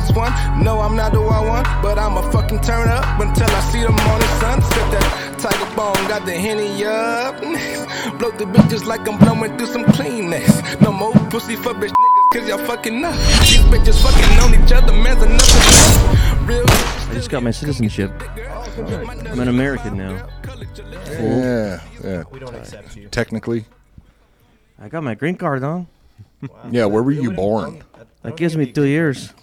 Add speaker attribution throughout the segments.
Speaker 1: No, I'm not the wild one, but I'ma fucking turn up until I see the morning sun. Sip that tiger bone, got the henny up. Blow the bitches like I'm blowing through some Kleenex. No more pussy for bitch niggas, cause y'all fucking up. These bitches fucking on each other, man's enough. Real.
Speaker 2: I just got my citizenship. I'm an American now.
Speaker 3: Yeah, yeah.
Speaker 4: We don't accept you.
Speaker 3: Technically,
Speaker 2: I got my green card on.
Speaker 3: yeah. Where were you born?
Speaker 2: That gives me two years.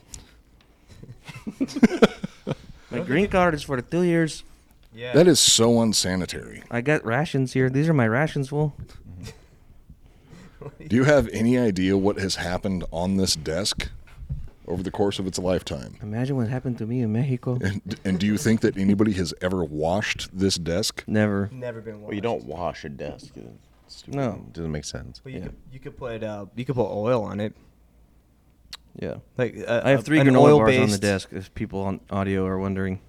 Speaker 2: my green card is for the two years.
Speaker 4: Yeah.
Speaker 3: That is so unsanitary.
Speaker 2: I got rations here. These are my rations, fool.
Speaker 3: Do you have any idea what has happened on this desk over the course of its lifetime?
Speaker 2: Imagine what happened to me in Mexico.
Speaker 3: And, and do you think that anybody has ever washed this desk?
Speaker 2: Never.
Speaker 4: never been.
Speaker 5: Well, you don't wash a desk. It's stupid.
Speaker 2: No.
Speaker 5: doesn't make sense.
Speaker 4: But you could you could put uh, you could put oil on it.
Speaker 2: Yeah.
Speaker 4: Like uh,
Speaker 2: I have three
Speaker 4: an
Speaker 2: granola
Speaker 4: oil
Speaker 2: bars
Speaker 4: based
Speaker 2: on the desk. If people on audio are wondering,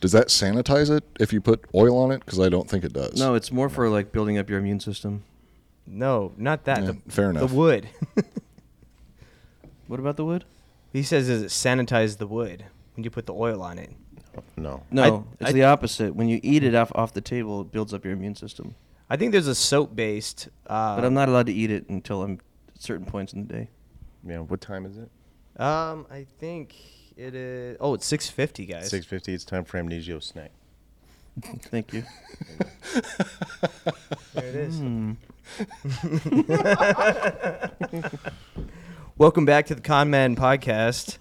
Speaker 3: Does that sanitize it if you put oil on it? Because I don't think it does.
Speaker 2: no, it's more for like building up your immune system.
Speaker 4: No, not that.
Speaker 3: Yeah,
Speaker 4: the,
Speaker 3: fair enough.
Speaker 4: The wood.
Speaker 2: What about the wood?
Speaker 4: he says is it sanitize the wood when you put the oil on it.
Speaker 5: Oh, No.
Speaker 2: No,
Speaker 4: I-
Speaker 2: it's
Speaker 4: I-
Speaker 2: the opposite. When you eat it off off the table, it builds up your immune system.
Speaker 4: I think there's a soap based. Uh,
Speaker 2: But I'm not allowed to eat it until I'm at certain points in the day.
Speaker 5: Yeah. What time is it?
Speaker 4: Um, I think it is. Oh, it's six fifty, guys.
Speaker 5: Six fifty. It's time for amnesia snack.
Speaker 2: Thank you.
Speaker 4: There it is. Welcome back to the Con Man podcast,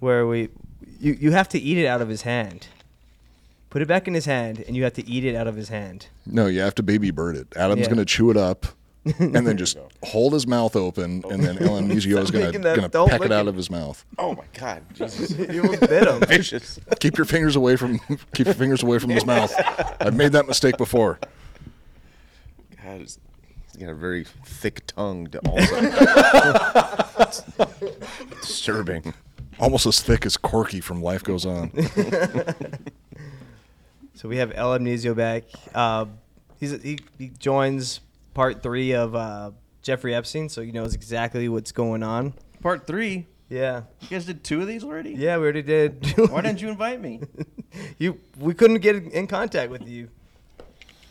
Speaker 4: where we you you have to eat it out of his hand. Put it back in his hand, and you have to eat it out of his hand.
Speaker 3: No, you have to baby bird it. Adam's
Speaker 4: Yeah.
Speaker 3: going to chew it up and then just hold his mouth open, and then Ellen Mugio is going to
Speaker 4: making that
Speaker 3: gonna
Speaker 4: adult
Speaker 3: peck it out
Speaker 4: looking-
Speaker 3: of his mouth.
Speaker 5: Oh my God, Jesus!
Speaker 4: You bit him.
Speaker 5: Vicious.
Speaker 3: Keep your fingers away from keep your fingers away from his mouth. I've made that mistake before.
Speaker 5: God, it's- he's got a very thick tongue. To also disturbing.
Speaker 3: Almost as thick as Corky from Life Goes On.
Speaker 4: So we have El Amnesio back. Uh, he's, he, he joins part three of uh, Jeffrey Epstein, so he knows exactly what's going on.
Speaker 2: Part three.
Speaker 4: Yeah,
Speaker 2: You guys did two of these already.
Speaker 4: yeah, we already did.
Speaker 2: Why didn't you invite me?
Speaker 4: you? We couldn't get in contact with you.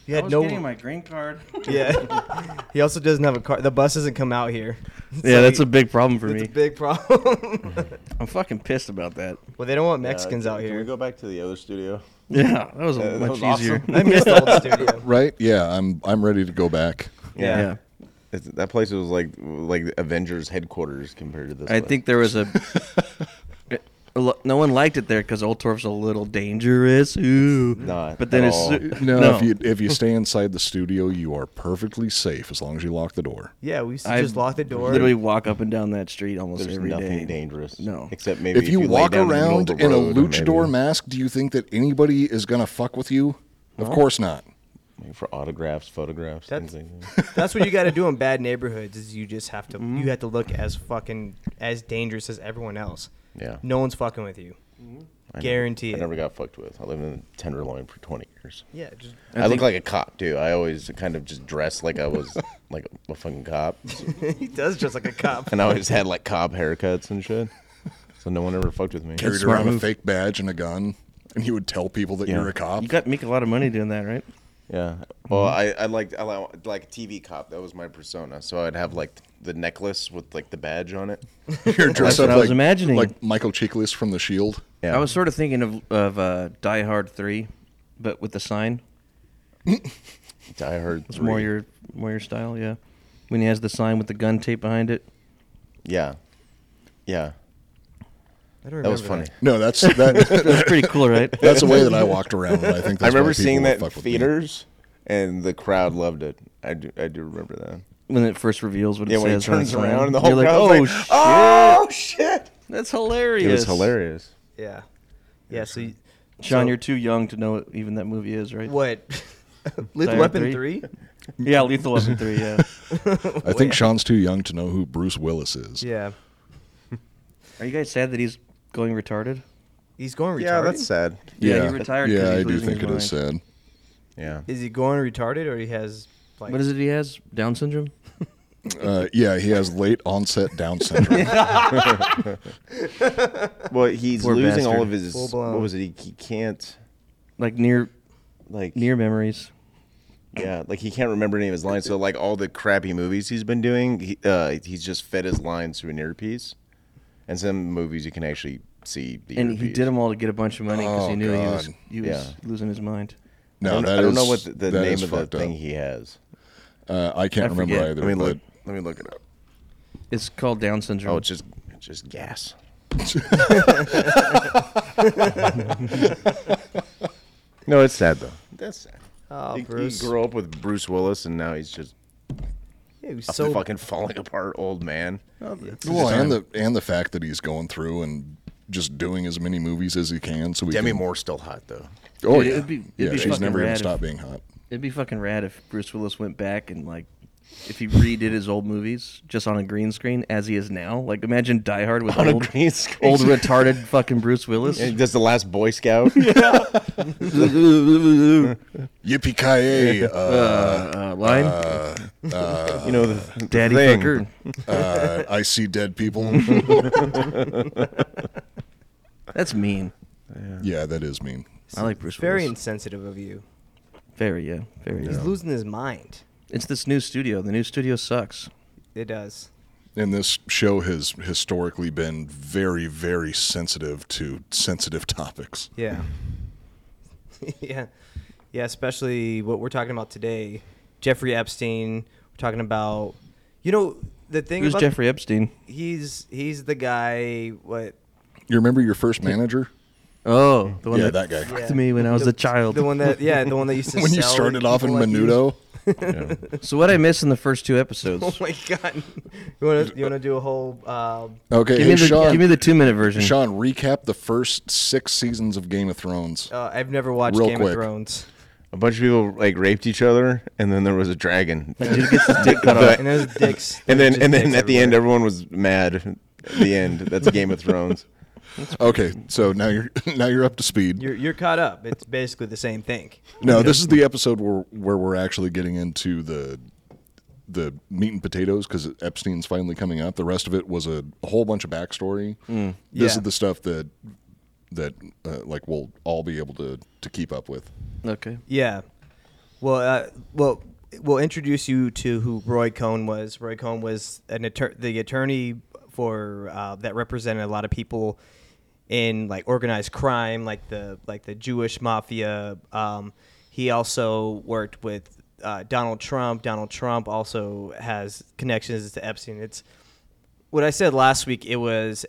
Speaker 4: You
Speaker 2: I
Speaker 4: had
Speaker 2: was
Speaker 4: no.
Speaker 2: getting my green card.
Speaker 4: yeah. he also doesn't have a car. The bus doesn't come out here.
Speaker 2: yeah,
Speaker 4: So
Speaker 2: that's
Speaker 4: he-
Speaker 2: a big problem for
Speaker 4: It's
Speaker 2: me.
Speaker 4: a big problem.
Speaker 2: I'm fucking pissed about that.
Speaker 4: well, they don't want Mexicans
Speaker 5: Uh,
Speaker 4: out
Speaker 5: can
Speaker 4: here.
Speaker 5: we go back to the other studio?
Speaker 2: Yeah, that was
Speaker 5: that
Speaker 2: much
Speaker 5: was
Speaker 2: easier.
Speaker 5: awesome.
Speaker 4: I missed the old studio.
Speaker 3: Right? Yeah, I'm I'm ready to go back.
Speaker 2: Yeah.
Speaker 4: Yeah.
Speaker 5: It's- that place was like like Avengers headquarters compared to this.
Speaker 2: I
Speaker 5: place.
Speaker 2: think there was a. a lo- No one liked it there because Old Torf's a little dangerous. Ooh,
Speaker 5: Not
Speaker 2: but then
Speaker 5: at
Speaker 2: it's
Speaker 5: all.
Speaker 3: No, if you if you stay inside the studio, you are perfectly safe as long as you lock the door.
Speaker 4: Yeah, we used to
Speaker 2: I
Speaker 4: just lock the door.
Speaker 2: Literally walk up and down that street almost
Speaker 5: there's
Speaker 2: every day.
Speaker 5: nothing dangerous.
Speaker 2: No.
Speaker 5: except maybe
Speaker 3: If, you,
Speaker 5: lay
Speaker 3: walk
Speaker 5: down in the middle of
Speaker 3: around
Speaker 5: the
Speaker 3: in a
Speaker 5: road, maybe-
Speaker 3: luchador mask, do you think that anybody is going to fuck with you? Of course not.
Speaker 5: Like for autographs, photographs,
Speaker 4: That's-
Speaker 5: things like that.
Speaker 4: That's what you got to do in bad neighborhoods. Is you just have to
Speaker 5: Mm-hmm.
Speaker 4: you have to look as fucking as dangerous as everyone else.
Speaker 5: Yeah. Mm-hmm.
Speaker 4: No one's fucking with you.
Speaker 5: I
Speaker 4: Guarantee
Speaker 5: never,
Speaker 4: it.
Speaker 5: I never got fucked with. I lived in Tenderloin for 20 years.
Speaker 4: Yeah. Just
Speaker 5: I, look like a cop too. I always kind of just dress like I was like a fucking cop,
Speaker 4: he does just like a cop.
Speaker 5: and I always had like cop haircuts and shit. So no one ever fucked with me.
Speaker 3: Carried
Speaker 2: smart
Speaker 3: around a
Speaker 2: move.
Speaker 3: fake badge and a gun, and you would tell people that
Speaker 5: Yeah.
Speaker 3: you're a cop.
Speaker 2: You got make a lot of money doing that, right?
Speaker 5: Yeah. Well, I,
Speaker 4: Mm-hmm.
Speaker 5: I liked I li- like a TV cop. That was my persona. So I'd have like the necklace with like the badge on it.
Speaker 3: You're dressed
Speaker 2: That's what
Speaker 3: up
Speaker 2: I was
Speaker 3: like,
Speaker 2: imagining.
Speaker 3: like Michael Chiklis from The Shield.
Speaker 5: Yeah.
Speaker 2: I was sort of thinking of of uh, Die Hard Three, but with the sign.
Speaker 5: Die Hard.
Speaker 2: It's
Speaker 5: three.
Speaker 2: more your more your style, yeah. When he has the sign with the gun tape behind it.
Speaker 5: Yeah. Yeah.
Speaker 4: I don't remember
Speaker 5: That was funny.
Speaker 3: No, that's that,
Speaker 2: That's pretty cool, right?
Speaker 3: that's the way that I walked around. And I think that's
Speaker 5: I remember
Speaker 3: why people
Speaker 5: seeing
Speaker 3: would
Speaker 5: that in
Speaker 3: fuck with me.
Speaker 5: theaters, and the crowd loved it. I do, I do remember that.
Speaker 2: When it first reveals what
Speaker 5: Yeah,
Speaker 2: it
Speaker 5: when he
Speaker 2: says. on
Speaker 5: turns
Speaker 2: sign.
Speaker 5: around and the
Speaker 2: You're
Speaker 5: whole
Speaker 2: like,
Speaker 5: crowd's
Speaker 2: oh,
Speaker 5: like,
Speaker 2: shit.
Speaker 5: "Oh shit!"
Speaker 2: That's hilarious.
Speaker 5: It was hilarious.
Speaker 4: Yeah. Yeah. So you,
Speaker 2: Sean,
Speaker 4: So-
Speaker 2: you're too young to know what even that movie is, right?
Speaker 4: what? Lethal
Speaker 2: Sorry,
Speaker 4: Weapon
Speaker 2: three?
Speaker 4: three.
Speaker 2: Yeah, Lethal Weapon 3, yeah.
Speaker 3: I think Sean's too young to know who Bruce Willis is.
Speaker 4: Yeah.
Speaker 2: Are you guys sad that he's going retarded?
Speaker 4: He's going retarded.
Speaker 5: Yeah, that's sad.
Speaker 2: Yeah, he retired 'cause
Speaker 3: Yeah,
Speaker 2: he's
Speaker 3: I do
Speaker 2: losing
Speaker 3: think it
Speaker 2: his
Speaker 3: is sad.
Speaker 5: Yeah.
Speaker 4: Is he going retarded or he has like?
Speaker 2: What is it he has? Down syndrome?
Speaker 3: Uh, yeah, he has late onset Down syndrome.
Speaker 5: Well, he's
Speaker 2: Poor
Speaker 5: losing
Speaker 2: bastard.
Speaker 5: all of his.
Speaker 4: Full blown.
Speaker 5: What was it? He, he can't
Speaker 2: Like near
Speaker 5: like
Speaker 2: near memories.
Speaker 5: Yeah, like he can't remember any of his lines. So like all the crappy movies he's been doing, he, uh, he's just fed his lines to an earpiece. And some movies you can actually see the
Speaker 2: And he
Speaker 5: earpiece.
Speaker 2: did them all to get a bunch of money because he
Speaker 3: Oh,
Speaker 2: knew he was
Speaker 3: God.
Speaker 2: he was
Speaker 5: Yeah.
Speaker 2: losing his mind.
Speaker 5: I
Speaker 3: No,
Speaker 5: don't,
Speaker 3: that
Speaker 5: I don't
Speaker 3: is-
Speaker 5: know what the, the
Speaker 3: that
Speaker 5: name
Speaker 3: is
Speaker 5: of the
Speaker 3: fucked up.
Speaker 5: thing he has.
Speaker 3: Uh, I can't
Speaker 2: I
Speaker 3: remember
Speaker 2: forget.
Speaker 3: either.
Speaker 5: Let me
Speaker 3: but
Speaker 5: look. Let me look it up.
Speaker 2: It's called Down syndrome.
Speaker 5: Oh, it's just it's just gas. no, it's sad though. That's sad.
Speaker 4: Oh,
Speaker 5: He-
Speaker 4: Bruce.
Speaker 5: He grew up with Bruce Willis, and now he's just
Speaker 4: Yeah, he was
Speaker 5: a
Speaker 4: so
Speaker 5: fucking falling apart old man.
Speaker 2: Oh,
Speaker 3: Well, and the and the fact that he's going through and just doing as many movies as he can, so we
Speaker 5: Demi
Speaker 3: can,
Speaker 5: Moore's still hot though.
Speaker 3: Oh
Speaker 2: Dude,
Speaker 3: yeah,
Speaker 2: it'd be- it'd
Speaker 3: yeah.
Speaker 2: be
Speaker 3: she's
Speaker 2: fucking
Speaker 3: never
Speaker 2: rad
Speaker 3: gonna
Speaker 2: if-
Speaker 3: stop being hot.
Speaker 2: It'd be fucking rad if Bruce Willis went back and like if he redid his old movies just on a green screen as he is now. Like imagine Die Hard with
Speaker 5: On a
Speaker 2: old,
Speaker 5: green screen.
Speaker 2: old retarded fucking Bruce Willis.
Speaker 5: And That's the last Boy Scout.
Speaker 3: Yippee ki yay! Uh,
Speaker 2: uh, line,
Speaker 5: you know, the,
Speaker 2: Daddy
Speaker 5: thing.
Speaker 2: fucker.
Speaker 3: uh, I see dead people.
Speaker 2: That's mean.
Speaker 3: yeah, that is mean.
Speaker 2: I like Bruce
Speaker 4: very
Speaker 2: Willis.
Speaker 4: insensitive of you.
Speaker 2: Very, yeah, very.
Speaker 4: He's losing his mind.
Speaker 2: It's this new studio. The new studio sucks.
Speaker 4: It does.
Speaker 3: And this show has historically been very, very sensitive to sensitive topics.
Speaker 4: Yeah. yeah. Yeah, especially what we're talking about today. Jeffrey Epstein, we're talking about you know the thing
Speaker 2: Who's
Speaker 4: about
Speaker 2: Jeffrey Epstein?
Speaker 4: he's he's the guy what
Speaker 3: You remember your first manager
Speaker 2: Oh, the one
Speaker 3: Yeah,
Speaker 2: that,
Speaker 3: that guy.
Speaker 2: fucked
Speaker 4: Yeah.
Speaker 2: me when I was
Speaker 4: the,
Speaker 2: a child.
Speaker 4: The one that yeah, the one that used to
Speaker 3: when you
Speaker 4: sell
Speaker 3: started off in
Speaker 4: people like you.
Speaker 3: Menudo?
Speaker 2: So what I missed in the first two episodes?
Speaker 4: Oh my god. You wanna you wanna do a whole uh,
Speaker 3: Okay,
Speaker 2: give,
Speaker 3: hey,
Speaker 2: me the,
Speaker 3: Sean.
Speaker 2: give me the two minute version.
Speaker 3: Sean, recap the first six seasons of Game of Thrones.
Speaker 4: uh I've never watched
Speaker 3: Real
Speaker 4: Game
Speaker 3: quick.
Speaker 4: of Thrones.
Speaker 5: a bunch of people like raped each other, and then there was a dragon.
Speaker 2: That dude gets his dick cut off.
Speaker 4: And there's dicks.
Speaker 5: and
Speaker 4: there's
Speaker 5: then
Speaker 4: just
Speaker 5: and then
Speaker 4: dicks
Speaker 5: at the end,
Speaker 4: everywhere.
Speaker 5: everyone was mad. At the end. That's Game of Thrones.
Speaker 3: Okay, so now you're now you're up to speed.
Speaker 4: you're you're caught up. It's basically the same thing.
Speaker 3: no, this is the episode where where we're actually getting into the the meat and potatoes because Epstein's finally coming up. The rest of it was a, whole bunch of backstory. This
Speaker 4: Mm. Yeah.
Speaker 3: is the stuff that that uh, like we'll all be able to to keep up with.
Speaker 2: Okay.
Speaker 4: Yeah. Well, uh, well, we'll introduce you to who Roy Cohn was. Roy Cohn was an attor- the attorney for uh, that represented a lot of people in like organized crime, like the like the Jewish mafia. Um, he also worked with uh, Donald Trump. Donald Trump also has connections to Epstein. It's what I said last week. It was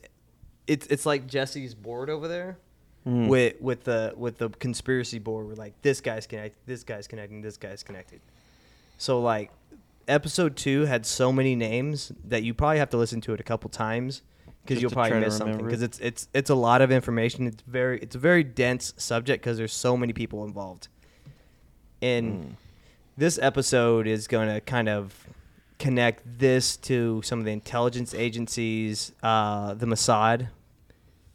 Speaker 4: it's it's like Jesse's board over there
Speaker 2: Hmm.
Speaker 4: with with the with the conspiracy board. Where like this guy's connected, this guy's connected, this guy's connected. So like episode two had so many names that you probably have to listen to it a couple times because
Speaker 2: Just
Speaker 4: you'll
Speaker 2: to
Speaker 4: probably
Speaker 2: try to
Speaker 4: miss something
Speaker 2: remember it.
Speaker 4: because it's it's it's a lot of information. It's very it's a very dense subject because there's so many people involved. And
Speaker 2: Hmm.
Speaker 4: this episode is going to kind of connect this to some of the intelligence agencies, uh, the Mossad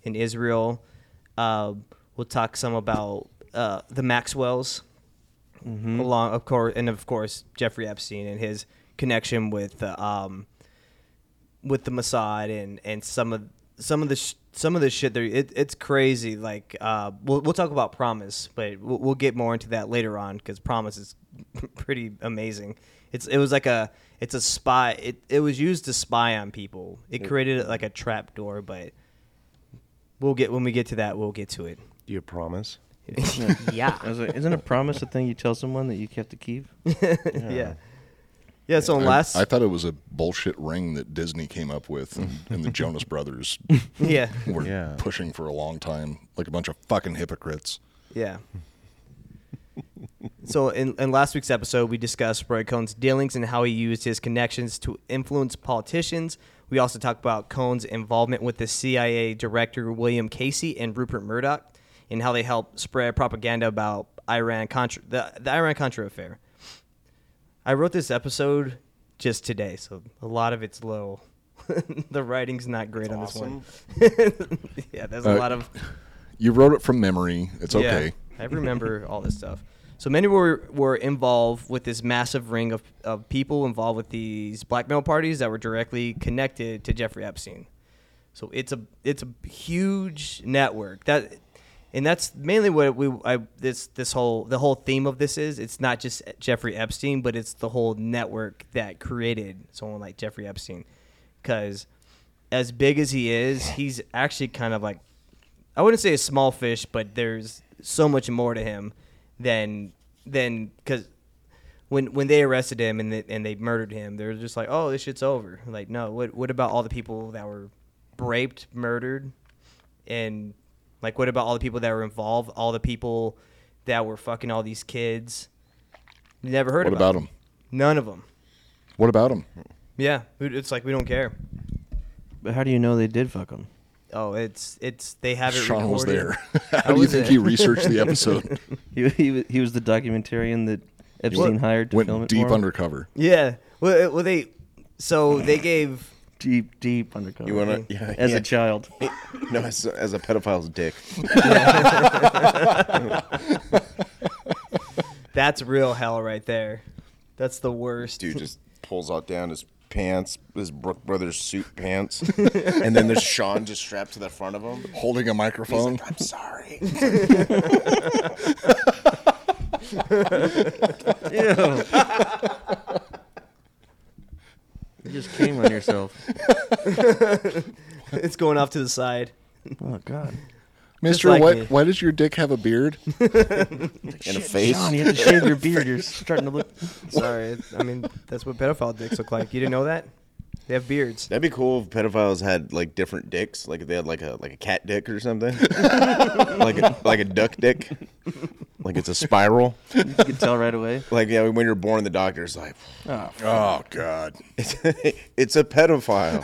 Speaker 4: in Israel. Uh, we'll talk some about uh, the Maxwells, along of course, and of course Jeffrey Epstein and his connection with uh, um, with the Mossad and and some of some of the sh- some of the shit there it, it's crazy like uh we'll, we'll talk about promise but we'll, we'll get more into that later on because promise is pretty amazing it's it was like a it's a spy it, it was used to spy on people it created like a trap door but we'll get when we get to that we'll get to it
Speaker 5: Do you promise?
Speaker 4: yeah
Speaker 2: I was like, isn't a promise a thing you tell someone that you have to keep?
Speaker 4: yeah yeah so
Speaker 3: I-
Speaker 4: last
Speaker 3: Uh-huh. I, thought it was a bullshit ring that Disney came up with, and, and the Jonas Brothers
Speaker 4: yeah
Speaker 3: were
Speaker 5: Yeah.
Speaker 3: pushing for a long time, like a bunch of fucking hypocrites.
Speaker 4: Yeah. so in, in last week's episode, we discussed Roy Cohn's dealings and how he used his connections to influence politicians. We also talked about Cohn's involvement with the CIA director William Casey and Rupert Murdoch, and how they helped spread propaganda about Iran Contra the, the Iran Contra affair. I wrote this episode just today, so a lot of it's low. the writing's not great on this one. yeah, there's a
Speaker 3: Uh,
Speaker 4: lot of
Speaker 3: You wrote it from memory. It's okay.
Speaker 4: I remember all this stuff. So many were, were involved with this massive ring of, of people involved with these blackmail parties that were directly connected to Jeffrey Epstein. So it's a it's a huge network that, and that's mainly what we I, this this whole the whole theme of this is. It's not just Jeffrey Epstein, but it's the whole network that created someone like Jeffrey Epstein, because as big as he is, he's actually kind of like I wouldn't say a small fish, but there's so much more to him than than because when when they arrested him and they, and they murdered him, they were just like, oh, this shit's over. Like, no, what what about all the people that were raped, murdered, and like what about all the people that were involved, all the people that were fucking all these kids? You never heard
Speaker 3: What
Speaker 4: about,
Speaker 3: about him?
Speaker 4: None of them.
Speaker 3: What about him?
Speaker 4: Yeah, we- it's like we don't care.
Speaker 2: But how do you know they did fuck him?
Speaker 4: Oh, it's it's they have it.
Speaker 3: Sean was
Speaker 4: recorded.
Speaker 3: there. How do you
Speaker 4: was
Speaker 3: think
Speaker 4: it?
Speaker 3: he researched the episode?
Speaker 2: He, he, wa- he was the documentarian that Epstein hired to film
Speaker 3: Went
Speaker 2: it.
Speaker 3: deep
Speaker 2: for him.
Speaker 3: undercover.
Speaker 4: Yeah. Well, it- well, they so they gave
Speaker 2: deep, deep undercover.
Speaker 5: You wanna- yeah,
Speaker 2: as
Speaker 5: yeah.
Speaker 2: a child.
Speaker 5: no, as, as a pedophile's dick.
Speaker 4: that's real hell right there. That's the worst.
Speaker 5: Dude just pulls out down his pants, his Brook Brothers suit pants, and then there's Sean just strapped to the front of him.
Speaker 4: Oh,
Speaker 3: Holding a
Speaker 5: He's
Speaker 3: microphone.
Speaker 5: like, I'm sorry.
Speaker 2: Ew. you just came on yourself.
Speaker 4: It's going off to the side.
Speaker 2: Oh God.
Speaker 3: Mister,
Speaker 4: like
Speaker 3: why,
Speaker 4: me.
Speaker 3: why does your dick have a beard?
Speaker 5: In a face.
Speaker 2: John, you have to shave your beard. You're starting to look.
Speaker 4: Sorry. it- I mean, that's what pedophile dicks look like. You didn't know that? They have beards.
Speaker 5: That'd be cool if pedophiles had like different dicks. Like if they had like a like a cat dick or something. like a, like a duck dick. Like it's a spiral.
Speaker 2: You can tell right away.
Speaker 5: Like yeah, when you're born, the doctor's like,
Speaker 3: Oh God!
Speaker 5: it's, it's a pedophile.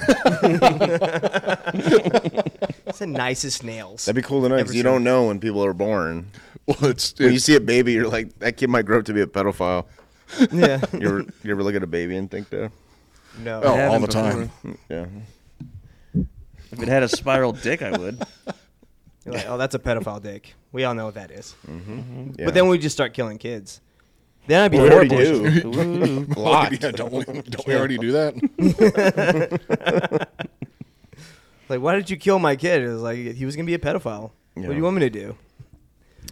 Speaker 4: It's the nicest nails.
Speaker 5: That'd be cool to know because
Speaker 4: Ever
Speaker 5: you
Speaker 4: since.
Speaker 5: don't know when people are born.
Speaker 3: Well, it's,
Speaker 5: When you
Speaker 3: it's-
Speaker 5: see a baby, you're like, that kid might grow up to be a pedophile.
Speaker 4: yeah.
Speaker 5: You ever, you ever look at a baby and think that? Hmm,
Speaker 4: No.
Speaker 3: oh, all
Speaker 2: Happened
Speaker 3: the time.
Speaker 2: before.
Speaker 5: Yeah.
Speaker 2: If it had a spiral dick, I would.
Speaker 4: You're like, oh, that's a pedophile dick. We all know what that is.
Speaker 5: yeah.
Speaker 4: But then we just start killing kids. Then I'd be
Speaker 5: we
Speaker 4: for
Speaker 5: already
Speaker 4: abortion.
Speaker 5: do.
Speaker 2: Ooh.
Speaker 5: Lot.
Speaker 3: Yeah, don't we, don't we already do that?
Speaker 4: Like, why did you kill my kid? It was like he was gonna be a pedophile. What
Speaker 5: Yeah.
Speaker 4: do you want me to do?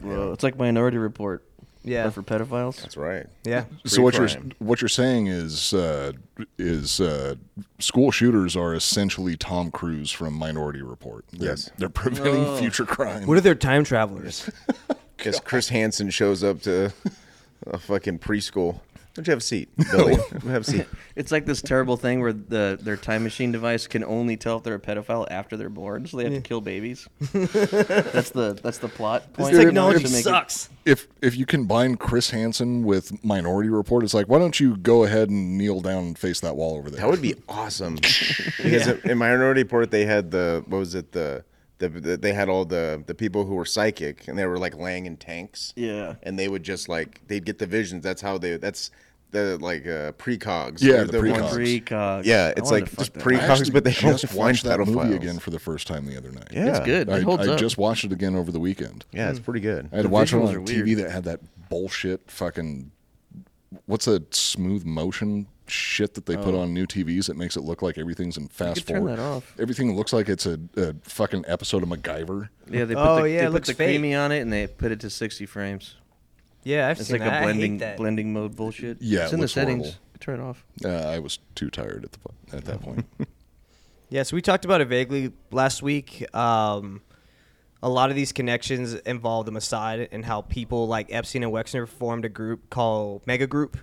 Speaker 2: Whoa, It's like Minority Report.
Speaker 4: Yeah.
Speaker 2: But for pedophiles.
Speaker 5: That's right.
Speaker 4: Yeah.
Speaker 3: so what you're
Speaker 5: Pre-crime.
Speaker 3: what you're saying is uh, is uh, school shooters are essentially Tom Cruise from Minority Report. They're,
Speaker 5: Yes.
Speaker 3: they're preventing future crime.
Speaker 4: What are their time travelers?
Speaker 5: Because Chris Hansen shows up to a fucking preschool. Don't you have a seat, Billy? have a seat.
Speaker 2: It's like this terrible thing where the their time machine device can only tell if they're a pedophile after they're born, so they have to kill babies. that's the that's the plot
Speaker 4: This
Speaker 2: point.
Speaker 4: technology
Speaker 2: To make it-
Speaker 4: sucks.
Speaker 3: if if you combine Chris Hansen with Minority Report, it's like why don't you go ahead and kneel down and face that wall over there?
Speaker 5: That would be awesome. Because in Minority Report, they had the what was it the, the, the they had all the the people who were psychic and they were like laying in tanks.
Speaker 2: Yeah.
Speaker 5: and they would just like they'd get the visions. That's how they. That's the like uh, precogs.
Speaker 3: Yeah,
Speaker 5: They're
Speaker 3: the
Speaker 5: ones-
Speaker 3: precogs.
Speaker 2: Precog.
Speaker 5: Yeah,
Speaker 2: I wanted
Speaker 5: it's like
Speaker 2: to
Speaker 5: just
Speaker 2: fuck that.
Speaker 5: pre-
Speaker 3: I
Speaker 5: Cox,
Speaker 3: actually
Speaker 5: but they don't
Speaker 3: just
Speaker 5: find
Speaker 3: watched that movie
Speaker 5: pedophiles.
Speaker 3: again for the first time the other night.
Speaker 5: Yeah,
Speaker 2: It's good.
Speaker 3: I,
Speaker 2: It holds
Speaker 3: I
Speaker 2: up.
Speaker 3: just watched it again over the weekend.
Speaker 5: Yeah, it's pretty good.
Speaker 3: I had to watch it
Speaker 2: visuals
Speaker 3: on
Speaker 2: are
Speaker 3: a TV
Speaker 2: weird.
Speaker 3: that had that bullshit fucking. What's a smooth motion shit that they put on new TVs that makes it look like everything's in fast
Speaker 2: Oh. could turn
Speaker 3: forward?
Speaker 2: that off.
Speaker 3: Everything looks like it's a, a fucking episode of MacGyver.
Speaker 2: Yeah, they put
Speaker 4: Oh,
Speaker 2: the,
Speaker 4: yeah,
Speaker 2: they
Speaker 4: it
Speaker 2: put
Speaker 4: looks
Speaker 2: the
Speaker 4: fake.
Speaker 2: creamy on it and they put it to 60 frames.
Speaker 4: Yeah, I've
Speaker 2: It's
Speaker 4: seen
Speaker 2: like a
Speaker 4: that.
Speaker 2: blending
Speaker 4: I hate that.
Speaker 2: blending mode bullshit.
Speaker 3: Yeah,
Speaker 2: it's
Speaker 3: it
Speaker 2: in the
Speaker 3: looks
Speaker 2: settings.
Speaker 3: horrible.
Speaker 2: Turn it off.
Speaker 3: Uh, I was too tired at the po- at that point.
Speaker 4: Yeah, so we talked about it vaguely last week. Um, a lot of these connections involve the Mossad and how people like Epstein and Wexner formed a group called Mega Group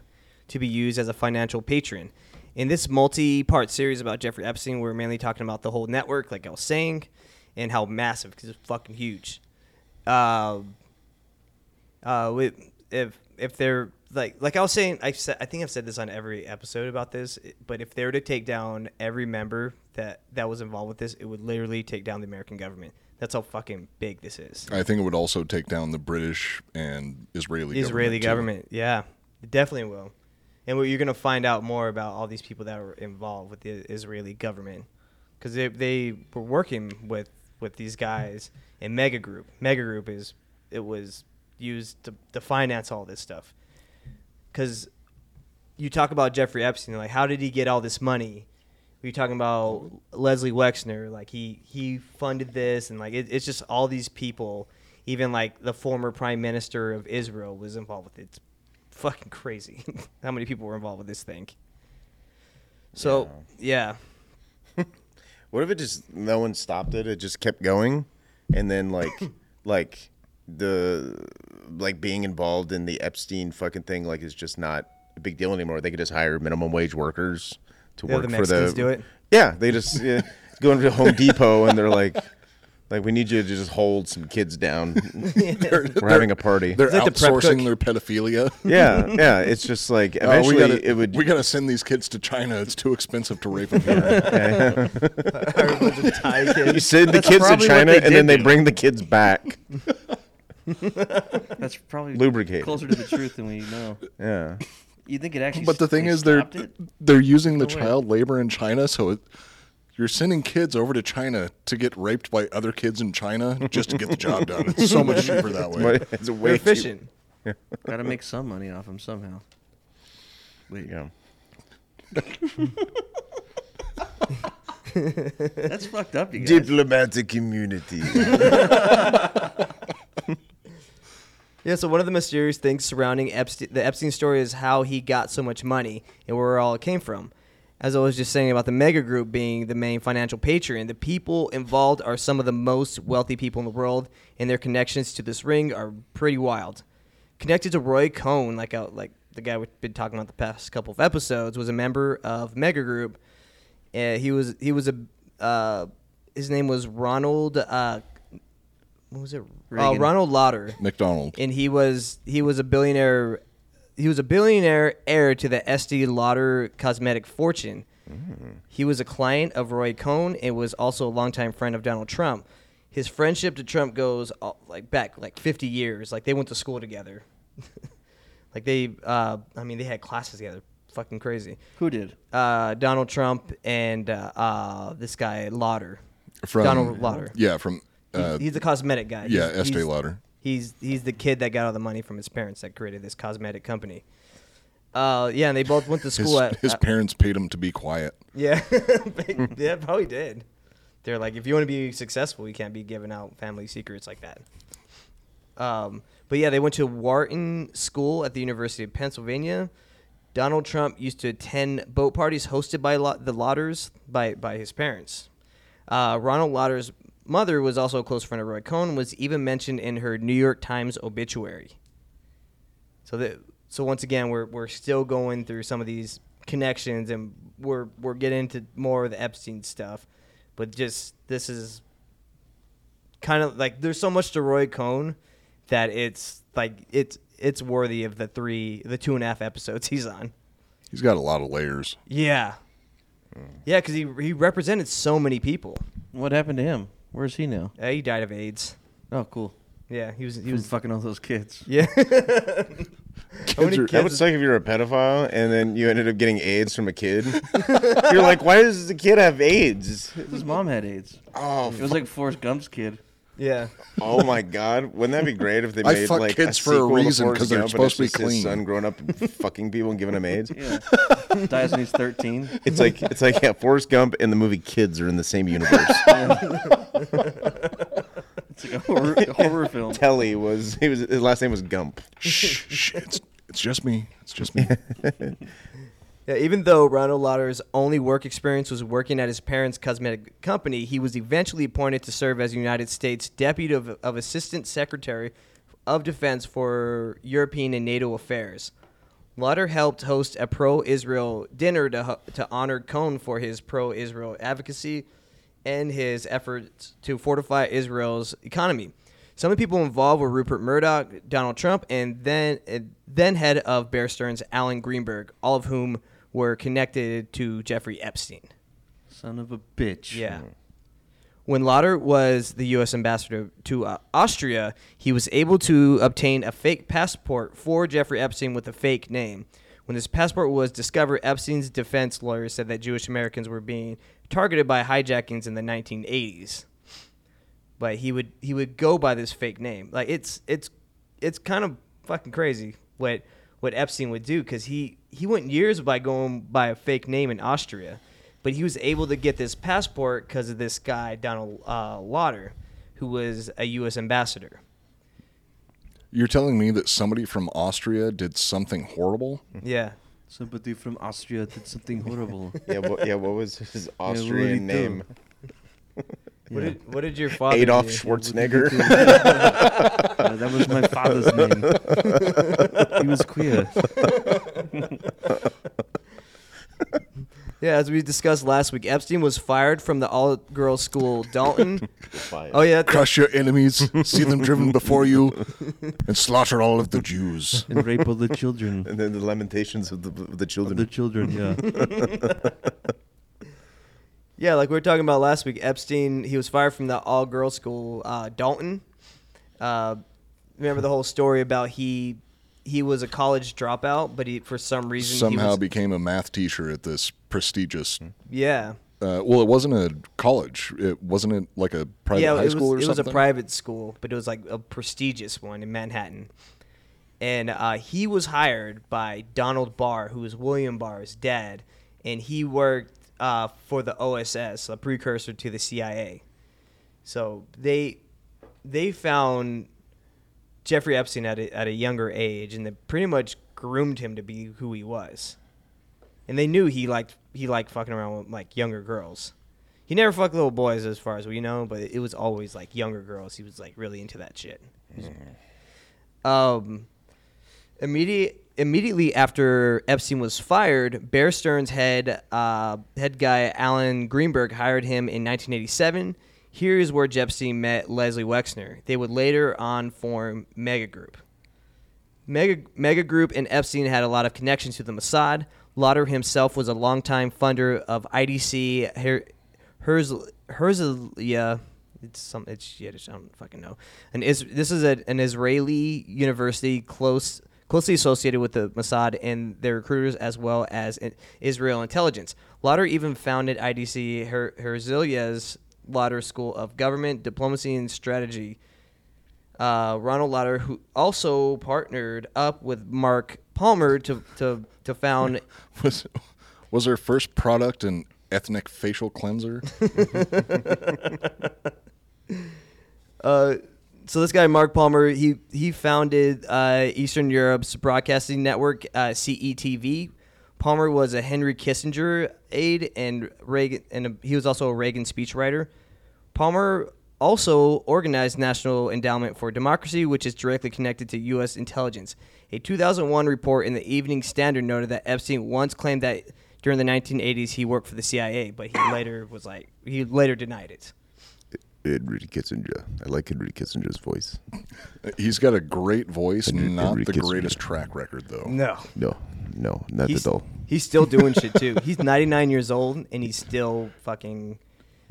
Speaker 4: to be used as a financial patron. In this multi-part series about Jeffrey Epstein, we're mainly talking about the whole network, like I was saying, and how massive because it's fucking huge. Um, uh, with, if if they're like like I was saying, I said I think I've said this on every episode about this, i- but if they were to take down every member that that was involved with this, it would literally take down the American government. That's how fucking big this is.
Speaker 3: I think it would also take down the British and Israeli
Speaker 4: Israeli
Speaker 3: too.
Speaker 4: government, yeah, it definitely will. And what you're gonna find out more about all these people that were involved with the Israeli government, because they they were working with with these guys in Mega Group. Mega Group is it was used to, to finance all this stuff. Because you talk about Jeffrey Epstein, like how did he get all this money? We're talking about Leslie Wexner, like he he funded this, and like it, it's just all these people. Even like the former prime minister of Israel was involved with it. It's fucking crazy how many people were involved with this thing. So yeah,
Speaker 5: What if it just no one stopped it? It just kept going, and then like like the like being involved in the Epstein fucking thing like is just not a big deal anymore. They could just hire minimum wage workers to
Speaker 4: Yeah,
Speaker 5: work
Speaker 4: the
Speaker 5: for the
Speaker 4: Mexicans do it.
Speaker 5: Yeah, they just yeah, go into Home Depot and they're like. Like we need you to just hold some kids down. We're having a party.
Speaker 3: They're
Speaker 4: like the prep
Speaker 3: outsourcing
Speaker 4: cook.
Speaker 3: their pedophilia.
Speaker 5: Yeah, yeah. It's just like
Speaker 3: Oh, we
Speaker 5: eventually
Speaker 3: gotta,
Speaker 5: it would.
Speaker 3: We gotta send these kids to China. It's too expensive to rape them here.
Speaker 4: Thai
Speaker 5: you
Speaker 4: kids.
Speaker 5: send the
Speaker 2: That's
Speaker 5: kids to
Speaker 2: probably what
Speaker 5: China
Speaker 2: they
Speaker 5: and
Speaker 2: did
Speaker 5: then they
Speaker 2: do.
Speaker 5: bring the kids back.
Speaker 2: That's probably
Speaker 5: Lubricated.
Speaker 2: closer to the truth than we know.
Speaker 5: Yeah.
Speaker 2: You think it actually?
Speaker 3: but the
Speaker 2: s-
Speaker 3: thing
Speaker 2: they
Speaker 3: is, they're
Speaker 2: stopped it?
Speaker 3: they're using the
Speaker 2: No way.
Speaker 3: child labor in China, so it, you're sending kids over to China to get raped by other kids in China just to get the job done. It's so much cheaper that way.
Speaker 5: But it's
Speaker 4: We're
Speaker 5: way too-
Speaker 4: efficient.
Speaker 2: gotta make some money off them somehow. Wait,
Speaker 5: Yeah.
Speaker 2: that's fucked up, you guys.
Speaker 5: Diplomatic community.
Speaker 4: Yeah, so one of the mysterious things surrounding Epstein, the Epstein story is how he got so much money and where all it came from. As I was just saying about the mega group being the main financial patron, the people involved are some of the most wealthy people in the world, and their connections to this ring are pretty wild. Connected to Roy Cohn, like a, like the guy we've been talking about the past couple of episodes, was a member of mega group. Uh, he was he was a uh, his name was Ronald. Uh, what was it? Uh,
Speaker 2: Reagan.
Speaker 4: Ronald Lauder
Speaker 3: McDonald.
Speaker 4: and he was he was a billionaire he was a billionaire heir to the Estee Lauder cosmetic fortune. He was a client of Roy Cohn and was also a longtime friend of Donald Trump. His friendship to Trump goes all, like back like 50 years. Like they went to school together. like they uh, I mean they had classes together. Fucking crazy.
Speaker 2: Who did?
Speaker 4: Uh, Donald Trump and uh, uh, this guy Lauder.
Speaker 3: From
Speaker 4: Donald Lauder.
Speaker 3: Yeah, from
Speaker 4: He's-
Speaker 3: uh,
Speaker 4: he's the cosmetic guy.
Speaker 3: yeah,
Speaker 4: He's-
Speaker 3: Estee
Speaker 4: he's-
Speaker 3: Lauder.
Speaker 4: He's he's the kid that got all the money from his parents that created this cosmetic company. Uh, yeah, and they both went to
Speaker 3: his,
Speaker 4: school at
Speaker 3: his
Speaker 4: uh,
Speaker 3: parents paid him to be quiet.
Speaker 4: yeah, yeah, probably did. They're like, if you want to be successful, you can't be giving out family secrets like that. Um, but yeah, they went to Wharton School at the University of Pennsylvania. Donald Trump used to attend boat parties hosted by Lau- the Lauders by by his parents. Uh, Ronald Lauder's mother was also a close friend of Roy Cohn. Was even mentioned in her New York Times obituary. So that so once again we're we're still going through some of these connections and we're we're getting into more of the Epstein stuff, but just this is kind of like there's so much to Roy Cohn that it's like it's it's worthy of the three the two and a half episodes he's on.
Speaker 3: He's got a lot of layers.
Speaker 4: Yeah. Hmm. Yeah, because he he represented so many people.
Speaker 2: What happened to him? Where's he now?
Speaker 4: Uh, he died of AIDS.
Speaker 2: Oh, cool.
Speaker 4: Yeah, he was he
Speaker 2: He was
Speaker 4: was
Speaker 2: fucking all those kids.
Speaker 4: yeah. How many
Speaker 3: Kids are-
Speaker 5: That would
Speaker 4: kids?
Speaker 5: suck if you were a pedophile and then you ended up getting AIDS from a kid. You're like, why does the kid have AIDS?
Speaker 2: His mom had AIDS.
Speaker 5: Oh,
Speaker 2: It was like Forrest Gump's kid.
Speaker 4: Yeah.
Speaker 5: Oh my God! Wouldn't that be great if they
Speaker 3: I
Speaker 5: made
Speaker 3: fuck
Speaker 5: like
Speaker 3: kids
Speaker 5: a
Speaker 3: for a
Speaker 5: sequel to
Speaker 3: reason,
Speaker 5: Forrest
Speaker 3: 'cause they're
Speaker 5: Gump, and
Speaker 3: supposed to
Speaker 5: it's
Speaker 3: be
Speaker 5: just
Speaker 3: clean.
Speaker 5: His son growing up, and fucking people and giving him AIDS.
Speaker 2: Yeah. Dies when he's 13.
Speaker 5: It's like it's like yeah, Forrest Gump and the movie Kids are in the same universe.
Speaker 2: It's like a horror, horror film.
Speaker 5: Telly was he was his last name was Gump.
Speaker 3: Shh, shh, it's it's just me. It's just me.
Speaker 4: Yeah, even though Ronald Lauder's only work experience was working at his parents' cosmetic company, he was eventually appointed to serve as United States Deputy of, of Assistant Secretary of Defense for European and NATO Affairs. Lauder helped host a pro-Israel dinner to, ho- to honor Cohn for his pro-Israel advocacy and his efforts to fortify Israel's economy. Some of the people involved were Rupert Murdoch, Donald Trump, and then and then head of Bear Stearns, Alan Greenberg, all of whom were connected to Jeffrey Epstein.
Speaker 2: Son of a bitch.
Speaker 4: Yeah. When Lauder was the U.S. ambassador to uh, Austria, he was able to obtain a fake passport for Jeffrey Epstein with a fake name. When this passport was discovered, Epstein's defense lawyer said that Jewish Americans were being targeted by hijackings in the 1980s. But he would he would go by this fake name. Like it's it's it's kind of fucking crazy what what Epstein would do because he he went years by going by a fake name in Austria, but he was able to get this passport because of this guy Donald uh, Lauder, who was a U.S. ambassador.
Speaker 3: You're telling me that somebody from Austria did something horrible?
Speaker 4: Yeah,
Speaker 2: Somebody from Austria did something horrible.
Speaker 5: Yeah, what, yeah. What was his
Speaker 2: what did
Speaker 5: Austrian
Speaker 2: he do?
Speaker 5: name?
Speaker 4: What did what did your father
Speaker 5: Adolf
Speaker 4: do?
Speaker 5: Schwarzenegger.
Speaker 2: Uh, that was my father's name. he was queer.
Speaker 4: Yeah, as we discussed last week, Epstein was fired from the all-girls school Dalton.
Speaker 5: Fired.
Speaker 4: oh yeah,
Speaker 3: Crush your enemies, see them driven before you, and slaughter all of the Jews.
Speaker 2: And rape all the children.
Speaker 5: and then the lamentations of the, of the children.
Speaker 2: The children, yeah.
Speaker 4: yeah. Like we were talking about last week, Epstein he was fired from the all-girls school uh, Dalton. Uh, remember the whole story about he he was a college dropout, but he for some reason he
Speaker 3: Somehow
Speaker 4: was,
Speaker 3: became a math teacher at this prestigious.
Speaker 4: yeah
Speaker 3: Uh, well, it wasn't a college. It wasn't it like a private
Speaker 4: yeah
Speaker 3: high
Speaker 4: it was
Speaker 3: school or
Speaker 4: it was
Speaker 3: something.
Speaker 4: a private school, but it was like a prestigious one in Manhattan. and uh, he was hired by Donald Barr, who was William Barr's dad, and he worked uh, for the OSS, a precursor to the CIA. So they they found Jeffrey Epstein at a, at a younger age, and they pretty much groomed him to be who he was. And they knew he liked he liked fucking around with like younger girls. He never fucked little boys, as far as we know, but it was always like younger girls. He was like really into that shit. Um, immediate, immediately after Epstein was fired, Bear Stearns head uh, head guy Alan Greenberg hired him in 1987. Here is where Epstein met Leslie Wexner. They would later on form Mega Group. Mega, Mega Group and Epstein had a lot of connections to the Mossad. Lauder himself was a longtime funder of IDC, Her- Herz- Herzliya. It's some it's Yiddish. I don't fucking know. And is this is a, an Israeli university close closely associated with the Mossad and their recruiters, as well as in- Israel intelligence. Lauder even founded IDC Her- Herzliya's Lauder School of Government, Diplomacy, and Strategy. Uh, Ronald Lauder, who also partnered up with Mark Palmer to to, to found.
Speaker 3: was was her first product an ethnic facial cleanser?
Speaker 4: Uh, so this guy Mark Palmer, he he founded uh, Eastern Europe's broadcasting network uh, CETV. Palmer was a Henry Kissinger aide and Reagan, and a, he was also a Reagan speechwriter. Palmer also organized National Endowment for Democracy, which is directly connected to U.S. intelligence. A 2001 report in the Evening Standard noted that Epstein once claimed that during the 1980s he worked for the CIA, but he later was like he later denied it.
Speaker 5: Henry Kissinger. I like Henry Kissinger's voice.
Speaker 3: He's got a great voice,
Speaker 5: Henry-
Speaker 3: not
Speaker 5: Henry
Speaker 3: the
Speaker 5: Kissinger.
Speaker 3: greatest track record though.
Speaker 4: No,
Speaker 5: No, no, not
Speaker 4: he's,
Speaker 5: at all.
Speaker 4: he's still doing shit too. He's 99 years old and he's still fucking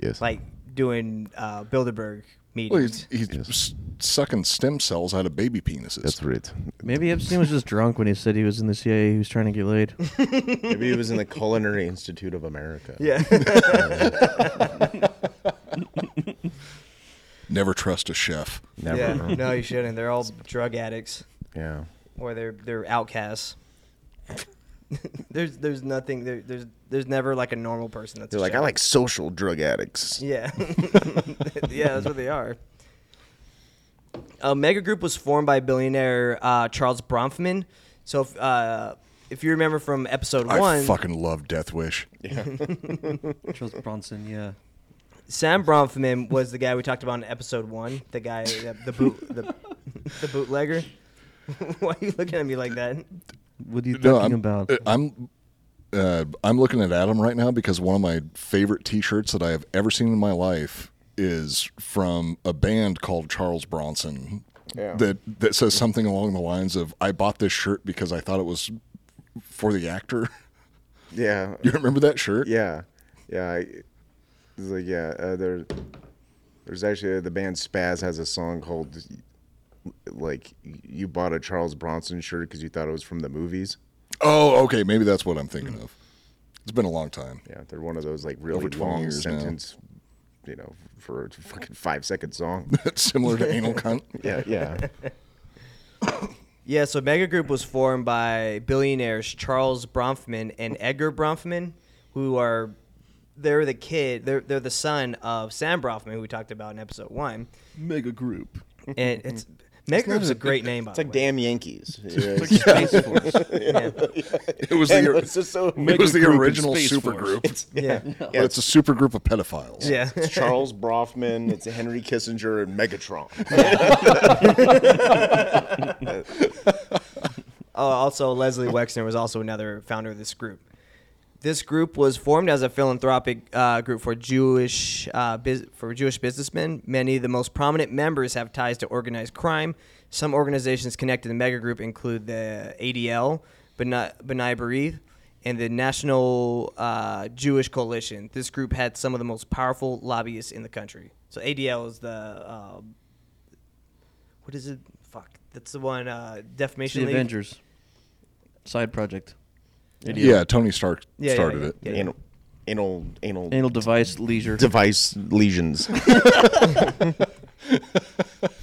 Speaker 5: Yes.
Speaker 4: like doing uh, Bilderberg meetings.
Speaker 3: Well, he's, he's s- sucking stem cells out of baby penises.
Speaker 5: That's right.
Speaker 2: Maybe Epstein was just drunk when he said he was in the CIA. He was trying to get laid.
Speaker 5: Maybe it was in the Culinary Institute of America.
Speaker 4: yeah.
Speaker 3: Never trust a chef.
Speaker 5: Never.
Speaker 4: yeah.
Speaker 5: Yeah.
Speaker 4: No, you shouldn't. They're all drug addicts or they're they're outcasts. there's there's nothing there, there's there's never like a normal person that's a
Speaker 5: They're like, I
Speaker 4: chef."
Speaker 5: like social drug addicts.
Speaker 4: Yeah. yeah, that's what they are. A mega group was formed by billionaire uh, Charles Bronfman. So if, uh, if you remember from episode
Speaker 3: I
Speaker 4: one,
Speaker 3: fucking love Death Wish.
Speaker 2: Charles Bronson, yeah.
Speaker 4: Sam Bronfman was the guy we talked about in episode one. The guy, the, the boot, the, the bootlegger. Why are you looking at me like that?
Speaker 2: What are you
Speaker 3: No,
Speaker 2: talking
Speaker 3: I'm,
Speaker 2: about?
Speaker 3: uh, I'm, uh, I'm looking at Adam right now because one of my favorite T-shirts that I have ever seen in my life is from a band called Charles Bronson.
Speaker 5: Yeah.
Speaker 3: That that says something along the lines of "I bought this shirt because I thought it was for the actor."
Speaker 5: Yeah.
Speaker 3: You remember that shirt?
Speaker 5: Yeah, yeah. I, it's like yeah, uh, there. There's actually uh, the band Spaz has a song called like you bought a Charles Bronson shirt because you thought it was from the movies.
Speaker 3: Oh, okay. Maybe that's what I'm thinking of. It's been a long time.
Speaker 5: Mm. Yeah, they're one of those like really
Speaker 3: 20
Speaker 5: long
Speaker 3: years now.
Speaker 5: sentence, you know, for a fucking five second song.
Speaker 3: It's similar to anal cunt.
Speaker 5: yeah, yeah.
Speaker 4: Yeah, so Mega Group was formed by billionaires Charles Bronfman and Edgar Bronfman, who are they're the kid they're they're the son of Sam Bronfman, who we talked about in episode one.
Speaker 2: Mega group.
Speaker 4: And it's Mega Group's a great name by
Speaker 5: It's
Speaker 4: the
Speaker 5: like
Speaker 4: way.
Speaker 5: damn Yankees. It's,
Speaker 2: Space Force.
Speaker 3: It was the
Speaker 5: it's just so
Speaker 3: it was the
Speaker 2: Group and
Speaker 3: original
Speaker 2: Space Force.
Speaker 3: supergroup. It's,
Speaker 4: Yeah.
Speaker 5: yeah,
Speaker 3: it's a supergroup of pedophiles.
Speaker 4: Yeah.
Speaker 5: it's Charles Brofman, it's Henry Kissinger and Megatron.
Speaker 4: Oh, also Leslie Wexner was also another founder of this group. This group was formed as a philanthropic uh, group for Jewish uh, bus- for Jewish businessmen. Many of the most prominent members have ties to organized crime. Some organizations connected to the mega group include the ADL, B'nai B'nai B'rith, and the National uh, Jewish Coalition. This group had some of the most powerful lobbyists in the country. So ADL is the uh, what is it? Fuck, that's the one uh,
Speaker 2: It's
Speaker 4: defamation
Speaker 2: the
Speaker 4: league.
Speaker 2: Avengers. Side project. Idiot.
Speaker 3: Yeah, Tony Stark
Speaker 4: Yeah, yeah,
Speaker 3: started
Speaker 4: yeah,
Speaker 3: it.
Speaker 4: yeah.
Speaker 5: anal, anal, anal,
Speaker 2: Anal device leisure.
Speaker 5: device lesions.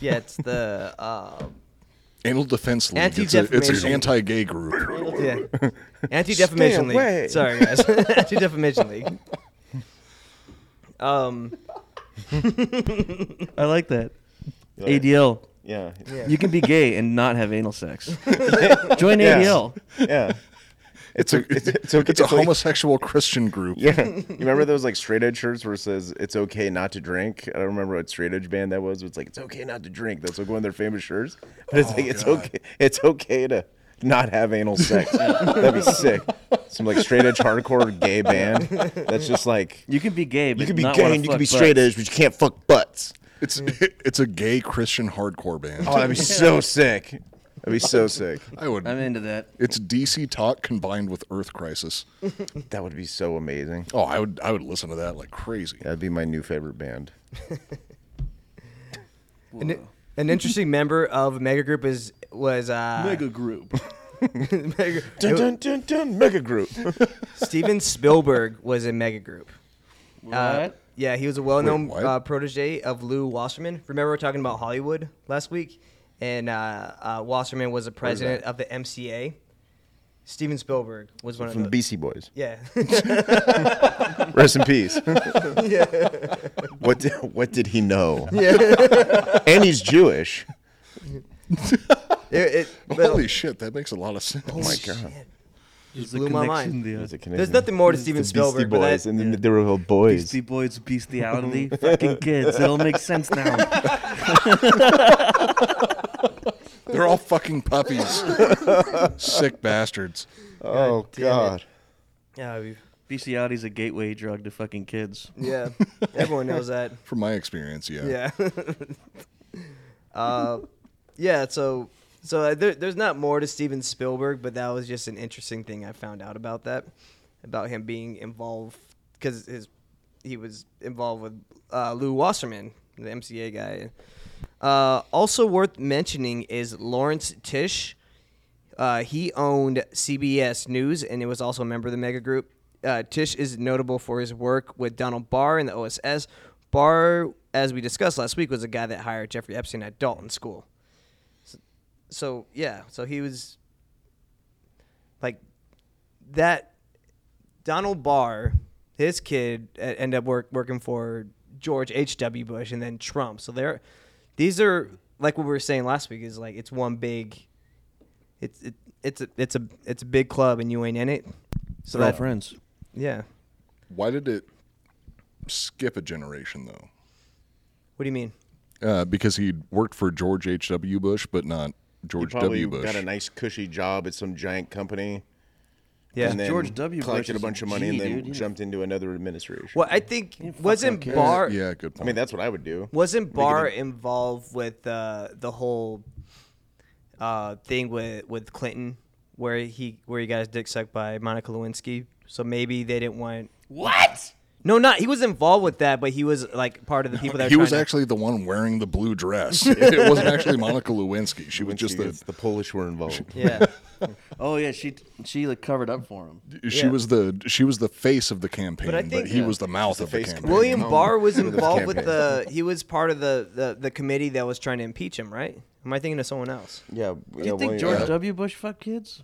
Speaker 4: Yeah, it's the uh,
Speaker 3: Anal Defense League. It's, a, it's
Speaker 4: Anti-defamation.
Speaker 3: an anti-gay group.
Speaker 4: yeah. Anti Defamation
Speaker 5: Stay
Speaker 4: League.
Speaker 5: away.
Speaker 4: Sorry, guys. Anti Defamation League. Um,
Speaker 2: I like that.
Speaker 5: Yeah.
Speaker 2: ADL.
Speaker 5: Yeah. Yeah.
Speaker 2: You can be gay and not have anal sex. Join
Speaker 5: Yeah.
Speaker 2: ADL.
Speaker 3: It's a it's, a,
Speaker 5: okay- it's like-
Speaker 3: homosexual Christian group.
Speaker 5: Yeah. You remember those like straight edge shirts where it says it's okay not to drink? I don't remember what straight edge band that was. But it's like it's okay not to drink. That's like one of their famous shirts. But it's like it's okay it's okay to not have anal sex. That'd be sick. Some like straight edge hardcore gay band. That's just like
Speaker 2: You can be gay, but
Speaker 5: you could be
Speaker 2: not
Speaker 5: gay
Speaker 2: wanna
Speaker 5: and you
Speaker 2: fuck
Speaker 5: could be straight
Speaker 2: butts.
Speaker 5: edge, but you can't fuck butts.
Speaker 3: It's it's a gay Christian hardcore band.
Speaker 5: Oh, that'd be so sick. That'd be so sick.
Speaker 3: I would.
Speaker 2: I'm into that.
Speaker 3: it's DC talk combined with Earth Crisis.
Speaker 5: That would be so amazing.
Speaker 3: Oh, I would I would listen to that like crazy.
Speaker 5: That'd be my new favorite band.
Speaker 4: an, an interesting member of Mega Group is was uh,
Speaker 2: group.
Speaker 4: Mega-
Speaker 5: Dun dun dun dun mega group.
Speaker 4: Steven Spielberg was in Mega Group. Uh,
Speaker 2: What?
Speaker 4: yeah, he was a well-known
Speaker 3: Wait, what?
Speaker 4: uh, protege of Lou Wasserman. Remember, we are talking about Hollywood last week, and uh, uh, Wasserman was the president of the MCA. Steven Spielberg was one
Speaker 5: From
Speaker 4: of
Speaker 5: the
Speaker 4: the.
Speaker 5: BC Boys.
Speaker 4: yeah,
Speaker 5: Rest in peace. What did, what did he know? And he's Jewish.
Speaker 4: It- it- but-
Speaker 3: Holy shit, that makes a lot of sense. Oh my god.
Speaker 2: Just
Speaker 4: blew my mind.
Speaker 5: He's a
Speaker 4: There's
Speaker 5: Canadian.
Speaker 4: nothing more to
Speaker 5: The
Speaker 4: Steven
Speaker 5: Beastie
Speaker 4: Spielberg. but
Speaker 5: Boys,
Speaker 4: that-
Speaker 5: and then they were all boys.
Speaker 2: Beastie Boys, bestiality, fucking kids. It all makes sense now.
Speaker 3: They're all fucking puppies. Sick bastards.
Speaker 5: oh
Speaker 4: damn it.
Speaker 5: God!
Speaker 4: yeah, we-
Speaker 2: Bestiality's a gateway drug to fucking kids.
Speaker 4: yeah. everyone knows that.
Speaker 3: From my experience, yeah.
Speaker 4: Yeah. uh, yeah. So, so uh, there, there's not more to Steven Spielberg, but that was just an interesting thing I found out about that, about him being involved because his he was involved with uh, Lou Wasserman, the MCA guy. Uh, also worth mentioning is Lawrence Tisch. Uh, he owned CBS News and it was also a member of the mega group. Uh, Tish is notable for his work with Donald Barr and the OSS. Barr, as we discussed last week, was a guy that hired Jeffrey Epstein at Dalton School. So, so yeah, so he was like that. Donald Barr, his kid, e- ended up work, working for George H. W. Bush and then Trump. So they're these are like what we were saying last week is like it's one big it's it, it's a it's a it's a big club and you ain't in it. So
Speaker 2: They're all
Speaker 4: that
Speaker 2: friends.
Speaker 4: yeah.
Speaker 3: Why did it skip a generation though?
Speaker 4: What do you mean?
Speaker 3: Uh, because he worked for George H. W. Bush, but not George
Speaker 5: Probably
Speaker 3: W. Bush.
Speaker 5: got a nice cushy job at some giant company.
Speaker 4: Yeah.
Speaker 5: and then
Speaker 2: George W. Bush
Speaker 5: collected a
Speaker 2: is
Speaker 5: bunch
Speaker 2: a
Speaker 5: of money
Speaker 2: G,
Speaker 5: and then
Speaker 2: dude. You-
Speaker 5: jumped into another administration.
Speaker 4: Well, I think
Speaker 2: fuck
Speaker 4: wasn't
Speaker 2: no kids.
Speaker 4: Barr
Speaker 3: yeah, good point.
Speaker 5: I mean, that's what I would do.
Speaker 4: wasn't Barr involved with uh, the whole uh, thing with with Clinton where he where he got his dick sucked by Monica Lewinsky. So maybe they didn't want
Speaker 2: What?
Speaker 4: No, not he was involved with that, but he was like part of the people that
Speaker 3: He
Speaker 4: were
Speaker 3: was
Speaker 4: trying to-
Speaker 3: actually the one wearing the blue dress. it wasn't actually Monica Lewinsky. She was just
Speaker 5: It's
Speaker 3: the
Speaker 5: the Polish were involved.
Speaker 4: yeah.
Speaker 2: Oh yeah, she she like covered up for him.
Speaker 3: she
Speaker 4: Yeah.
Speaker 3: was the she was the face of the campaign, but,
Speaker 4: I think,
Speaker 3: he
Speaker 4: uh,
Speaker 3: was the mouth of the
Speaker 5: face
Speaker 3: campaign.
Speaker 4: William
Speaker 5: Home
Speaker 4: Barr was
Speaker 5: with his
Speaker 4: involved with
Speaker 5: campaign.
Speaker 4: the he was part of the, the the committee that was trying to impeach him, right? Am I thinking of someone else?
Speaker 5: Yeah,
Speaker 2: Do you think George W. Bush fucked kids?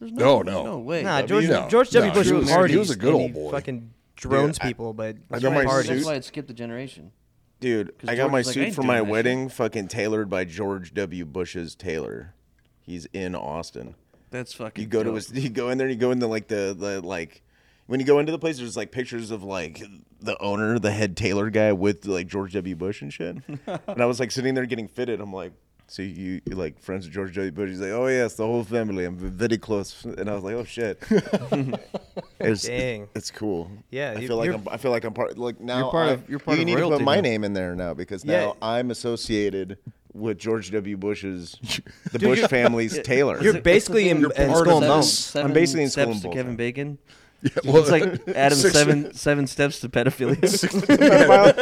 Speaker 2: There's
Speaker 3: No, no.
Speaker 2: no way.
Speaker 4: Nah,
Speaker 2: W-
Speaker 4: George
Speaker 3: No,
Speaker 4: George W.
Speaker 3: no,
Speaker 4: Bush
Speaker 3: he
Speaker 4: was,
Speaker 3: was-
Speaker 4: parties.
Speaker 3: he was a good
Speaker 4: and
Speaker 3: old boy.
Speaker 4: Fucking drones
Speaker 5: I-
Speaker 4: people, but
Speaker 5: I
Speaker 4: that's
Speaker 5: got
Speaker 4: why
Speaker 5: my
Speaker 4: parties.
Speaker 2: That's
Speaker 5: suit.
Speaker 2: why it skipped a generation.
Speaker 5: Dude,
Speaker 2: 'Cause
Speaker 5: I got
Speaker 2: George
Speaker 5: my
Speaker 2: was like, "I
Speaker 5: suit
Speaker 2: ain't
Speaker 5: for
Speaker 2: doing
Speaker 5: my
Speaker 2: that shit."
Speaker 5: wedding fucking tailored by George W. Bush's tailor. He's in Austin.
Speaker 2: That's fucking.
Speaker 5: You go to
Speaker 2: dope.
Speaker 5: his you go in there and you go into like the, the like when you go into the place there's like pictures of like the owner, the head tailor guy with like George W. Bush and shit. and I was like sitting there getting fitted. I'm like so you you're, like friends with George W. Bush? He's like, oh yes, the whole family. I'm very close, and I was like, oh shit. it's,
Speaker 4: Dang.
Speaker 5: it's cool.
Speaker 4: Yeah,
Speaker 5: I
Speaker 4: you-
Speaker 5: feel like
Speaker 4: you're-
Speaker 5: I'm, I feel like I'm part. Like now,
Speaker 2: part
Speaker 5: I-
Speaker 2: of- you're part
Speaker 5: you
Speaker 2: of
Speaker 5: need to
Speaker 2: royalty
Speaker 5: put my
Speaker 2: now.
Speaker 5: name in there now because
Speaker 4: Yeah.
Speaker 5: now I'm associated with George W. Bush's, the
Speaker 4: Dude,
Speaker 5: Bush
Speaker 4: you're-
Speaker 5: family's tailor.
Speaker 4: You're basically in,
Speaker 2: You're
Speaker 4: in
Speaker 3: part
Speaker 4: Skull
Speaker 3: of
Speaker 4: and
Speaker 3: that.
Speaker 4: Bones.
Speaker 2: Seven
Speaker 5: I'm basically in Skull
Speaker 2: steps
Speaker 5: and
Speaker 2: to
Speaker 5: Bones.
Speaker 2: Kevin Bacon.
Speaker 3: well,
Speaker 2: it's like Adam's
Speaker 3: six-
Speaker 2: seven seven steps to pedophilia.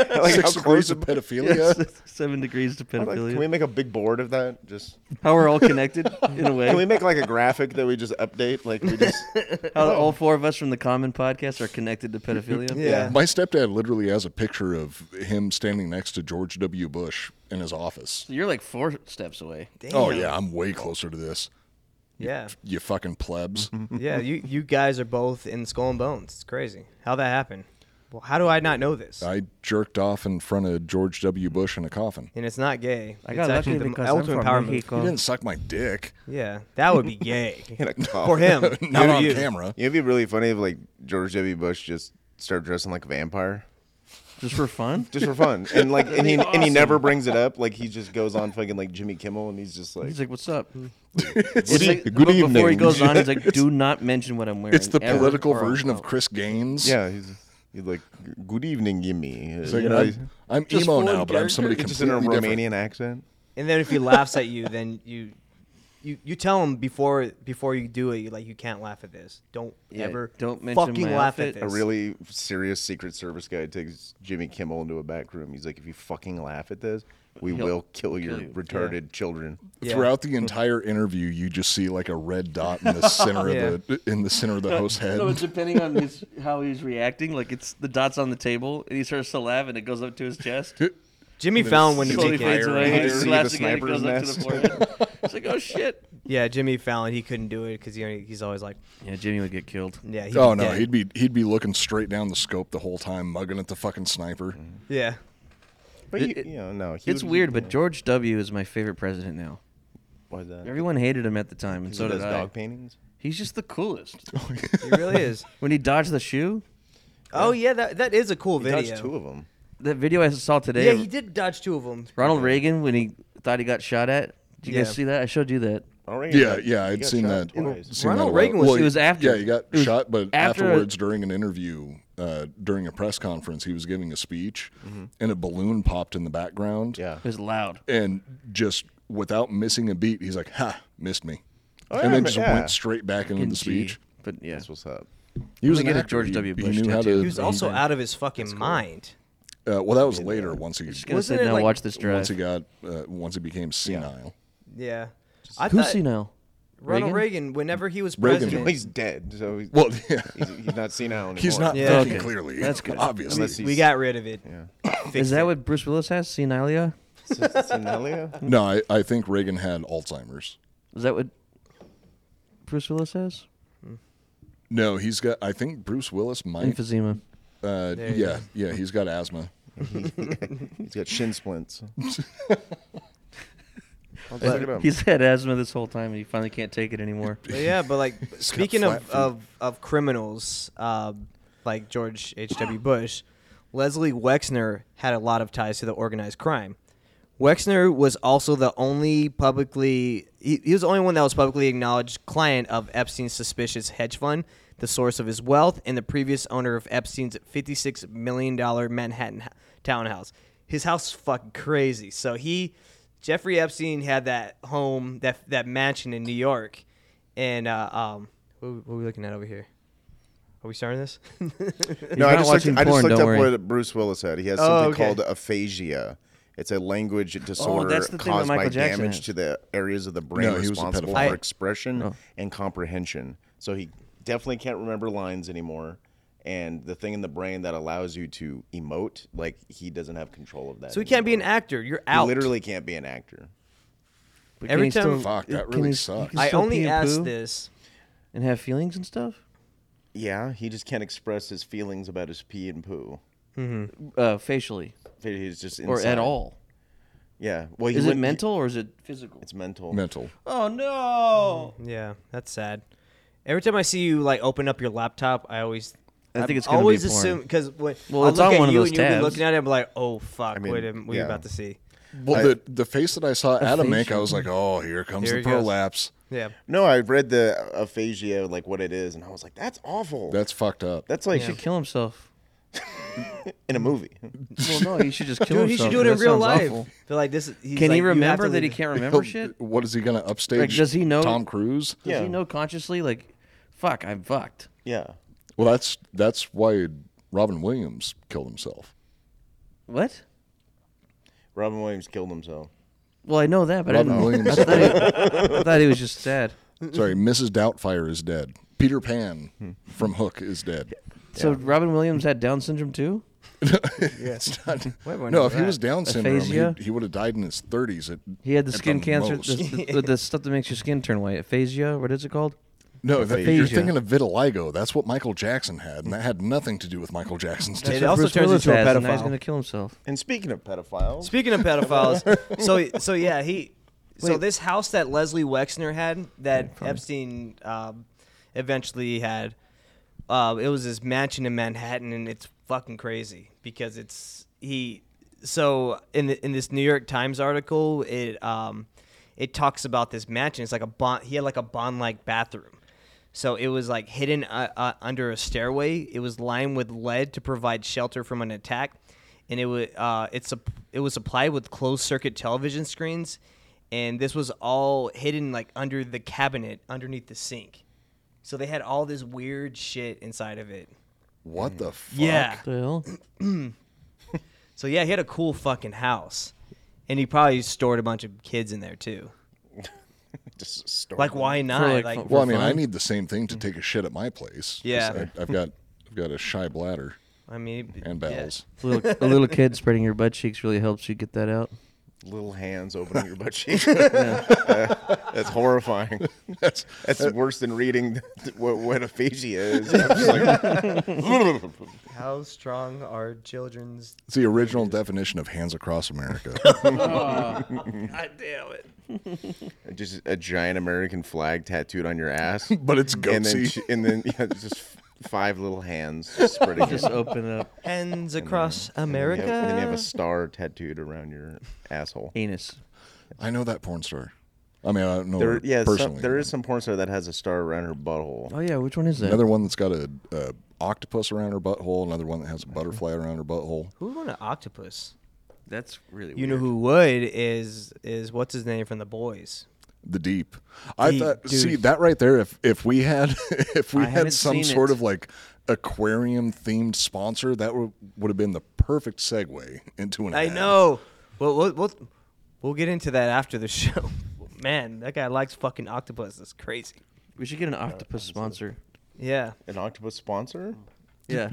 Speaker 5: Like, how
Speaker 3: six
Speaker 5: close
Speaker 3: degrees of
Speaker 5: am I?
Speaker 3: pedophilia.
Speaker 2: seven degrees to
Speaker 5: Like,
Speaker 2: pedophilia.
Speaker 5: can we make a big board of that? Just
Speaker 2: How we're all connected in a way.
Speaker 5: can we make like a graphic that we just update? Like we just
Speaker 2: How all four of us from the Common Podcast are connected to pedophilia.
Speaker 4: Yeah.
Speaker 3: My stepdad literally has a picture of him standing next to George W. Bush in his office.
Speaker 2: So you're like four steps away.
Speaker 3: Oh yeah, I'm way closer to this.
Speaker 4: Yeah.
Speaker 3: You fucking plebs.
Speaker 4: Yeah, you you guys are both in Skull and Bones. It's crazy. How that happened? Well, how do I not know this?
Speaker 3: I jerked off in front of George W. Bush in a coffin.
Speaker 4: and it's not gay.
Speaker 2: I
Speaker 4: It's
Speaker 2: got
Speaker 4: actually
Speaker 2: lucky
Speaker 4: the
Speaker 2: because I'm
Speaker 4: ultimate
Speaker 2: from
Speaker 4: power move.
Speaker 2: Mexico.
Speaker 3: He didn't suck my dick.
Speaker 4: Yeah, that would be gay
Speaker 5: in a cup.
Speaker 4: for him.
Speaker 3: Not on
Speaker 4: you.
Speaker 3: camera.
Speaker 5: It'd be really funny if like George W. Bush just started dressing like a vampire.
Speaker 2: Just for fun?
Speaker 5: Just for fun, and like, and he and he never brings it up. Like he just goes on fucking like Jimmy Kimmel, and he's just like,
Speaker 2: He's like, what's up? It's like-
Speaker 5: Good
Speaker 2: but Before he
Speaker 5: evening.
Speaker 2: goes on, he's like, do not mention what I'm wearing.
Speaker 3: It's the
Speaker 2: ever,
Speaker 3: political
Speaker 2: or I'll
Speaker 3: version
Speaker 2: know."
Speaker 3: of Chris Gaines.
Speaker 5: yeah, he's, he's like, good evening, Jimmy. Uh,
Speaker 3: It's like,
Speaker 5: you know, he's-
Speaker 3: I'm, I'm
Speaker 2: just
Speaker 3: emo
Speaker 2: foreign
Speaker 3: now, but I'm somebody
Speaker 5: he's just in
Speaker 3: completely
Speaker 5: a
Speaker 3: different.
Speaker 5: Romanian accent.
Speaker 4: And then if he laughs at you, then you, you you tell him before before you do it, you like you can't laugh at this. Don't
Speaker 2: Yeah,
Speaker 4: ever
Speaker 2: don't mention
Speaker 4: fucking
Speaker 2: my
Speaker 4: laugh
Speaker 2: outfit.
Speaker 4: at
Speaker 5: A
Speaker 4: this.
Speaker 5: really serious Secret Service guy takes Jimmy Kimmel into a back room. He's like, if you fucking laugh at this, we
Speaker 2: He'll
Speaker 5: will kill your
Speaker 2: you." Yeah.
Speaker 5: retarded children.
Speaker 4: Yeah.
Speaker 3: Throughout the entire interview, you just see like a red dot in the center of the in the center of the host head.
Speaker 2: So it's depending on his, how he's reacting. Like it's the dots on the table, and he starts to laugh, and it goes up to his chest.
Speaker 4: Jimmy Fallon wouldn't
Speaker 2: slowly
Speaker 4: take
Speaker 2: fades
Speaker 4: it.
Speaker 2: away.
Speaker 5: higher.
Speaker 2: He just
Speaker 5: See the
Speaker 2: laughs again. It
Speaker 5: sniper's
Speaker 2: goes up to the
Speaker 5: nest.
Speaker 2: forehead. It's like, oh shit.
Speaker 4: Yeah, Jimmy Fallon, he couldn't do it because he only, he's always like,
Speaker 2: Yeah, Jimmy would get killed.
Speaker 4: yeah. He'd
Speaker 3: oh
Speaker 4: be
Speaker 3: no,
Speaker 4: dead.
Speaker 3: he'd be he'd be looking straight down the scope the whole time, mugging at the fucking sniper.
Speaker 4: yeah.
Speaker 5: But
Speaker 2: It-
Speaker 5: you, you know, no, he
Speaker 2: It's
Speaker 5: would-
Speaker 2: weird, but George W. is my favorite president now.
Speaker 5: Why is that?
Speaker 2: Everyone hated him at the time, and
Speaker 5: He
Speaker 2: so
Speaker 5: does
Speaker 2: did I.
Speaker 5: dog paintings.
Speaker 2: He's just the coolest.
Speaker 4: He really is.
Speaker 2: When he dodged the shoe,
Speaker 4: Oh yeah, that that is a cool
Speaker 5: He
Speaker 4: video.
Speaker 5: dodged two of them.
Speaker 2: that video I saw today.
Speaker 4: yeah, he did dodge two of them.
Speaker 2: Ronald Reagan when he thought he got shot at. Did you
Speaker 4: Yeah.
Speaker 2: guys see that? I showed you that.
Speaker 5: Oh,
Speaker 3: Yeah, yeah, I'd seen that. seen
Speaker 4: Ronald
Speaker 3: that a while-
Speaker 4: Reagan was-
Speaker 3: well,
Speaker 2: it was after-
Speaker 3: Yeah, he got
Speaker 2: it was
Speaker 3: shot, but
Speaker 2: after-
Speaker 3: afterwards, during an interview, uh, during a press conference, he was giving a speech, and a balloon popped in the background.
Speaker 5: Yeah.
Speaker 2: It was loud.
Speaker 3: and just without missing a beat, he's like, "Ha, missed me,"
Speaker 5: Oh,
Speaker 3: and
Speaker 5: yeah,
Speaker 3: then
Speaker 5: but-
Speaker 3: just
Speaker 5: yeah.
Speaker 3: went straight back into the
Speaker 2: In G.
Speaker 3: speech.
Speaker 2: But yeah,
Speaker 5: That's what's up.
Speaker 3: He
Speaker 2: I'm
Speaker 3: was an
Speaker 2: gonna get a
Speaker 3: actor.
Speaker 2: George
Speaker 3: He-
Speaker 2: W.
Speaker 3: he
Speaker 2: Bush
Speaker 3: knew how
Speaker 2: tattoo.
Speaker 3: to.
Speaker 4: He was also
Speaker 3: he-
Speaker 4: out of his fucking mind.
Speaker 3: Uh, well, that was later. Once he
Speaker 2: just gonna
Speaker 4: Wasn't
Speaker 2: say
Speaker 4: it
Speaker 2: now.
Speaker 4: like-
Speaker 2: watch this drive.
Speaker 3: once he got uh, once he became senile.
Speaker 4: Yeah. I
Speaker 2: Who's
Speaker 4: thought
Speaker 2: he now?
Speaker 4: Ronald Reagan? whenever he was
Speaker 3: Reagan.
Speaker 4: president,
Speaker 5: He's dead, so he's,
Speaker 3: Well, yeah,
Speaker 5: he's, he's not seen out anymore.
Speaker 3: he's not
Speaker 4: Yeah.
Speaker 3: thinking
Speaker 2: Okay.
Speaker 3: clearly.
Speaker 2: That's good.
Speaker 3: Obviously,
Speaker 5: Unless he's,
Speaker 4: we got rid of it.
Speaker 2: Is that what Bruce Willis has? Senalia?
Speaker 5: Sinalia?
Speaker 3: no. I, I think Reagan had Alzheimer's.
Speaker 2: Is that what Bruce Willis has?
Speaker 3: No, he's got. I think Bruce Willis might.
Speaker 2: Emphysema.
Speaker 3: Uh,
Speaker 4: There you
Speaker 3: yeah, yeah, he's got asthma.
Speaker 5: he's got shin splints. I'll just look it up.
Speaker 2: He's had asthma this whole time, and he finally can't take it anymore.
Speaker 4: But yeah, but like speaking
Speaker 3: flat
Speaker 4: of,
Speaker 3: feet.
Speaker 4: of of criminals, um, like George H. W. Bush, Leslie Wexner had a lot of ties to the organized crime. Wexner was also the only publicly he, he was the only one that was publicly acknowledged client of Epstein's suspicious hedge fund, the source of his wealth, and the previous owner of Epstein's fifty-six million dollar Manhattan h- townhouse. His house fucking crazy. So he Jeffrey Epstein had that home, that that mansion in New York, and uh, um, what, what are we looking at over here? Are we starting this?
Speaker 5: No,
Speaker 2: not
Speaker 5: I just looked,
Speaker 2: watching
Speaker 5: I just
Speaker 2: porn,
Speaker 5: looked
Speaker 2: don't
Speaker 5: up
Speaker 2: worry.
Speaker 5: what Bruce Willis had. He has
Speaker 4: Oh,
Speaker 5: something
Speaker 4: okay.
Speaker 5: called aphasia. It's a language disorder
Speaker 2: that's the thing that
Speaker 5: caused by
Speaker 2: Michael Jackson
Speaker 5: damage
Speaker 2: had.
Speaker 5: to the areas of the brain
Speaker 3: No, he was a
Speaker 5: responsible
Speaker 3: pedophile.
Speaker 5: for expression
Speaker 2: Oh.
Speaker 5: and comprehension. So he definitely can't remember lines anymore. And the thing in the brain that allows you to emote, like he doesn't have control of that.
Speaker 4: so he can't be an
Speaker 5: anymore.
Speaker 4: actor. You're
Speaker 5: He
Speaker 4: out.
Speaker 5: literally can't be an actor.
Speaker 2: But
Speaker 4: Every
Speaker 2: can he still-
Speaker 4: time-
Speaker 3: Fuck, that
Speaker 2: can
Speaker 3: really
Speaker 2: he-
Speaker 3: sucks.
Speaker 2: can he
Speaker 4: I
Speaker 2: still pee
Speaker 4: only
Speaker 2: and
Speaker 4: asked
Speaker 2: poo
Speaker 4: this.
Speaker 2: and have feelings and stuff.
Speaker 5: Yeah, he just can't express his feelings about his pee and poo.
Speaker 2: Uh, facially
Speaker 5: He's just
Speaker 2: or
Speaker 5: inside.
Speaker 2: at all.
Speaker 5: Yeah. Well, he
Speaker 2: Is it
Speaker 5: wouldn't-
Speaker 2: mental or is it physical?
Speaker 5: It's mental.
Speaker 3: mental.
Speaker 2: Oh no!
Speaker 4: Yeah, that's sad. Every time I see you like open up your laptop, I always
Speaker 2: I think it's
Speaker 4: I'm
Speaker 2: gonna be
Speaker 4: always
Speaker 2: porn.
Speaker 4: assume because when
Speaker 2: Well,
Speaker 4: I'll
Speaker 2: it's
Speaker 4: look
Speaker 2: on
Speaker 4: at
Speaker 2: one of
Speaker 4: you
Speaker 2: those
Speaker 4: and you'll be
Speaker 2: tabs.
Speaker 4: looking at it, I'm like, oh fuck,
Speaker 5: mean,
Speaker 4: wait a minute, what are you
Speaker 5: yeah.
Speaker 4: about to see?
Speaker 3: Well,
Speaker 5: I-
Speaker 3: the the face that I saw Adam make, I
Speaker 2: facial.
Speaker 3: was like, oh, here comes
Speaker 4: Here
Speaker 3: the
Speaker 4: it goes.
Speaker 3: prolapse.
Speaker 4: Yeah,
Speaker 5: No, I read the aphasia, like what it is, and I was like, that's awful.
Speaker 3: That's fucked up.
Speaker 5: that's like
Speaker 2: Should kill himself.
Speaker 5: in a movie.
Speaker 2: Well, no, he should just kill
Speaker 4: dude, he
Speaker 2: himself.
Speaker 4: should do it in
Speaker 2: 'cause that
Speaker 4: real
Speaker 2: sounds
Speaker 4: life.
Speaker 2: awful.
Speaker 4: Feel like this. He's
Speaker 2: Can
Speaker 4: like,
Speaker 2: he
Speaker 4: you have
Speaker 2: remember
Speaker 4: to
Speaker 2: that he
Speaker 4: leave-
Speaker 2: can't remember
Speaker 3: He'll-
Speaker 2: shit?
Speaker 3: What is he gonna upstage?
Speaker 2: Like, does he know-
Speaker 3: Tom Cruise?
Speaker 2: Does
Speaker 5: Yeah.
Speaker 2: he know consciously? Like, fuck, I'm fucked.
Speaker 5: Yeah.
Speaker 3: Well, that's that's why Robin Williams killed himself.
Speaker 2: What?
Speaker 5: Robin Williams killed himself.
Speaker 2: Well, I know that, but I,
Speaker 3: Robin
Speaker 2: didn't,
Speaker 3: Williams.
Speaker 2: I thought he was just sad.
Speaker 3: sorry, Mrs. Doubtfire is dead. Peter Pan from Hook is dead.
Speaker 2: So Robin Williams had Down syndrome too.
Speaker 3: It's not-
Speaker 4: everyone
Speaker 3: no,
Speaker 4: knows
Speaker 3: if he was
Speaker 4: that.
Speaker 3: Down syndrome,
Speaker 2: Aphasia?
Speaker 3: he, he would have died in his thirties.
Speaker 2: He had the skin cancer, the,
Speaker 3: most.
Speaker 2: the, the stuff that makes your skin turn white, aphasia. What is it called?
Speaker 3: No, that, you're
Speaker 2: Aphasia.
Speaker 3: thinking of vitiligo. That's what Michael Jackson had, and that had nothing to do with Michael Jackson's
Speaker 4: It
Speaker 3: death.
Speaker 2: What
Speaker 4: also turns into a
Speaker 2: has, and now he's
Speaker 4: pedophile.
Speaker 2: going to kill himself.
Speaker 5: And speaking of pedophiles,
Speaker 4: Speaking of pedophiles, so so yeah, he. So
Speaker 2: Wait.
Speaker 4: this house that Leslie Wexner had, that Epstein um, eventually had, uh, it was his mansion in Manhattan, and it's fucking crazy because it's he. So in the, in this New York Times article, it um, it talks about this mansion. It's like a bond. He had like a bond like bathroom. So it was like hidden uh, uh, under a stairway. It was lined with lead to provide shelter from an attack, and it was uh, it's sup- it was supplied with closed circuit television screens, and this was all hidden like under the cabinet underneath the sink. So they had all this weird shit inside of it.
Speaker 3: What the fuck?
Speaker 4: Yeah.
Speaker 2: The hell?
Speaker 4: So yeah, he had a cool fucking house, and he probably stored a bunch of kids in there too.
Speaker 5: just a story.
Speaker 4: Like why not?
Speaker 2: like,
Speaker 4: like
Speaker 2: fu-
Speaker 3: Well, I mean,
Speaker 2: fun?
Speaker 3: I need the same thing to take a shit at my place. 'cause
Speaker 4: Yeah.
Speaker 3: I, I've got I've got a shy bladder
Speaker 4: I mean,
Speaker 3: and
Speaker 4: yeah.
Speaker 3: bowels.
Speaker 2: A little, a little kid spreading your butt cheeks really helps you get that out.
Speaker 5: little hands opening your butt cheek. that's horrifying. That's that's worse than reading what, what aphasia is. I'm just like-
Speaker 4: How strong are children's?
Speaker 3: It's the original definition of hands across America.
Speaker 4: God damn it.
Speaker 5: just a giant American flag tattooed on your ass,
Speaker 3: but it's
Speaker 5: and then
Speaker 3: goatsy.
Speaker 5: sh- and then yeah, just f- five little hands just spreading.
Speaker 2: Just
Speaker 5: it.
Speaker 2: open it up.
Speaker 4: Ends across
Speaker 5: And
Speaker 4: America.
Speaker 5: you have- and then you have a star tattooed around your asshole.
Speaker 2: Anus.
Speaker 3: I know that porn star. I mean, I don't know
Speaker 5: There,
Speaker 3: her
Speaker 5: yeah, some,
Speaker 3: personally.
Speaker 5: there is some porn star that has a star around her butthole.
Speaker 2: Oh yeah, which one is that?
Speaker 3: another one that's got a, a octopus around her butthole. Another one that has a butterfly around her butthole.
Speaker 4: Who would want an octopus?
Speaker 2: That's really
Speaker 4: You know who would is is what's his name from the boys.
Speaker 3: The deep. I
Speaker 4: Deep,
Speaker 3: thought.
Speaker 4: dude.
Speaker 3: See that right there. If if we had if we
Speaker 2: I haven't
Speaker 3: had some
Speaker 2: seen
Speaker 3: sort
Speaker 2: it.
Speaker 3: of like aquarium themed sponsor, that would would have been the perfect segue into an.
Speaker 4: I
Speaker 3: ad.
Speaker 4: know. Well, we'll we'll, we'll get into that after the show. Man, that guy likes fucking octopus. That's crazy.
Speaker 2: We should get an octopus sponsor.
Speaker 4: Yeah.
Speaker 5: An octopus sponsor?
Speaker 2: Yeah.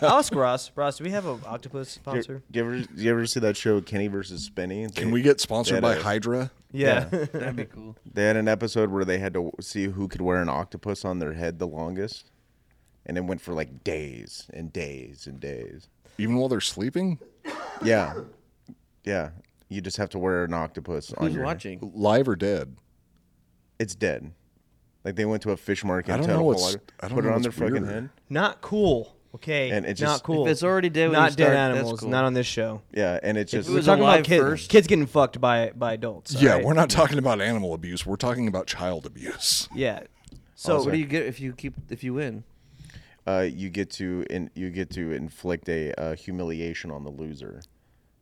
Speaker 4: Uh, ask Ross. Ross, do we have an octopus
Speaker 5: Do you,
Speaker 4: sponsor?
Speaker 5: do you ever do you ever see that show Kenny versus Spenny? They,
Speaker 3: Can we get sponsored
Speaker 5: That
Speaker 3: by
Speaker 5: is.
Speaker 3: Hydra?
Speaker 4: Yeah.
Speaker 2: That'd be cool.
Speaker 5: They had an episode where they had to see who could wear an octopus on their head the longest, and it went for like days and days and days.
Speaker 3: Even while they're sleeping,
Speaker 5: Yeah, yeah. You just have to wear an octopus on
Speaker 2: Who's
Speaker 5: your.
Speaker 2: watching?
Speaker 3: live or dead?
Speaker 5: It's dead. Like they went to a fish market.
Speaker 3: I
Speaker 5: and
Speaker 3: don't
Speaker 5: took a
Speaker 3: know
Speaker 5: whole
Speaker 3: what's-
Speaker 5: lot of-
Speaker 3: I don't
Speaker 5: put
Speaker 3: know
Speaker 5: it on their
Speaker 3: what's
Speaker 5: fucking
Speaker 3: weirder.
Speaker 5: head.
Speaker 4: Not cool. Okay.
Speaker 5: And it
Speaker 4: not
Speaker 5: just-
Speaker 4: cool.
Speaker 2: If it's already dead when you
Speaker 4: Not dead
Speaker 2: start, that's
Speaker 4: animals.
Speaker 2: cool.
Speaker 4: Not on this show.
Speaker 5: Yeah, and it's just
Speaker 2: it was
Speaker 4: We're talking about
Speaker 2: alive
Speaker 4: kids.
Speaker 2: first.
Speaker 4: Kids getting fucked by by adults.
Speaker 3: yeah,
Speaker 4: alright?
Speaker 3: we're not talking about animal abuse. We're talking about child abuse.
Speaker 4: Yeah. So
Speaker 2: What do you get if you keep if you win?
Speaker 5: uh, you get to in, you get to inflict a uh, humiliation on the loser.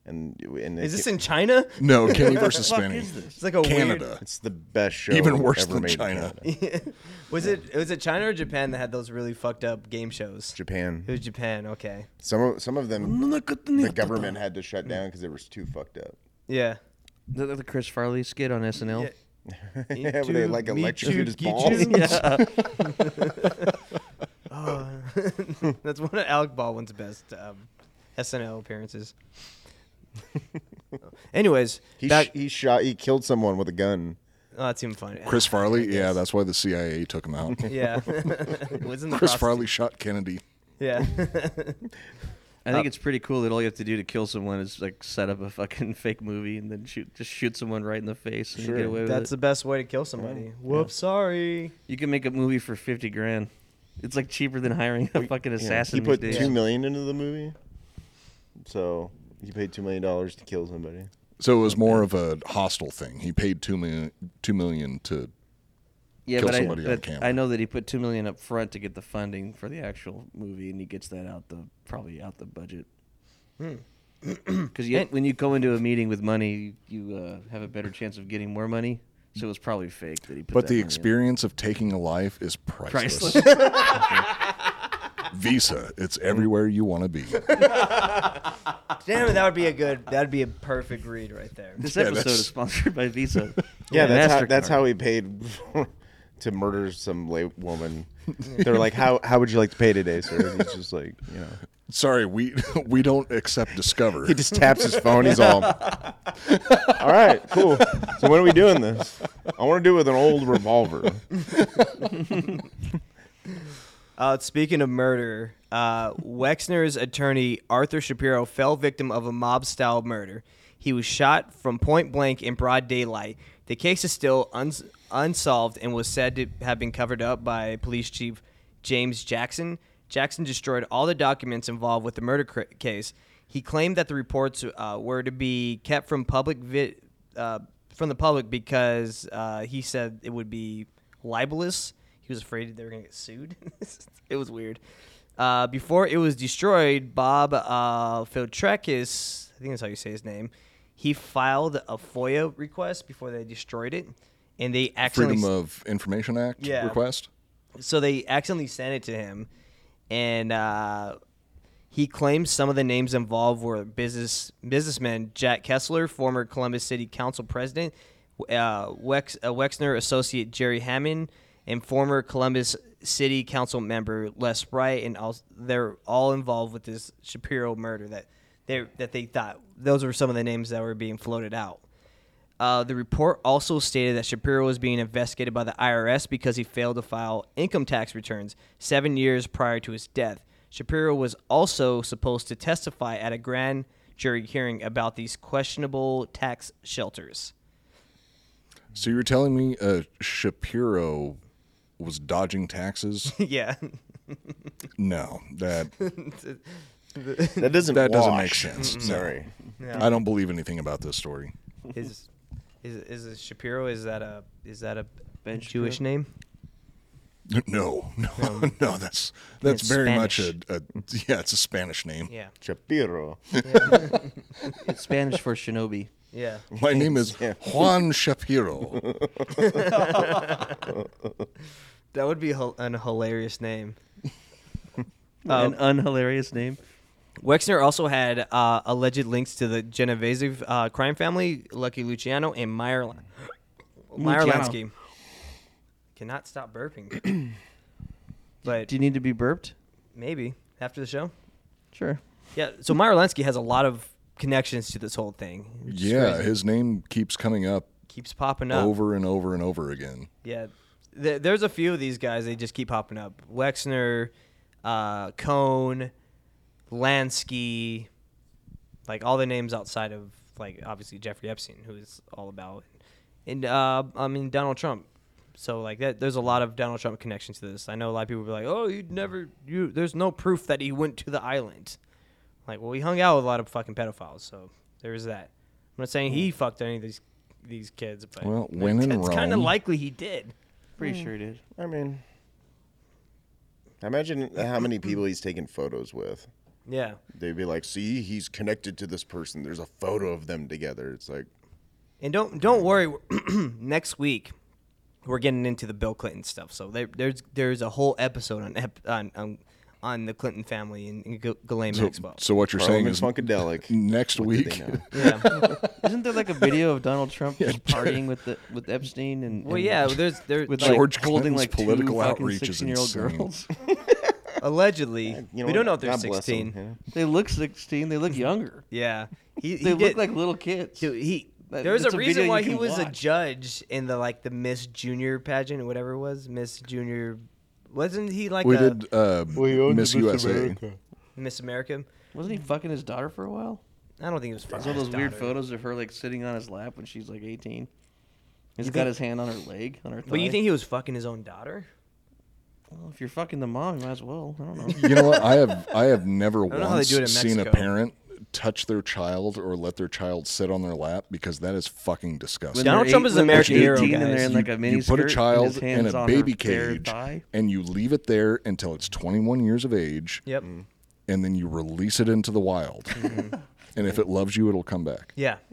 Speaker 5: And and
Speaker 4: Is
Speaker 5: it-
Speaker 4: this in China?
Speaker 3: No, Kenny versus
Speaker 2: fuck
Speaker 3: Spenny.
Speaker 2: is this?
Speaker 4: It's like a
Speaker 3: Canada.
Speaker 5: It's the best show.
Speaker 3: Even worse
Speaker 5: ever
Speaker 3: than
Speaker 5: made in
Speaker 3: China.
Speaker 4: Weird... was it was it China or Japan that had those really fucked up game shows? It
Speaker 5: Japan.
Speaker 4: was Mm, Japan. Okay.
Speaker 5: Some of some of them, the government had to
Speaker 4: Mm.
Speaker 5: shut down because they were too fucked up.
Speaker 4: Yeah.
Speaker 2: The, the Chris Farley skit on SNL.
Speaker 4: Yeah.
Speaker 5: Yeah, where they like
Speaker 4: Ichu,
Speaker 5: electrocute his
Speaker 4: Michu,
Speaker 5: balls.
Speaker 4: Gichu. Oh, that's one of Alec Baldwin's best um, SNL appearances. Anyways,
Speaker 5: He,
Speaker 4: back,
Speaker 5: sh- he shot. He killed someone with a gun.
Speaker 4: oh, that's even funny.
Speaker 3: Chris Farley. Yeah, that's why the CIA took him out.
Speaker 4: Yeah, wasn't the
Speaker 3: Chris
Speaker 4: prostitute-
Speaker 3: Farley shot Kennedy.
Speaker 4: Yeah,
Speaker 2: I think it's pretty cool that all you have to do to kill someone is like set up a fucking fake movie and then shoot just shoot someone right in the face and you get away with it.
Speaker 4: that's the best way to kill somebody. Whoops, sorry.
Speaker 2: you can make a movie for fifty grand. It's like cheaper than hiring a fucking
Speaker 5: Yeah,
Speaker 2: assassin.
Speaker 5: He put
Speaker 2: these
Speaker 5: two
Speaker 2: days.
Speaker 5: million into the movie, so he paid two million dollars to kill somebody.
Speaker 3: So it was more of a hostile thing. He paid two million, two million to.
Speaker 2: yeah,
Speaker 3: kill
Speaker 2: but, I,
Speaker 3: somebody on
Speaker 2: but
Speaker 3: camera.
Speaker 2: I know that he put two million up front to get the funding for the actual movie, and he gets that out the probably out the budget.
Speaker 5: Hmm.
Speaker 2: Because when you go into a meeting with money, you uh, have a better chance of getting more money. So it was probably fake that he put.
Speaker 3: But
Speaker 2: that
Speaker 3: the
Speaker 2: money in.
Speaker 3: experience of taking a life is priceless. Visa, it's everywhere you want to be.
Speaker 4: Damn it, that would be a good. That'd be a perfect read right there.
Speaker 2: This
Speaker 3: Yeah,
Speaker 2: episode
Speaker 3: that's-
Speaker 2: is sponsored by Visa.
Speaker 5: Yeah,
Speaker 2: and
Speaker 5: that's how, that's
Speaker 2: MasterCard.
Speaker 5: how he paid to murder some late woman. they were like, "How how would you like to pay today, sir?" And he's just like, you know,
Speaker 3: Sorry, we we don't accept Discover.
Speaker 5: he just taps his phone. He's all, "All right, cool. So when are we doing this? I want to do it with an old revolver.
Speaker 4: Uh, speaking of murder, uh, Wexner's attorney Arthur Shapiro fell victim of a mob-style murder. He was shot from point blank in broad daylight. The case is still uns- unsolved and was said to have been covered up by police chief James Jackson. Jackson destroyed all the documents involved with the murder cr- case. He claimed that the reports uh, were to be kept from public vi- uh, from the public because uh, he said it would be libelous. He was afraid they were going to get sued. it was weird. Uh, before it was destroyed, Bob uh, Filtrekis, I think that's how you say his name, he filed a FOIA request before they destroyed it, and they accidentally
Speaker 3: Freedom of Information Act
Speaker 4: Yeah.
Speaker 3: request.
Speaker 4: so they accidentally sent it to him, and uh, he claims some of the names involved were business businessman Jack Kessler, former Columbus City Council president, uh, Wex, uh, Wexner associate Jerry Hammond, and former Columbus City Council member Les Wright, and all, they're all involved with this Shapiro murder that they that they thought those were some of the names that were being floated out. Uh, the report also stated that Shapiro was being investigated by the IRS because he failed to file income tax returns seven years prior to his death. Shapiro was also supposed to testify at a grand jury hearing about these questionable tax shelters.
Speaker 3: So you're telling me uh, Shapiro was dodging taxes?
Speaker 4: yeah.
Speaker 3: No, that
Speaker 5: That doesn't
Speaker 3: that doesn't
Speaker 5: wash.
Speaker 3: make sense. No.
Speaker 5: Sorry.
Speaker 3: I don't believe anything about this story.
Speaker 4: Is, is is it Shapiro? Is that a is that a
Speaker 2: Ben
Speaker 4: Jewish
Speaker 2: Shapiro?
Speaker 4: name?
Speaker 3: No, no, no. That's that's
Speaker 4: It's
Speaker 3: very
Speaker 4: Spanish.
Speaker 3: much a, a yeah. It's a Spanish name.
Speaker 4: Yeah.
Speaker 5: Shapiro.
Speaker 2: It's Spanish for shinobi.
Speaker 4: Yeah.
Speaker 3: My name is Juan Shapiro.
Speaker 4: That would be hil- an hilarious name.
Speaker 2: An
Speaker 5: Um,
Speaker 2: unhilarious name.
Speaker 4: Wexner also had uh, alleged links to the Genovese uh, crime family, Lucky Luciano and Meyer Meyerlansky. Cannot stop burping. but
Speaker 2: Do you need to be burped?
Speaker 4: maybe after the show.
Speaker 2: Sure.
Speaker 4: Yeah, so Meyer Lansky has a lot of connections to this whole thing. which is
Speaker 3: yeah,
Speaker 4: crazy.
Speaker 3: his name keeps coming up
Speaker 4: keeps popping
Speaker 2: Ah.
Speaker 4: up.
Speaker 3: over and over and over again.
Speaker 4: Yeah, There- there's a few of these guys. They just keep popping up. Wexner, uh, Cone, Lansky, like all the names outside of like obviously Jeffrey Epstein, who is all about, and uh, I mean Donald Trump. So like that, there's a lot of Donald Trump connections to this. I know a lot of people be like, "Oh, you never, you." There's no proof that he went to the island. Like, well, he hung out with a lot of fucking pedophiles, so there's that. I'm not saying he fucked any of these these kids, but
Speaker 3: Well, when in
Speaker 4: it's kind of
Speaker 3: Rome.
Speaker 4: likely he did.
Speaker 5: Hmm.
Speaker 2: Pretty sure it is.
Speaker 5: I mean, imagine how many people he's taken photos with.
Speaker 4: Yeah.
Speaker 5: They'd be like, "See, he's connected to this person. There's a photo of them together." It's like,
Speaker 4: And don't don't worry. next week, we're getting into the Bill Clinton stuff. So there, there's there's a whole episode on ep, on, on on the Clinton family and, and Gu- Ghislaine
Speaker 3: So,
Speaker 4: Maxwell.
Speaker 3: so what you're
Speaker 5: Parliament
Speaker 3: saying is
Speaker 5: Funkadelic.
Speaker 3: next
Speaker 5: What did
Speaker 3: week.
Speaker 5: they know?
Speaker 4: yeah.
Speaker 2: Isn't there like a video of Donald Trump just partying with the with Epstein and
Speaker 4: Well,
Speaker 2: and
Speaker 4: yeah. There's there
Speaker 2: with
Speaker 3: George
Speaker 2: like holding
Speaker 3: Clinton's
Speaker 2: like
Speaker 3: political
Speaker 2: two fucking
Speaker 3: outreach is
Speaker 2: sixteen year old
Speaker 3: insane.
Speaker 2: girls.
Speaker 4: allegedly
Speaker 5: You know
Speaker 4: we don't
Speaker 5: what?
Speaker 4: know if they're
Speaker 5: God bless
Speaker 4: sixteen.
Speaker 5: them,
Speaker 2: they look sixteen. They look younger.
Speaker 4: Yeah. He, he
Speaker 2: They look
Speaker 4: did-
Speaker 2: like little kids.
Speaker 4: Dude, he.
Speaker 2: That-
Speaker 4: There's
Speaker 2: that's
Speaker 4: a
Speaker 2: a video
Speaker 4: reason
Speaker 2: you
Speaker 4: why he
Speaker 2: can
Speaker 4: was a
Speaker 2: watch.
Speaker 4: judge in the like the Miss Junior pageant or whatever it was. Miss Junior, wasn't he like
Speaker 3: We
Speaker 4: a
Speaker 3: did uh, Miss USA.
Speaker 4: Miss America?
Speaker 2: Wasn't he fucking his daughter for a while?
Speaker 4: I don't think it was. There's
Speaker 2: There's all those weird photos of her like sitting on his lap when she's like 18. He's got
Speaker 4: think-
Speaker 2: his hand on her leg, on her thigh.
Speaker 4: But you think he was fucking his own daughter?
Speaker 2: Well, if you're fucking the mom, you might as well. I don't know.
Speaker 3: You know what? I have I have never
Speaker 4: don't know how they
Speaker 3: once
Speaker 4: do it in
Speaker 3: seen a
Speaker 4: Mexico.
Speaker 3: parent touch their child or let their child sit on their lap because that is fucking disgusting.
Speaker 4: Donald
Speaker 2: they're
Speaker 4: Trump is an
Speaker 2: when they're
Speaker 4: American hero,
Speaker 2: 18 And they're
Speaker 4: guys.
Speaker 2: in like a mini
Speaker 3: you put a child in a baby cage
Speaker 2: Thigh.
Speaker 3: and you leave it there until it's 21 years of age
Speaker 4: Yep.
Speaker 2: Mm.
Speaker 3: and then you release it into the wild. and if it loves you it'll come back.
Speaker 4: Yeah.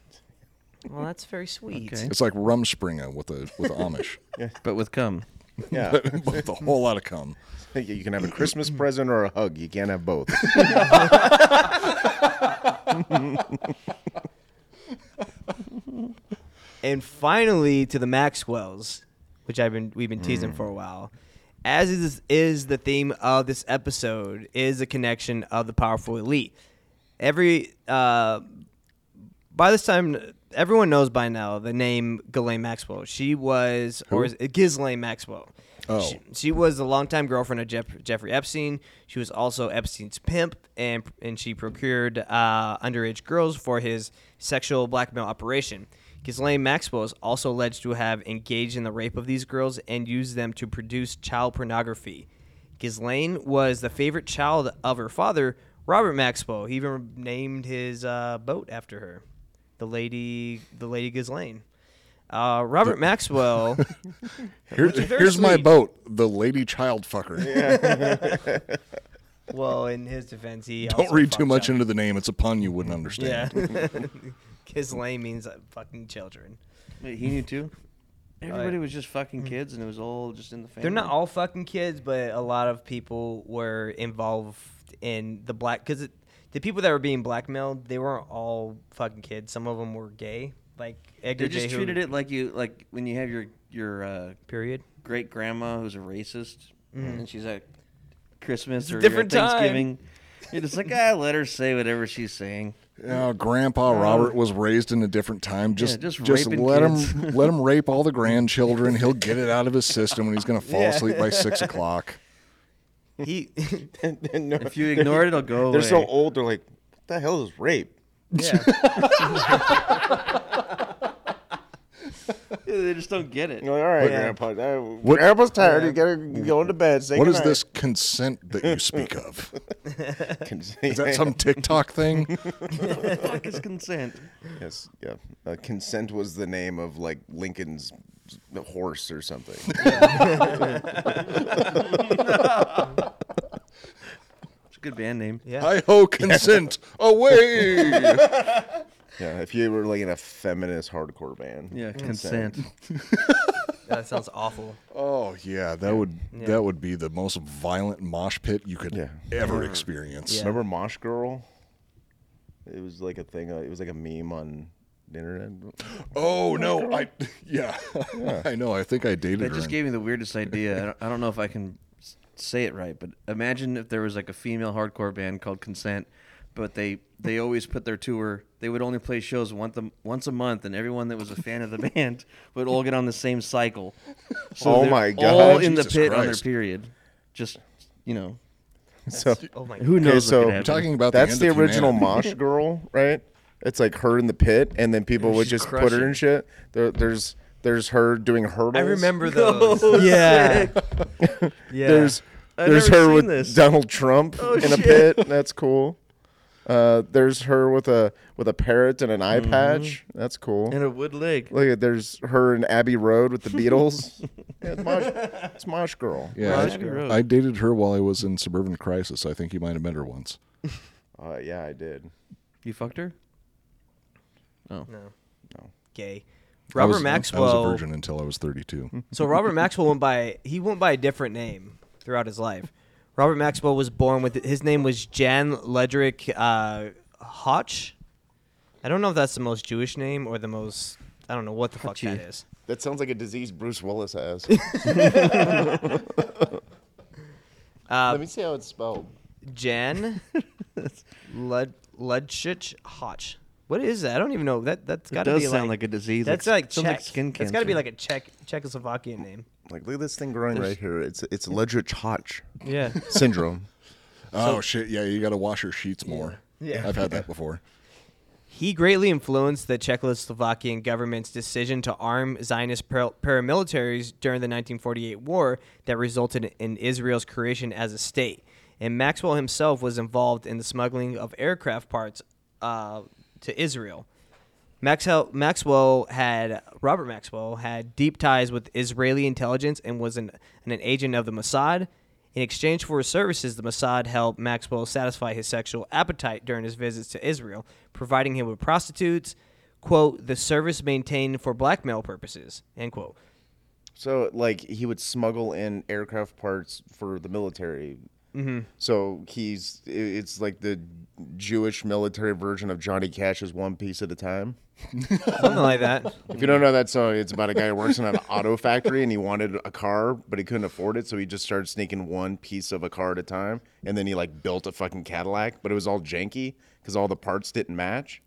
Speaker 4: Well, that's very sweet.
Speaker 2: Okay.
Speaker 3: It's like Rumspringa with a with the Amish.
Speaker 2: But with cum.
Speaker 5: Yeah, yeah.
Speaker 3: with a whole lot of cum.
Speaker 5: You can have a Christmas present or a hug. You can't have both.
Speaker 4: And finally, to the Maxwells, which I've been we've been teasing for a while. As is is the theme of this episode is the connection of the powerful elite. Every uh, by this time, everyone knows by now the name Ghislaine Maxwell. She was or is it Ghislaine Maxwell.
Speaker 3: Oh.
Speaker 4: She, she was the longtime girlfriend of Jeff, Jeffrey Epstein. She was also Epstein's pimp, and and she procured uh, underage girls for his sexual blackmail operation. Ghislaine Maxwell is also alleged to have engaged in the rape of these girls and used them to produce child pornography. Ghislaine was the favorite child of her father, Robert Maxwell. He even named his uh, boat after her, the lady, the Lady Ghislaine. Uh, Robert Maxwell.
Speaker 3: Here-
Speaker 4: is very
Speaker 3: here's my
Speaker 4: sweet.
Speaker 3: boat, the lady child fucker.
Speaker 4: well, in his defense, he
Speaker 3: Don't
Speaker 4: also
Speaker 3: read
Speaker 4: fucked
Speaker 3: too much
Speaker 4: up.
Speaker 3: into the name; it's a pun you wouldn't understand.
Speaker 4: yeah, Ghislaine means uh, fucking children.
Speaker 2: Wait, he knew too? Everybody was just fucking kids and it was all just in the family.
Speaker 4: Mm. They're not all fucking kids, but a lot of people were involved in the black because the people that were being blackmailed, they weren't all fucking kids. Some of them were gay, like Edgar
Speaker 2: They just
Speaker 4: J. Hoover.
Speaker 2: treated it like you, like when you have your, your uh,
Speaker 4: Period.
Speaker 2: great grandma who's a racist, and she's at Christmas or
Speaker 4: different
Speaker 2: your
Speaker 4: time.
Speaker 2: Thanksgiving. You're just like, ah, let her say whatever she's saying.
Speaker 3: Yeah, Grandpa Robert was raised in a different time. Just
Speaker 2: just
Speaker 3: just
Speaker 2: raping
Speaker 3: let
Speaker 2: kids.
Speaker 3: him let him rape all the grandchildren. He'll get it out of his system, and he's going to fall asleep by six o'clock.
Speaker 4: He
Speaker 5: No.
Speaker 2: If you ignore it, it'll go away.
Speaker 5: They're so old. They're like, what the hell is rape?
Speaker 4: yeah.
Speaker 2: Yeah, They just don't get it.
Speaker 5: You're like, All right,
Speaker 4: Yeah.
Speaker 5: Grandpa. uh, Grandpa's tired. You gotta go to bed. Say
Speaker 3: What is
Speaker 5: goodnight."
Speaker 3: this consent that you speak of?
Speaker 5: Cons-
Speaker 3: Is that some TikTok thing?
Speaker 2: Fuck is consent.
Speaker 5: yes, yeah. Uh, consent was the name of like Lincoln's horse or something.
Speaker 2: It's a good band name.
Speaker 4: Yeah.
Speaker 3: I ho consent away.
Speaker 5: yeah, if you were like in a feminist hardcore band.
Speaker 2: Yeah, consent.
Speaker 4: that sounds awful.
Speaker 3: Oh yeah, that would that would be the most violent mosh pit you could
Speaker 5: Yeah.
Speaker 3: ever experience.
Speaker 4: Yeah.
Speaker 5: Remember Mosh Girl? It was like a thing. Uh, it was like a meme on the internet.
Speaker 3: Oh no, I yeah, I know. I think I dated
Speaker 2: That
Speaker 3: her.
Speaker 2: just
Speaker 3: in-
Speaker 2: gave me the weirdest idea. I don't, I don't know if I can s- say it right, but imagine if there was like a female hardcore band called Consent, but they they always put their tour. They would only play shows once a, once a month, and everyone that was a fan of the band would all get on the same cycle. So
Speaker 5: Oh
Speaker 2: they're
Speaker 5: my
Speaker 2: All
Speaker 5: God.
Speaker 2: in the
Speaker 3: Jesus
Speaker 2: pit on their
Speaker 3: Christ.
Speaker 2: period. Just you know,
Speaker 5: So
Speaker 4: Oh my.
Speaker 2: who knows?
Speaker 5: so
Speaker 2: what could
Speaker 5: we're
Speaker 2: happen.
Speaker 3: talking about
Speaker 5: that's
Speaker 3: the,
Speaker 5: the
Speaker 3: end of
Speaker 5: original
Speaker 3: humanity.
Speaker 5: Mosh Girl, right? It's like her in the pit, and then people would
Speaker 2: she's
Speaker 5: just put her
Speaker 2: crushing.
Speaker 5: in shit. There, there's there's her doing hurdles.
Speaker 4: I remember those.
Speaker 2: yeah.
Speaker 4: Yeah.
Speaker 5: There's
Speaker 2: I've
Speaker 5: there's
Speaker 2: never
Speaker 5: her
Speaker 2: seen
Speaker 5: with
Speaker 2: this. Oh,
Speaker 5: Donald Trump in a
Speaker 2: shit.
Speaker 5: pit. That's cool. Uh, there's her with a with a parrot and an eye patch. That's cool.
Speaker 2: Mm-hmm. And a wood leg.
Speaker 5: Look at there's her in Abbey Road with the Beatles. yeah, it's, mosh, it's Mosh Girl.
Speaker 3: Yeah,
Speaker 2: Abbey Road.
Speaker 3: I, I dated her while I was in Suburban Crisis. I think you might have met her once.
Speaker 5: Uh, yeah, I did.
Speaker 2: You fucked her?
Speaker 4: No. No. Gay.
Speaker 3: I
Speaker 4: Robert
Speaker 3: was-
Speaker 4: Maxwell.
Speaker 3: I was a virgin until I was 32.
Speaker 4: So Robert Maxwell went by he went by a different name throughout his life. Robert Maxwell was born with his name was Jan Ledrick uh, Hotch. I don't know if that's the most Jewish name or the most I don't know what the fuck
Speaker 2: Hotchie.
Speaker 4: that is.
Speaker 5: That sounds like a disease Bruce Willis has.
Speaker 2: Uh,
Speaker 5: Let me see how it's spelled.
Speaker 4: Jan Led Ledchich Hotch. What is that? I don't even know. That that's got to
Speaker 2: does
Speaker 4: be
Speaker 2: sound
Speaker 4: like,
Speaker 2: like a disease.
Speaker 4: That's
Speaker 2: Like-
Speaker 4: like
Speaker 2: sounds
Speaker 4: Czech.
Speaker 2: like skin
Speaker 4: That's got to be
Speaker 2: cancer.
Speaker 4: like a Czech Czechoslovakian name.
Speaker 5: Like, look at this thing growing right here. It's it's Ledrich Hotch
Speaker 4: Yeah.
Speaker 5: syndrome.
Speaker 3: oh shit! Yeah, you got to wash your sheets more.
Speaker 4: Yeah.
Speaker 3: I've had that before.
Speaker 4: He greatly influenced the Czechoslovakian government's decision to arm Zionist par- paramilitaries during the 1948 war that resulted in Israel's creation as a state. And Maxwell himself was involved in the smuggling of aircraft parts uh, to Israel. Maxwell, Maxwell had Robert Maxwell had deep ties with Israeli intelligence and was an, an agent of the Mossad. In exchange for his services, the Mossad helped Maxwell satisfy his sexual appetite during his visits to Israel, providing him with prostitutes. "Quote the service maintained for blackmail purposes." End quote.
Speaker 5: So, like, he would smuggle in aircraft parts for the military. Mm-hmm. So he's i- it's like the Jewish military version of Johnny Cash's One Piece at a Time.
Speaker 4: Something like that.
Speaker 5: If you don't know that song, it's about a guy who works in an auto factory and he wanted a car, but he couldn't afford it, so he just started sneaking one piece of a car at a time, and then he like built a fucking Cadillac, but it was all janky because all the parts didn't match.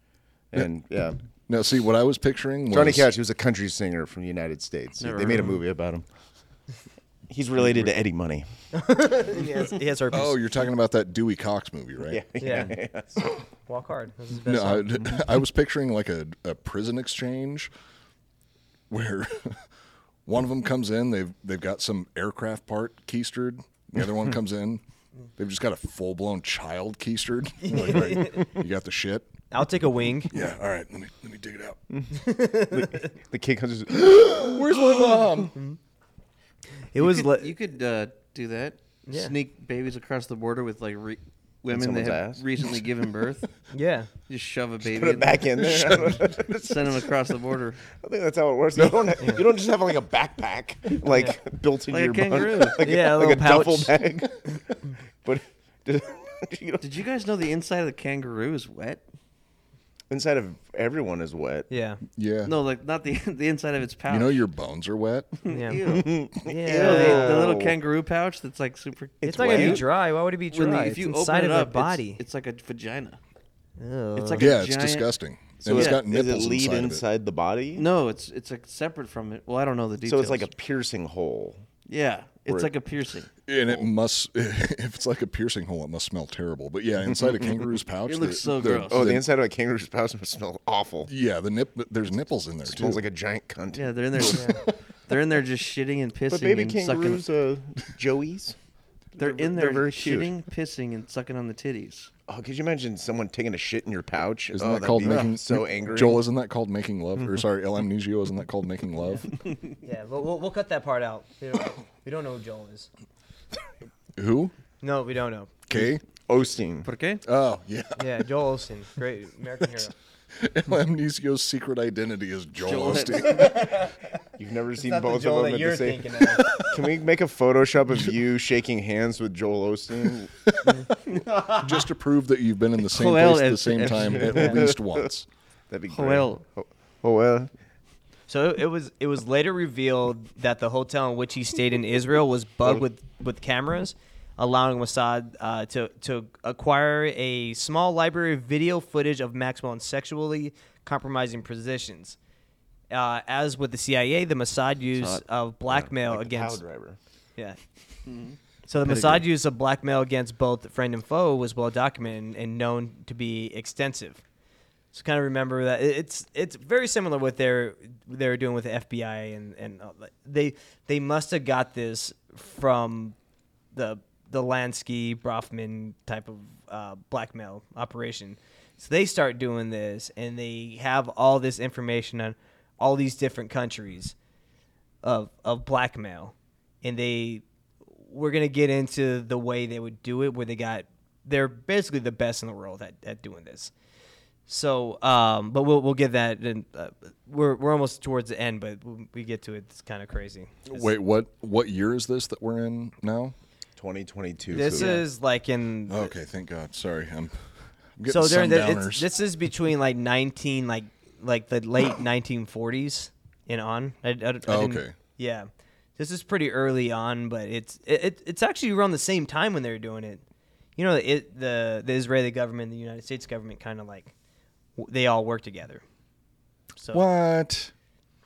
Speaker 5: And yeah,
Speaker 3: Now, see what I was picturing. Was,
Speaker 5: Johnny Cash, he was a country singer from the United States.
Speaker 2: Never
Speaker 5: they
Speaker 2: heard
Speaker 5: made a
Speaker 2: of him.
Speaker 5: movie about him. He's related to Eddie Money.
Speaker 4: he has, he has herpes.
Speaker 3: Oh, you're talking about that Dewey Cox movie, right?
Speaker 4: yeah. Walk hard. That's his best
Speaker 3: No,
Speaker 4: song.
Speaker 3: I, I was picturing like a, a prison exchange where one of them comes in, they've they've got some aircraft part keistered. The other one comes in, they've just got a full blown child keistered. Like, right, you got the shit.
Speaker 4: I'll take a wing.
Speaker 3: Yeah. All right. Let me let me dig it out.
Speaker 5: The kid comes.
Speaker 3: Where's my mom?
Speaker 4: It was.
Speaker 2: You
Speaker 4: le-
Speaker 2: could, you could uh, do that.
Speaker 4: Yeah.
Speaker 2: Sneak babies across the border with like re- women that
Speaker 5: someone's
Speaker 2: have
Speaker 5: ass?
Speaker 2: recently given birth.
Speaker 4: yeah.
Speaker 2: Just shove a baby
Speaker 5: Put it
Speaker 2: in
Speaker 5: back in there. I think
Speaker 2: there, send them across the border
Speaker 5: that's how it works. You don't, you don't just have like a backpack like built into
Speaker 2: like
Speaker 5: your
Speaker 2: a
Speaker 5: bun-
Speaker 2: kangaroo.
Speaker 5: like
Speaker 4: Yeah, a
Speaker 5: a, like a
Speaker 4: little
Speaker 5: duffel
Speaker 4: pouch.
Speaker 5: bag. but you know,
Speaker 2: Did you guys know the inside of the kangaroo is wet?
Speaker 5: inside of everyone is wet.
Speaker 4: Yeah.
Speaker 3: Yeah.
Speaker 2: No, like not the the inside of its pouch.
Speaker 3: You know your bones are wet.
Speaker 4: Yeah.
Speaker 2: Ew. You know,
Speaker 4: Yeah.
Speaker 2: the, the little
Speaker 5: Ew.
Speaker 2: kangaroo pouch that's like super.
Speaker 4: It's, not gonna be
Speaker 2: cute.
Speaker 4: dry. Why would it be dry?
Speaker 2: When the- if
Speaker 4: It's
Speaker 2: you
Speaker 4: inside
Speaker 2: open it
Speaker 4: of their
Speaker 2: up, it's-
Speaker 4: body. Oh.
Speaker 2: it's, like a vagina.
Speaker 4: Ugh.
Speaker 2: It's like
Speaker 3: Yeah,
Speaker 2: a
Speaker 3: it's
Speaker 2: giant,
Speaker 3: disgusting.
Speaker 5: So
Speaker 3: and
Speaker 5: it,
Speaker 3: it's got
Speaker 5: does
Speaker 3: nipples
Speaker 5: it lead
Speaker 3: inside,
Speaker 5: inside,
Speaker 3: of it.
Speaker 5: the body?
Speaker 2: No, it's it's like separate from it. Well, I don't know the details.
Speaker 5: So it's like a piercing hole.
Speaker 2: yeah,
Speaker 5: or-
Speaker 2: it's like a piercing.
Speaker 3: And it must, if it's like a piercing hole, it must smell terrible. But yeah, inside a kangaroo's pouch,
Speaker 2: It looks
Speaker 3: the-
Speaker 2: so
Speaker 3: the-
Speaker 2: gross.
Speaker 5: Oh, the inside of a kangaroo's pouch must smell awful.
Speaker 3: Yeah, the nip. There's nipples in there too.
Speaker 5: smells like a giant cunt.
Speaker 2: Yeah, they're in there. They're in there just shitting and pissing
Speaker 5: But baby
Speaker 2: and
Speaker 5: kangaroos,
Speaker 2: sucking.
Speaker 5: uh, Joey's.
Speaker 2: They're in
Speaker 5: they're
Speaker 2: there
Speaker 5: very cute.
Speaker 2: shitting, pissing, and sucking on the titties.
Speaker 5: Oh, could you imagine someone taking a shit in your pouch?
Speaker 3: Isn't
Speaker 5: oh,
Speaker 3: that
Speaker 5: that'd
Speaker 3: called
Speaker 5: be
Speaker 3: making
Speaker 5: so angry?
Speaker 3: Joel, isn't that called making love? Or sorry, El Amnesio, isn't that called making love?
Speaker 4: yeah, but we'll, we'll cut that part out. We don't, we don't know who Joel is.
Speaker 3: Who?
Speaker 4: No, we don't know.
Speaker 3: K?
Speaker 5: Osteen.
Speaker 2: Okay.
Speaker 3: Oh yeah.
Speaker 4: Yeah, Joel Olsen, great American hero.
Speaker 3: El Amnesio's secret identity is Joel,
Speaker 2: Joel.
Speaker 3: Osteen.
Speaker 5: You've never seen
Speaker 4: Not the
Speaker 5: both
Speaker 4: Joel
Speaker 5: of them
Speaker 4: that
Speaker 5: at
Speaker 4: you're
Speaker 5: the same.
Speaker 4: thinking of.
Speaker 5: Can we make a Photoshop of you shaking hands with Joel Osteen?
Speaker 3: Just to prove that you've been in the same
Speaker 2: Joel
Speaker 3: place at the
Speaker 2: is-
Speaker 3: same time at
Speaker 2: Yeah.
Speaker 3: least once.
Speaker 5: That'd be great.
Speaker 2: Joel.
Speaker 5: Oh, oh well.
Speaker 4: So it was. It was later revealed that the hotel in which he stayed in Israel was bugged with with cameras, allowing Mossad uh, to to acquire a small library of video footage of Maxwell in sexually compromising positions. Uh, as with the CIA, the Mossad use
Speaker 2: it.
Speaker 4: of blackmail
Speaker 5: Like the
Speaker 4: against
Speaker 5: Power driver.
Speaker 4: Yeah. So the Mossad use of blackmail against both friend and foe was well documented and known to be extensive. So kind of remember that it- it's it's very similar what they're they were doing with the FBI and and all that. they they must have got this from the the Lansky Brofman type of uh, blackmail operation. So they start doing this and they have all this information on all these different countries of of blackmail, and they we're gonna get into the way they would do it, where they got they're basically the best in the world at, at doing this. So, um, but we'll we'll get that. And uh, we're we're almost towards the end, but when we get to it. It's kind of crazy.
Speaker 3: Wait, what? What year is this that we're in now?
Speaker 5: 2022.
Speaker 4: This is like in
Speaker 3: Okay, thank God. Sorry, I'm. I'm getting
Speaker 4: so during the, it's,
Speaker 3: sundowners.
Speaker 4: this is between like 19 like like the late 1940s and on I, I, I
Speaker 3: Oh,
Speaker 4: didn't-
Speaker 3: okay.
Speaker 4: yeah this is pretty early on but it's it, it, it's actually around the same time when they were doing it you know it the the israeli government the united states government kind of like w- they all work together so
Speaker 3: What?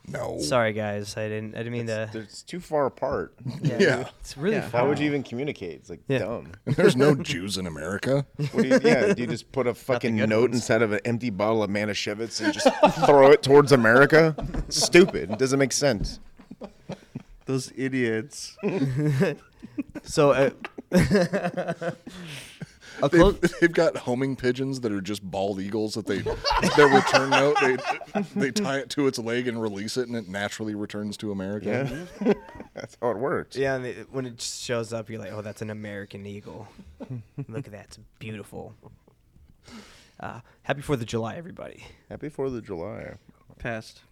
Speaker 3: No.
Speaker 4: sorry guys i didn't i didn't mean
Speaker 5: It's,
Speaker 4: to
Speaker 5: it's too far apart.
Speaker 3: Yeah.
Speaker 4: it's really
Speaker 2: Yeah.
Speaker 5: How would you even communicate? It's like
Speaker 4: Yeah.
Speaker 5: dumb.
Speaker 3: There's no Jews in America.
Speaker 5: What do you, yeah, do you just put a fucking note inside of an empty bottle of Manischewitz and just throw it towards America? Stupid. It doesn't make sense.
Speaker 2: Those idiots.
Speaker 4: so uh, a close,
Speaker 3: They've, they've got homing pigeons that are just bald eagles that they their return note they they tie it to its leg and release it and it naturally returns to America.
Speaker 5: That's how it works.
Speaker 4: Yeah, and it, when it just shows up, you're like, "Oh, that's an American eagle. Look at that; it's beautiful." Uh, happy Fourth of July, everybody.
Speaker 5: Happy Fourth of July.
Speaker 2: Past.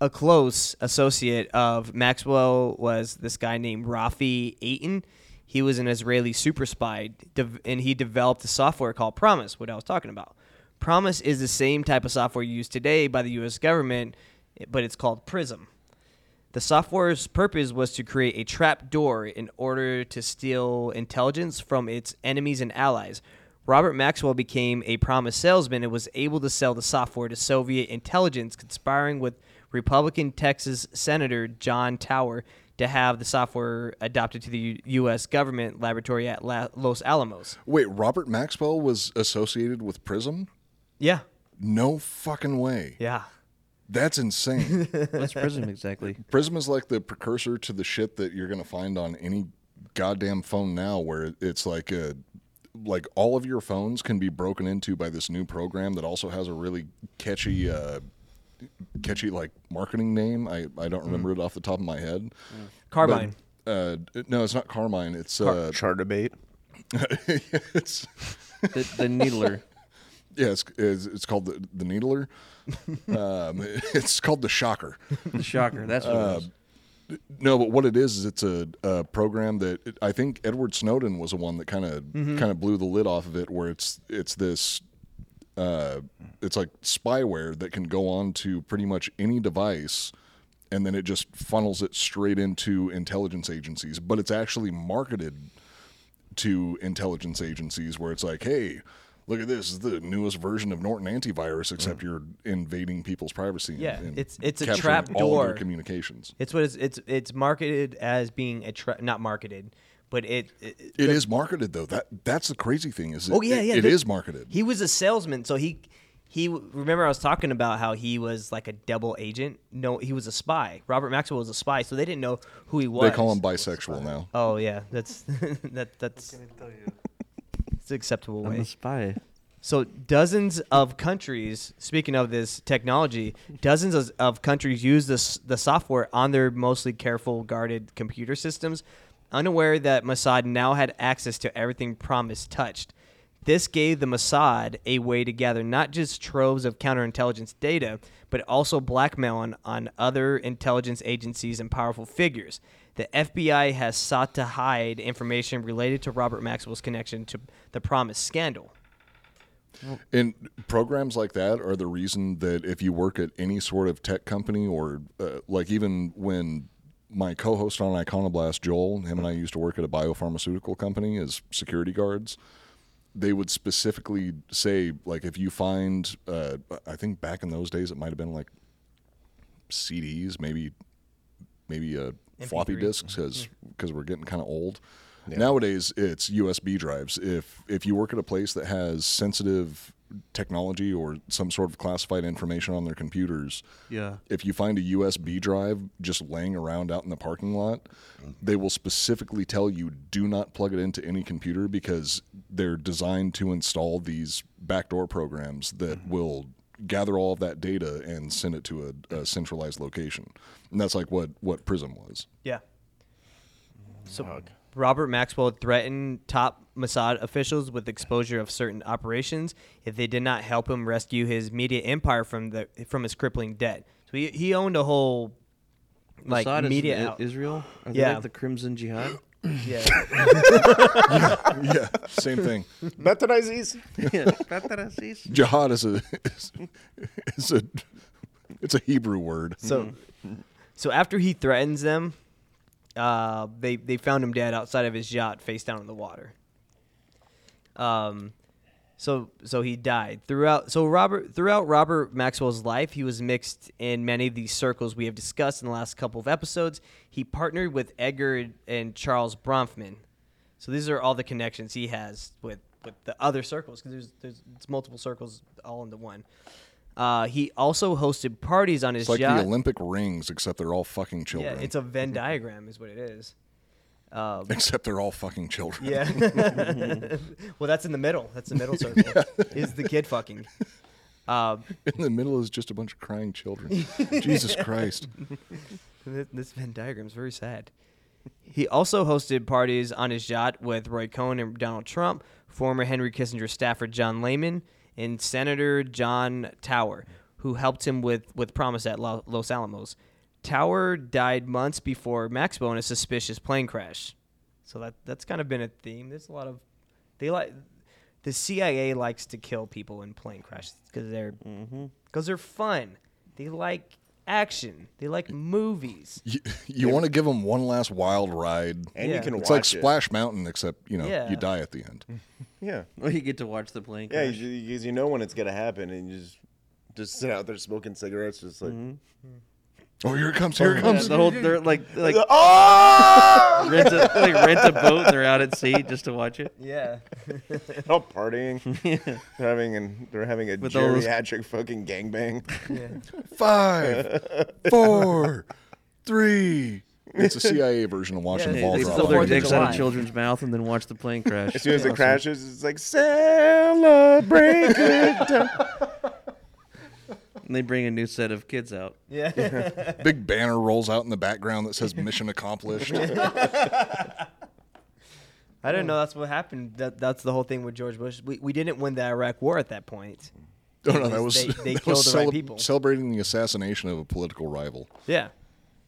Speaker 4: A close associate of Maxwell was this guy named Rafi Aiton. He was an Israeli super spy, dev- and he developed a software called Promise, what I was talking about. Promise is the same type of software used today by the U.S. government, but it's called Prism. The software's purpose was to create a trap door in order to steal intelligence from its enemies and allies. Robert Maxwell became a promise salesman and was able to sell the software to Soviet intelligence, conspiring with Republican Texas Senator John Tower to have the software adopted to the U- U.S. government laboratory at La- Los Alamos.
Speaker 3: Wait, Robert Maxwell was associated with Prism?
Speaker 4: Yeah.
Speaker 3: No fucking way.
Speaker 4: Yeah.
Speaker 3: That's insane.
Speaker 2: What's Prism exactly?
Speaker 3: Prism is like the precursor to the shit that you're gonna find on any goddamn phone now, where it's like a like all of your phones can be broken into by this new program that also has a really catchy, uh, catchy like marketing name. I I don't remember it off the top of my head.
Speaker 4: Carbine.
Speaker 3: Uh, no, it's not Carmine. It's uh,
Speaker 5: Char debate.
Speaker 3: it's
Speaker 2: The, the Needler.
Speaker 3: yeah, it's, it's it's called the the Needler. um, it's called the Shocker.
Speaker 2: The Shocker. That's what it
Speaker 5: Uh,
Speaker 2: was.
Speaker 3: No, but what it is is it's a, a program that I think Edward Snowden was the one that kind of
Speaker 4: Mm-hmm.
Speaker 3: kind of blew the lid off of it, where it's it's this uh, it's like spyware that can go on to pretty much any device, and then it just funnels it straight into intelligence agencies. But it's actually marketed to intelligence agencies, where it's like, hey. Look at this! This is the newest version of Norton antivirus, except you're invading people's privacy. and-
Speaker 4: Mm. Yeah,
Speaker 3: and
Speaker 4: it's- it's a
Speaker 3: capturing
Speaker 4: trap
Speaker 3: all of their
Speaker 4: door.
Speaker 3: communications.
Speaker 4: It's what it's, it's it's marketed as being a tra- not marketed, but it, it
Speaker 3: It is marketed though. That that's the crazy thing is. It,
Speaker 4: Oh yeah, yeah.
Speaker 3: It is
Speaker 4: the-
Speaker 3: marketed.
Speaker 4: He was a salesman, so he he remember I was talking about how he was like a double agent. No, he was a spy. Robert Maxwell was a spy, so they didn't know who he was.
Speaker 3: they call him bisexual now.
Speaker 4: Oh yeah, that's that that's. It's an acceptable
Speaker 2: I'm a
Speaker 4: way.
Speaker 2: spy.
Speaker 4: So dozens of countries, speaking of this technology, dozens of, of countries use this the software on their mostly careful guarded computer systems, unaware that Mossad now had access to everything Promise touched. This gave the Mossad a way to gather not just troves of counterintelligence data, but also blackmail on, on other intelligence agencies and powerful figures. The FBI has sought to hide information related to Robert Maxwell's connection to the Promise scandal.
Speaker 3: And programs like that are the reason that if you work at any sort of tech company or uh, like even when my co-host on Iconoblast, Joel, him and I used to work at a biopharmaceutical company as security guards. They would specifically say like if you find, uh, I think back in those days it might have been like CDs, maybe maybe uh, floppy disks because we're getting kind of old. Nowadays, it's USB drives. If if you work at a place that has sensitive technology or some sort of classified information on their computers,
Speaker 2: Yeah.
Speaker 3: if you find a USB drive just laying around out in the parking lot, they will specifically tell you do not plug it into any computer because they're designed to install these backdoor programs that
Speaker 4: Mm-hmm.
Speaker 3: will gather all of that data and send it to a, a centralized location. And that's like what what Prism was.
Speaker 4: Yeah. So Robert Maxwell threatened top Mossad officials with exposure of certain operations if they did not help him rescue his media empire from the from his crippling debt. So he, he owned a whole like
Speaker 2: Assad is
Speaker 4: media
Speaker 2: I-
Speaker 4: out-
Speaker 2: Israel. Are they
Speaker 4: Yeah.
Speaker 2: like the Crimson Jihad.
Speaker 4: yeah.
Speaker 3: yeah, same thing.
Speaker 5: Better Aziz.
Speaker 2: yeah, Fatarasis.
Speaker 3: Jihad is a is, is a it's a Hebrew word.
Speaker 4: So,
Speaker 3: Mm-hmm.
Speaker 4: so after he threatens them, uh, they they found him dead outside of his yacht, face down in the water. Um, so so he died throughout. So Robert throughout Robert Maxwell's life, he was mixed in many of these circles we have discussed in the last couple of episodes. He partnered with Edgar and Charles Bronfman. So these are all the connections he has with with the other circles because there's there's it's multiple circles all into one. Uh, he also hosted parties on his
Speaker 3: It's like
Speaker 4: yacht.
Speaker 3: the Olympic rings, except they're all fucking
Speaker 4: Yeah,
Speaker 3: children.
Speaker 4: it's a Venn diagram, is what it is. Um,
Speaker 3: except they're all fucking children.
Speaker 4: yeah. well, that's in the middle. That's the middle circle. Is the kid fucking? Um,
Speaker 3: In the middle is just a bunch of crying children. Jesus Christ.
Speaker 4: Th- This Venn diagram is very sad. He also hosted parties on his yacht with Roy Cohn and Donald Trump, former Henry Kissinger staffer John Lehman, and Senator John Tower, who helped him with, with Promise at Lo- Los Alamos. Tower died months before Maxwell in a suspicious plane crash. So that that's kind of been a theme. There's a lot of they like the CIA likes to kill people in plane crashes because they're because they're fun. They like action. They like movies.
Speaker 3: You, you want to give them one last wild ride.
Speaker 5: And
Speaker 4: Yeah.
Speaker 5: you can
Speaker 3: It's like
Speaker 5: watch it.
Speaker 3: Splash Mountain, except you know
Speaker 4: Yeah.
Speaker 3: you die at the end.
Speaker 5: Yeah.
Speaker 2: Well, you get to watch the plane
Speaker 5: Yeah,
Speaker 2: crash.
Speaker 5: because you, you know when it's gonna happen, and you just just sit out there smoking cigarettes, just like
Speaker 3: Oh, here it comes! Here it
Speaker 2: Yeah,
Speaker 3: comes!
Speaker 2: the whole they're like like
Speaker 5: oh,
Speaker 2: rent a, like rent a boat. They're out at sea just to watch it.
Speaker 4: Yeah.
Speaker 5: all Oh, partying, they're having an, they're having a
Speaker 2: With all those-
Speaker 5: geriatric fucking gangbang.
Speaker 3: Five, four, three. It's a CIA version of watching
Speaker 4: Yeah,
Speaker 3: the ball
Speaker 2: They
Speaker 4: it's
Speaker 3: drop.
Speaker 2: pull their
Speaker 4: Fourth of
Speaker 2: dicks out
Speaker 4: July.
Speaker 2: of children's mouth and then watch the plane crash.
Speaker 5: As soon as it crashes, it's like celebrate. good time."
Speaker 2: And they bring a new set of kids out.
Speaker 4: Yeah.
Speaker 3: Big banner rolls out in the background that says "Mission Accomplished."
Speaker 4: I didn't know that's what happened. That that's the whole thing with George Bush. We we didn't win the Iraq War at that point.
Speaker 3: Oh no, that was
Speaker 4: They- they
Speaker 3: that
Speaker 4: killed
Speaker 3: was
Speaker 4: the right people.
Speaker 3: celebrating the assassination of a political rival.
Speaker 4: Yeah.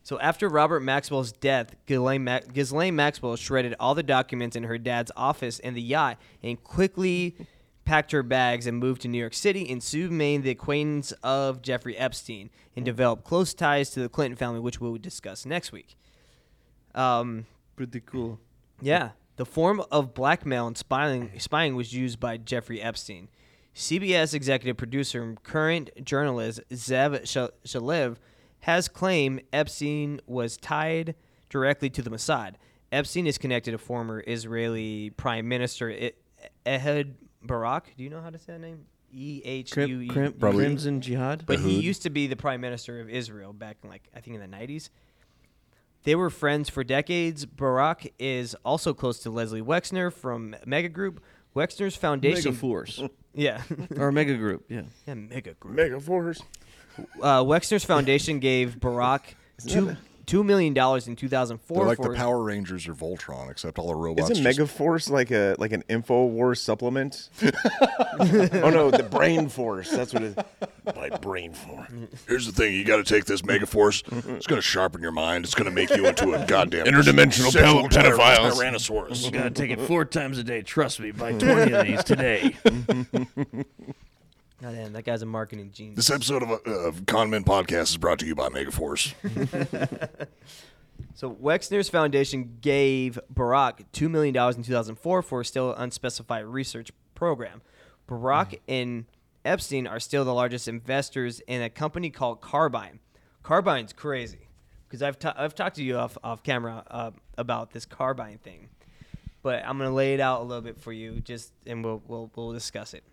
Speaker 4: So after Robert Maxwell's death, Ghislaine, Ma- Ghislaine Maxwell shredded all the documents in her dad's office and the yacht and quickly packed her bags and moved to New York City and soon made the acquaintance of Jeffrey Epstein and developed close ties to the Clinton family, which we'll discuss next week. Um,
Speaker 2: Pretty cool.
Speaker 4: yeah. The form of blackmail and spying, spying was used by Jeffrey Epstein. CBS executive producer and current journalist Zev Shal- Shalev has claimed Epstein was tied directly to the Mossad. Epstein is connected to former Israeli Prime Minister E- Ehud Barak. Do you know how to say that name? E H
Speaker 2: Crim,
Speaker 4: U E.
Speaker 2: crim,
Speaker 3: Probably.
Speaker 2: Crimson Jihad.
Speaker 4: But he used to be the prime minister of Israel back in like I think in the nineties. They were friends for decades. Barack is also close to Leslie Wexner from Megagroup. Wexner's
Speaker 2: Mega
Speaker 4: foundation,
Speaker 2: Force
Speaker 4: yeah,
Speaker 2: or Mega Group. Yeah.
Speaker 4: yeah, Megagroup.
Speaker 5: Mega Force.
Speaker 4: Uh, Wexner's foundation gave Barack two two million dollars in two thousand
Speaker 3: They're
Speaker 4: four.
Speaker 3: like
Speaker 4: for,
Speaker 3: the Power Rangers or Voltron, except all the robots.
Speaker 5: Isn't
Speaker 3: just-
Speaker 5: Mega Force like a like an info war supplement? oh no, the Brain Force. That's what it is. My Brain Force.
Speaker 3: Here's the thing: you got to take this Megaforce. It's going to sharpen your mind. It's going to make you into a goddamn interdimensional pedophile tyrannosaurus.
Speaker 2: Gotta take it four times a day. Trust me, by 20 of these today.
Speaker 4: God damn, that guy's a marketing genius.
Speaker 3: This episode of, uh, of Conman Podcast is brought to you by Megaforce.
Speaker 4: So Wexner's foundation gave Barack two million dollars in 2004 for a still unspecified research program. Barack and Epstein are still the largest investors in a company called Carbine. Carbine's crazy because I've ta- I've talked to you off off camera uh, about this Carbine thing, but I'm gonna lay it out a little bit for you just and we'll we'll, we'll discuss it.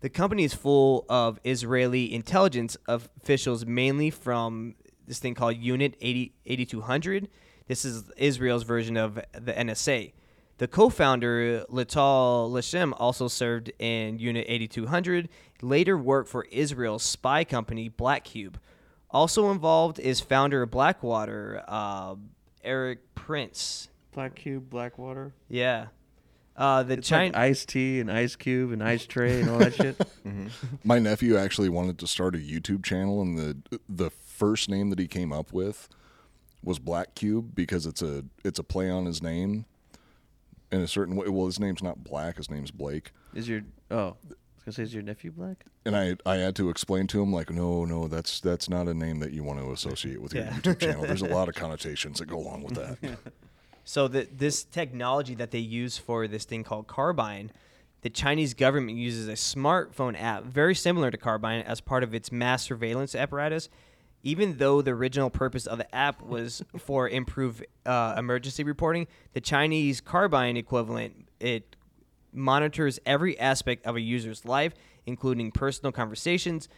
Speaker 4: The company is full of Israeli intelligence officials, mainly from this thing called Unit 80, 8200. This is Israel's version of the NSA. The co founder, Lital Lashem, also served in Unit 8200, later worked for Israel's spy company, Black Cube. Also involved is founder of Blackwater, uh, Eric Prince.
Speaker 2: Black Cube, Blackwater.
Speaker 4: Yeah. Uh, the
Speaker 2: It's like
Speaker 4: China.
Speaker 2: Ice Tea and Ice Cube and Ice Tray and all that shit.
Speaker 3: My nephew actually wanted to start a YouTube channel, and the the first name that he came up with was Black Cube because it's a it's a play on his name in a certain way. Well, his name's not Black; his name's Blake.
Speaker 2: Is your oh? I was gonna say, is your nephew black?
Speaker 3: And I I had to explain to him like, no, no, that's that's not a name that you want to associate with your
Speaker 4: Yeah.
Speaker 3: YouTube channel. There's a lot of connotations that go along with that.
Speaker 5: Oh,
Speaker 4: so the, this technology that they use for this thing called Carbine, the Chinese government uses a smartphone app very similar to Carbine as part of its mass surveillance apparatus. Even though the original purpose of the app was for improved uh, emergency reporting, the Chinese Carbine equivalent it monitors every aspect of a user's life, including personal conversations,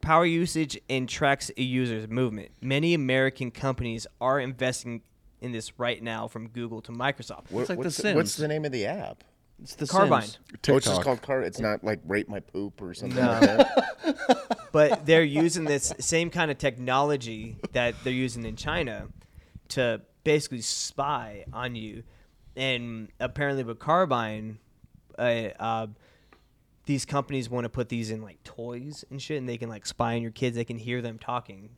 Speaker 4: power usage, and tracks a user's movement. Many American companies are investing in this right now, from Google to Microsoft.
Speaker 5: What-
Speaker 2: It's like The
Speaker 5: what's,
Speaker 2: Sims.
Speaker 5: what's the name of the app?
Speaker 2: It's the
Speaker 4: Carbine.
Speaker 2: Sims.
Speaker 5: Oh, it's just
Speaker 3: TikTok.
Speaker 5: called Car. It's not like Rate My Poop or something like that.
Speaker 4: but they're using this same kind of technology that they're using in China to basically spy on you. And apparently, with carbine, uh, uh, these companies want to put these in like toys and shit, and they can like spy on your kids. They can hear them talking.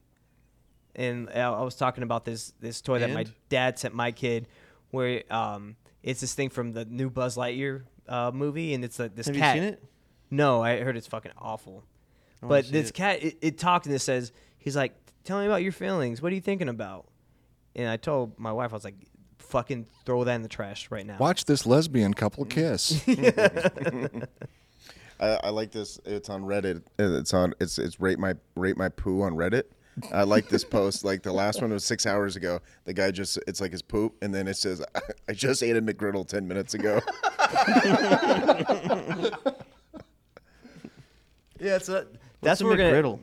Speaker 4: And I I was talking about this this toy that my
Speaker 2: And?
Speaker 4: dad sent my kid, where um, it's this thing from the new Buzz Lightyear uh, movie, and it's like this
Speaker 2: Have you
Speaker 4: cat.
Speaker 2: seen it?
Speaker 4: No, I heard it's fucking awful.
Speaker 2: I wanna
Speaker 4: But
Speaker 2: see
Speaker 4: this
Speaker 2: it.
Speaker 4: cat, it, it talked and it says, he's like, tell me about your feelings. What are you thinking about? And I told my wife, I was like, fucking throw that in the trash right now.
Speaker 3: Watch this lesbian
Speaker 4: Mm.
Speaker 3: couple kiss.
Speaker 5: I, I like this. It's on Reddit. Uh, It's on. It's it's rate my rate my poo on Reddit. I like this post. Like the last one was six hours ago. The guy just it's like his poop, and then it says, "I, I just ate a McGriddle ten minutes ago."
Speaker 4: Yeah, so that,
Speaker 2: What's
Speaker 4: that's
Speaker 2: a
Speaker 4: what we're going to.
Speaker 2: McGriddle?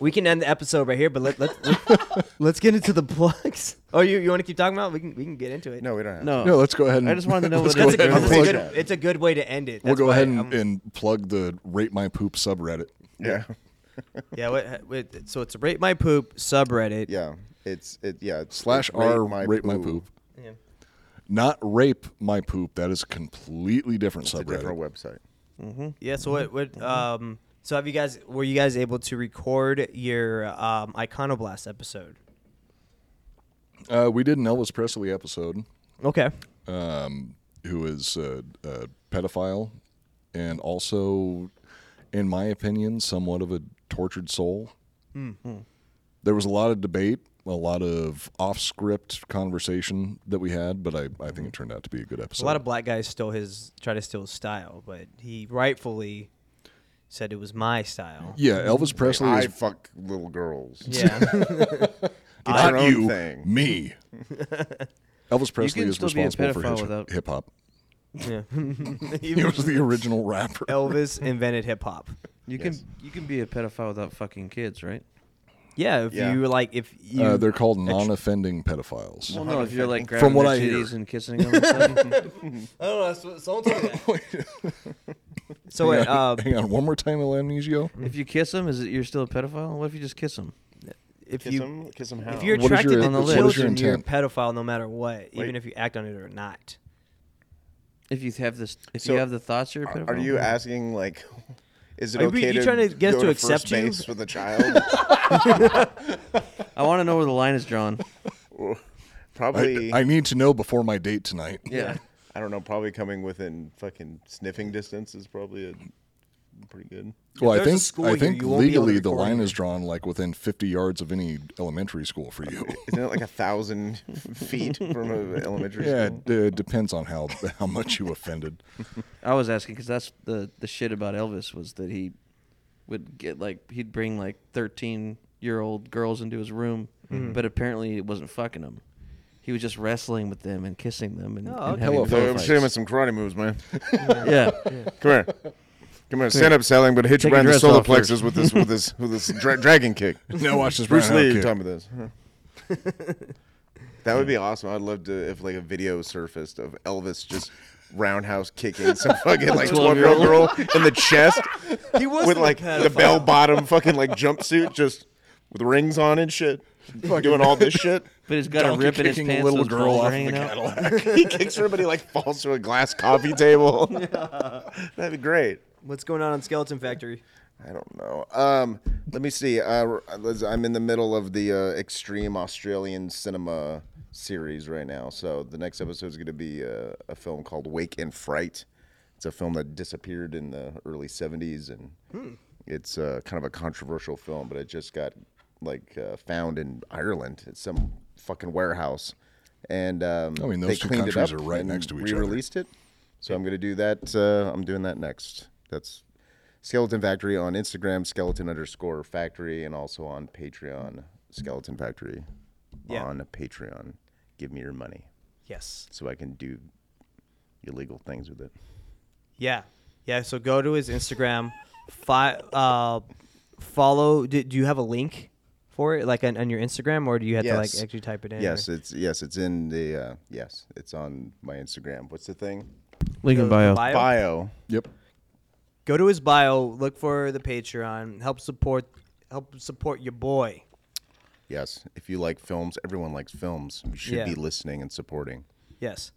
Speaker 4: We can end the episode right here, but let, let, let, let's get into the plugs. Oh, you, you want to keep talking about it? We can, we can get into it.
Speaker 5: No, we don't. Have
Speaker 2: No,
Speaker 3: no, let's go ahead. And,
Speaker 2: I just wanted to know
Speaker 3: let's
Speaker 2: what
Speaker 4: That's a,
Speaker 2: it
Speaker 3: go
Speaker 2: was.
Speaker 4: good,
Speaker 3: ahead
Speaker 4: that's
Speaker 3: and
Speaker 4: a
Speaker 3: plug-
Speaker 4: good- it's a good way to end it.
Speaker 3: We'll
Speaker 4: That's
Speaker 3: go
Speaker 4: why
Speaker 3: ahead and,
Speaker 4: I'm-
Speaker 3: and plug the rate my poop subreddit.
Speaker 5: Yeah.
Speaker 4: yeah, what, what, so it's Rate My Poop subreddit.
Speaker 5: Yeah. It's it. Yeah. it's-
Speaker 3: slash
Speaker 5: it's
Speaker 3: r rate my poop.
Speaker 4: Yeah.
Speaker 3: Not rape my poop. That is a completely different
Speaker 5: It's a
Speaker 3: subreddit.
Speaker 5: different website.
Speaker 4: Yeah. So what? What? Um. So have you guys? Were you guys able to record your um, Iconoblast episode?
Speaker 3: uh, we did an Elvis Presley episode,
Speaker 4: Okay.
Speaker 3: um, who is a, a pedophile and also, in my opinion, somewhat of a tortured soul. There was a lot of debate, a lot of off script conversation that we had, but I, I think it turned out to be a good episode.
Speaker 4: A lot of black guys stole his, try to steal his style, but he rightfully said it was my style.
Speaker 3: yeah, Elvis Presley
Speaker 5: I
Speaker 3: is
Speaker 5: fuck little girls.
Speaker 4: Yeah.
Speaker 5: It's your
Speaker 3: not
Speaker 5: own
Speaker 3: you,
Speaker 5: thing.
Speaker 3: me. Elvis Presley
Speaker 2: can
Speaker 3: is
Speaker 2: still be a
Speaker 3: responsible
Speaker 2: pedophile
Speaker 3: for
Speaker 2: without-
Speaker 3: hip hop.
Speaker 4: yeah.
Speaker 3: He was the original rapper.
Speaker 4: Elvis invented hip hop.
Speaker 2: You
Speaker 5: Yes.
Speaker 2: can you can be a pedophile without fucking kids, right?
Speaker 4: Yeah. If
Speaker 5: Yeah.
Speaker 4: you were like, if you,
Speaker 3: Uh, they're called non-offending pedophiles.
Speaker 2: Well, no, if you're like grabbing
Speaker 3: From what
Speaker 2: their
Speaker 3: I hear.
Speaker 2: titties and kissing them. and stuff.
Speaker 4: I don't know. so- Someone told me that. so wait, uh,
Speaker 3: Hang on, one more time, El Amnesio.
Speaker 2: if you kiss them, is it you're still a pedophile? What if you just kiss them?
Speaker 4: if
Speaker 5: Kiss
Speaker 4: you
Speaker 5: him. Kiss him. How?
Speaker 4: if you're
Speaker 3: What is
Speaker 4: attracted
Speaker 3: your-
Speaker 4: to
Speaker 2: on the list. What is
Speaker 4: children,
Speaker 3: your
Speaker 4: you're a
Speaker 3: intent?
Speaker 4: pedophile no matter what, even
Speaker 5: Wait.
Speaker 4: if you act on it or not.
Speaker 2: If you have this, if
Speaker 5: So,
Speaker 2: you have the thoughts, you're a pedophile.
Speaker 5: Are you asking like? Is it
Speaker 4: Are you-
Speaker 5: okay
Speaker 4: you
Speaker 5: to
Speaker 4: trying to get us
Speaker 5: go
Speaker 4: to
Speaker 5: first
Speaker 4: accept you?
Speaker 5: base with a child?
Speaker 2: I want to know where the line is drawn.
Speaker 5: probably.
Speaker 3: I,
Speaker 5: I,
Speaker 3: I need to know before my date tonight.
Speaker 2: Yeah.
Speaker 5: don't know. Probably coming within fucking sniffing distance is probably a pretty good.
Speaker 3: Well, I
Speaker 4: there's a
Speaker 3: think
Speaker 4: school
Speaker 3: I
Speaker 4: here,
Speaker 3: think
Speaker 4: you won't be able to
Speaker 3: legally the
Speaker 4: record
Speaker 3: line
Speaker 4: it.
Speaker 3: is drawn like within 50 yards of any elementary school for you.
Speaker 5: Isn't it like a thousand feet from a elementary
Speaker 3: yeah,
Speaker 5: school?
Speaker 3: it uh, depends on how how much you offended.
Speaker 2: I was asking because that's the the shit about Elvis was that he would get like he'd bring like thirteen year old girls into his room, but apparently it wasn't fucking them. He was just wrestling with them and kissing them and,
Speaker 4: Oh,
Speaker 2: and
Speaker 4: okay.
Speaker 2: having
Speaker 3: Hello,
Speaker 5: So
Speaker 2: pillow
Speaker 5: I'm
Speaker 2: fights.
Speaker 5: showing some karate moves, man.
Speaker 2: yeah.
Speaker 5: Come here. Come here. Stand up, Sally. I'm going to hit
Speaker 2: Take
Speaker 5: you right in
Speaker 2: your dress
Speaker 5: the solar
Speaker 2: off first.
Speaker 5: plexus with this with this with this dra- dragon kick.
Speaker 3: Now watch this,
Speaker 5: Bruce
Speaker 3: Brown
Speaker 5: Lee
Speaker 3: kick.
Speaker 5: taught me this. that would be awesome. I'd love to if like a video surfaced of Elvis just roundhouse kicking some fucking like 12 year old girl in the chest
Speaker 4: He was
Speaker 5: with like the bell bottom fucking like jumpsuit just with rings on and shit. doing all this shit.
Speaker 2: But it's got a
Speaker 3: Donkey
Speaker 2: rip in his
Speaker 3: kicking
Speaker 2: pants.
Speaker 3: a little
Speaker 2: those
Speaker 3: girl
Speaker 2: balls
Speaker 3: off
Speaker 2: are
Speaker 3: of a
Speaker 2: hanging out.
Speaker 3: Cadillac.
Speaker 5: he kicks her, but he like falls through a glass coffee table. That'd be great.
Speaker 4: What's going on in Skeleton Factory?
Speaker 5: I don't know. Um, let me see. Uh, let's- I'm in the middle of the uh, extreme Australian cinema series right now. So the next episode is going to be uh, a film called Wake and Fright. It's a film that disappeared in the early '70s, and it's uh, kind of a controversial film, but it just got like uh, found in Ireland at some fucking warehouse. And um,
Speaker 3: I mean,
Speaker 5: they
Speaker 3: those two
Speaker 5: cleaned it
Speaker 3: countries
Speaker 5: up
Speaker 3: are right
Speaker 5: and
Speaker 3: next to each other.
Speaker 5: re-released it. So I'm going to do that. Uh, I'm doing that next. That's Skeleton Factory on Instagram, skeleton underscore factory, and also on Patreon, Skeleton Factory.
Speaker 4: Yeah.
Speaker 5: On Patreon. Give me your money
Speaker 4: Yes.
Speaker 5: so I can do illegal things with it.
Speaker 4: Yeah. Yeah. So go to his Instagram. Fi- uh, follow. Do, do you have a link for it, like on, on your Instagram, or do you have to
Speaker 5: Yes.
Speaker 4: like actually type it in?
Speaker 5: Yes,
Speaker 4: or-
Speaker 5: it's yes, it's in the uh, yes, it's on my Instagram. What's the thing?
Speaker 2: Link
Speaker 4: Go
Speaker 2: in
Speaker 4: to
Speaker 2: bio.
Speaker 4: bio.
Speaker 5: Bio.
Speaker 3: Yep.
Speaker 4: Go to his bio. Look for the Patreon. Help support. Help support your boy.
Speaker 5: Yes. If you like films, everyone likes films. You should
Speaker 4: Yeah.
Speaker 5: be listening and supporting.
Speaker 4: Yes.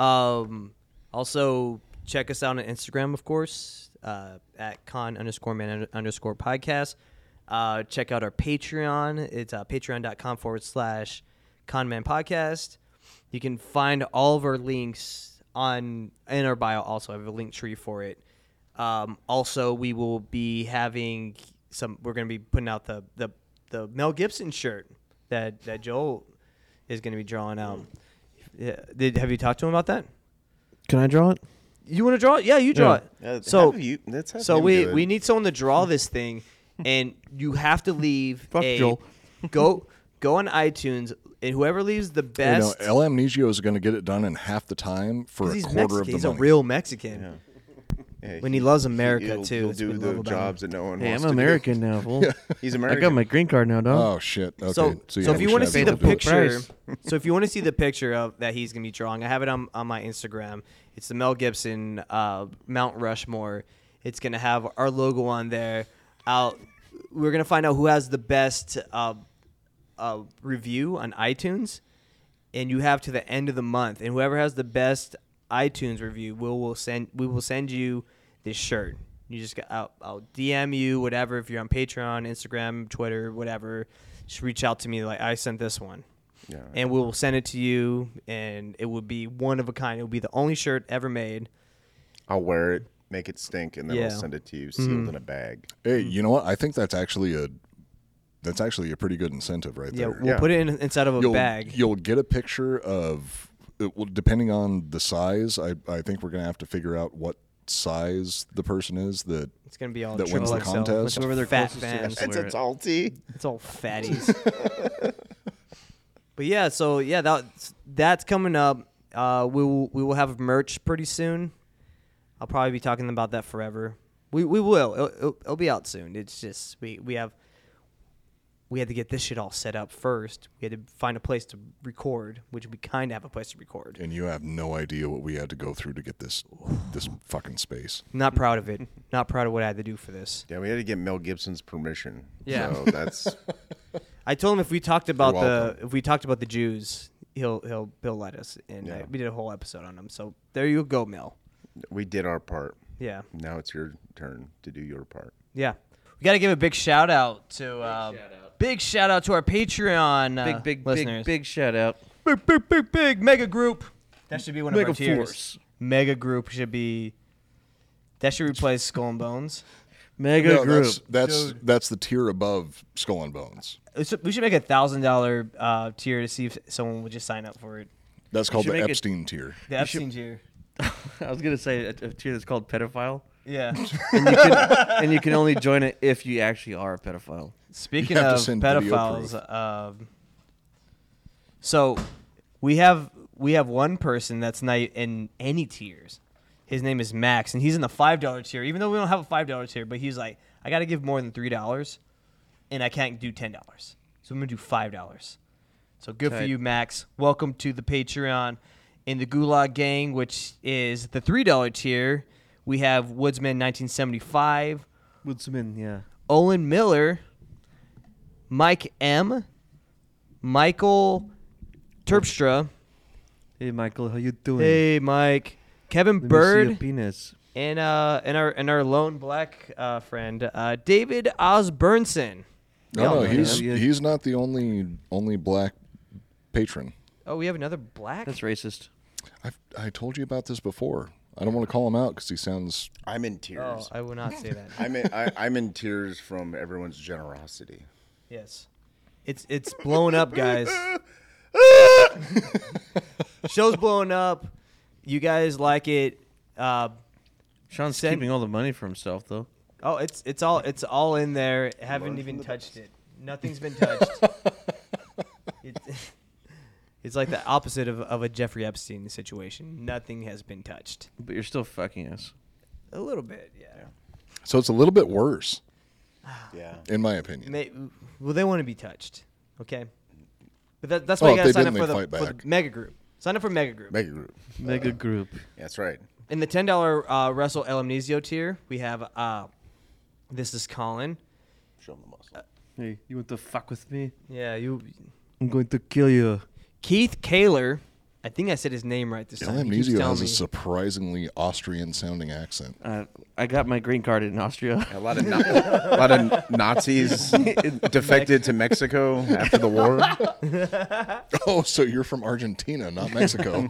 Speaker 4: Um, also, check us out on Instagram, of course, uh, at con underscore man under- underscore podcast. Uh, check out our Patreon. It's uh, patreon.com forward slash conman podcast. You can find all of our links on in our bio. Also, I have a link tree for it. Um, also, we will be having some. We're going to be putting out the, the the Mel Gibson shirt that that Joel is going to be drawing out. Yeah. Did have you talked to him about that?
Speaker 2: Can I draw it?
Speaker 4: You want to draw it? Yeah, you draw
Speaker 5: Yeah,
Speaker 4: it. So
Speaker 5: have you- let's have
Speaker 4: so
Speaker 5: him
Speaker 4: we
Speaker 5: do it.
Speaker 4: we need someone to draw this thing, and you have to leave.
Speaker 2: Fuck
Speaker 4: a-
Speaker 2: Joel.
Speaker 4: go go on iTunes, and whoever leaves the
Speaker 3: You know,
Speaker 4: best.
Speaker 3: El Amnigio is going to get it done in half the time for
Speaker 4: 'cause
Speaker 3: a
Speaker 4: he's
Speaker 3: quarter
Speaker 4: Mexican.
Speaker 3: of the
Speaker 4: he's
Speaker 3: money.
Speaker 4: a real Mexican.
Speaker 5: Yeah,
Speaker 4: When he loves America,
Speaker 5: he'll-
Speaker 4: too,
Speaker 5: He'll
Speaker 4: it's
Speaker 5: do
Speaker 4: what we
Speaker 5: the
Speaker 4: love about
Speaker 5: jobs that no one
Speaker 2: Hey,
Speaker 5: wants
Speaker 2: I'm
Speaker 5: to do.
Speaker 2: American now. Fool.
Speaker 5: He's
Speaker 2: I got
Speaker 5: American.
Speaker 2: my green card now, dog.
Speaker 3: Oh shit. Okay.
Speaker 4: So, so,
Speaker 3: yeah,
Speaker 4: if
Speaker 3: we
Speaker 4: you
Speaker 3: should
Speaker 4: want to
Speaker 3: have
Speaker 4: see
Speaker 3: him
Speaker 4: the
Speaker 3: do it.
Speaker 4: picture,
Speaker 2: Price.
Speaker 4: so if you want to see the picture of that he's gonna be drawing, I have it on, on my Instagram. It's the Mel Gibson uh, Mount Rushmore. It's gonna have our logo on there. Out, we're gonna find out who has the best uh, uh, review on iTunes, and you have to the end of the month, and whoever has the best iTunes review, will will send we will send you this shirt. You just got I'll, I'll DM you whatever if you're on Patreon, Instagram, Twitter, whatever. Just reach out to me like I sent this one,
Speaker 5: Yeah.
Speaker 4: and we will send it to you, and it would be one of a kind. It would be the only shirt ever made.
Speaker 5: I'll wear it, make it stink, and then
Speaker 4: Yeah. Mm-hmm.
Speaker 5: I'll send it to you sealed in a bag.
Speaker 3: Hey, you know what? I think that's actually a that's actually a pretty good incentive right
Speaker 4: Yeah,
Speaker 3: there.
Speaker 4: we'll
Speaker 5: Yeah.
Speaker 4: put it in, inside of a
Speaker 3: you'll,
Speaker 4: bag.
Speaker 3: You'll get a picture of it will, depending on the size. I I think we're gonna have to figure out what size the person is that
Speaker 4: It's gonna be all
Speaker 3: that wins
Speaker 4: triple
Speaker 3: the
Speaker 4: XL.
Speaker 3: contest?
Speaker 2: Whoever they're
Speaker 4: fat
Speaker 2: closest to.
Speaker 4: fans.
Speaker 2: That's
Speaker 5: It's
Speaker 2: Wear
Speaker 5: a
Speaker 2: it.
Speaker 5: salty.
Speaker 4: It's all fatties. but yeah, so yeah, that's that's coming up. Uh, we will we will have merch pretty soon. I'll probably be talking about that forever. We we will. It'll, it'll, it'll be out soon. It's just we we have we had to get this shit all set up first. We had to find a place to record, which we kind of have a place to record.
Speaker 3: and you have no idea what we had to go through to get this this fucking space.
Speaker 4: Not proud of it. Not proud of what I had to do for this.
Speaker 5: Yeah, we had to get Mel Gibson's permission.
Speaker 4: Yeah.
Speaker 5: So that's
Speaker 4: I told him if we talked about the
Speaker 5: welcome.
Speaker 4: if we talked about the Jews, he'll he'll he'll let us. And uh,
Speaker 5: Yeah.
Speaker 4: we did a whole episode on them. So there you go, Mel.
Speaker 5: we did our part.
Speaker 4: Yeah,
Speaker 5: Now it's your turn to do your part.
Speaker 4: yeah. We gotta give a big shout out to uh, big, shout out. to our Patreon uh,
Speaker 2: Big, big,
Speaker 4: listeners.
Speaker 2: big, big shout out.
Speaker 4: big big big big mega group. That should be one of
Speaker 2: Mega
Speaker 4: our tiers.
Speaker 2: force.
Speaker 4: Mega group should be. That should replace Skull and Bones.
Speaker 2: Mega
Speaker 3: no,
Speaker 2: group.
Speaker 3: that's that's that's the tier above Skull and Bones.
Speaker 4: It's- We should make a thousand dollar uh, tier to see if someone would just sign up for it.
Speaker 3: That's called
Speaker 2: should
Speaker 3: the
Speaker 2: make it-
Speaker 3: Epstein tier.
Speaker 4: The Epstein tier.
Speaker 2: I was gonna say a, a tier that's called pedophile,
Speaker 4: Yeah.
Speaker 2: and you, can, and you can only join it if you actually are a pedophile.
Speaker 4: Speaking
Speaker 3: You have to
Speaker 4: of
Speaker 3: send video
Speaker 4: pedophiles, um, so we have we have one person that's not in any tiers. His name is Max, and he's in the five dollar tier. Even though we don't have a five dollar tier, but he's like, I got to give more than three dollars, and I can't do ten dollars, so I'm gonna do five dollars. So good for
Speaker 2: Tight.
Speaker 4: you, Max. Welcome to the Patreon in the Gulag Gang, which is the three dollar tier. We have Woodsman 1975.
Speaker 2: Would some in, yeah.
Speaker 4: Owen Miller, Mike M, Michael Terpstra.
Speaker 2: Hey, Michael, how you doing?
Speaker 4: Hey, Mike. Kevin
Speaker 2: Let me see your
Speaker 4: Bird.
Speaker 2: penis.
Speaker 4: and uh and our and our lone black uh, friend uh, David Osbernson.
Speaker 3: No, no,
Speaker 2: Yeah,
Speaker 3: he's
Speaker 2: yeah.
Speaker 3: he's not the only only black patron.
Speaker 4: Oh, we have another black.
Speaker 2: That's racist.
Speaker 3: I've, I told you about this before. I don't want to call him out because he sounds.
Speaker 5: I'm in
Speaker 4: Oh,
Speaker 5: tears.
Speaker 4: I will not say that.
Speaker 5: I'm in, I, I'm in tears from everyone's generosity.
Speaker 4: yes, it's it's blown up, guys. Show's blown up. You guys like it? Uh,
Speaker 2: Sean's
Speaker 4: Send-
Speaker 2: keeping all the money for himself, though.
Speaker 4: oh, it's it's all it's all in there. Haven't even touched it. Nothing's been touched. it, it's like the opposite of, of a Jeffrey Epstein situation. Nothing has been touched.
Speaker 2: But you're still fucking us.
Speaker 4: A little bit, yeah.
Speaker 3: So it's a little bit worse,
Speaker 5: Yeah.
Speaker 3: in my opinion.
Speaker 4: May, well, they want to be touched. Okay, but that, that's
Speaker 3: Oh,
Speaker 4: why
Speaker 3: if
Speaker 4: you gotta
Speaker 3: they
Speaker 4: sign up
Speaker 3: didn't,
Speaker 4: for the,
Speaker 3: they fight
Speaker 4: for the
Speaker 3: back.
Speaker 4: mega group. Sign up for mega group.
Speaker 5: Mega group.
Speaker 2: Mega group.
Speaker 5: That's right.
Speaker 4: In the ten dollar uh, Russell Elamnesio tier, we have uh, this is Colin.
Speaker 5: Show 'em the muscle.
Speaker 2: Hey, you want to fuck with me?
Speaker 4: Yeah, you
Speaker 2: I'm going to kill you.
Speaker 4: Keith Kaler. I think I said his name right this time.
Speaker 3: Dylan
Speaker 4: He keeps
Speaker 3: Mizio
Speaker 4: telling
Speaker 3: has a
Speaker 4: me.
Speaker 3: surprisingly Austrian sounding accent.
Speaker 2: Uh, I got my green card in Austria.
Speaker 5: A lot of na- a lot of Nazis defected to Mexico after the war.
Speaker 3: Oh, so you're from Argentina, not Mexico.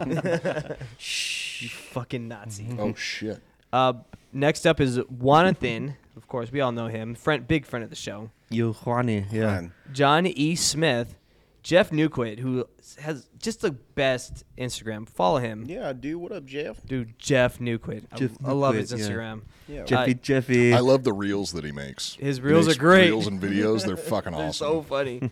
Speaker 4: you fucking Nazi.
Speaker 2: Mm-hmm.
Speaker 3: oh, shit.
Speaker 4: Uh, next up is Wanathan. of course, we all know him. Friend, big friend of the show.
Speaker 2: Yo, Juani. Yeah.
Speaker 5: Man,
Speaker 4: John E. Smith, Jeff Newquit, who has just the best Instagram. Follow him.
Speaker 5: Yeah, dude. What up, Jeff?
Speaker 4: Dude, Jeff Newquit. I-
Speaker 2: Jeff
Speaker 4: I, love
Speaker 2: Newquit,
Speaker 4: his
Speaker 2: yeah. E-
Speaker 4: Instagram. Uh,
Speaker 5: Yeah.
Speaker 2: Jeffy, Jeffy.
Speaker 3: I love the reels that he makes.
Speaker 4: His
Speaker 3: He
Speaker 4: reels
Speaker 3: makes
Speaker 4: are great.
Speaker 3: Reels and videos, they're fucking
Speaker 4: They're
Speaker 3: awesome.
Speaker 4: so funny.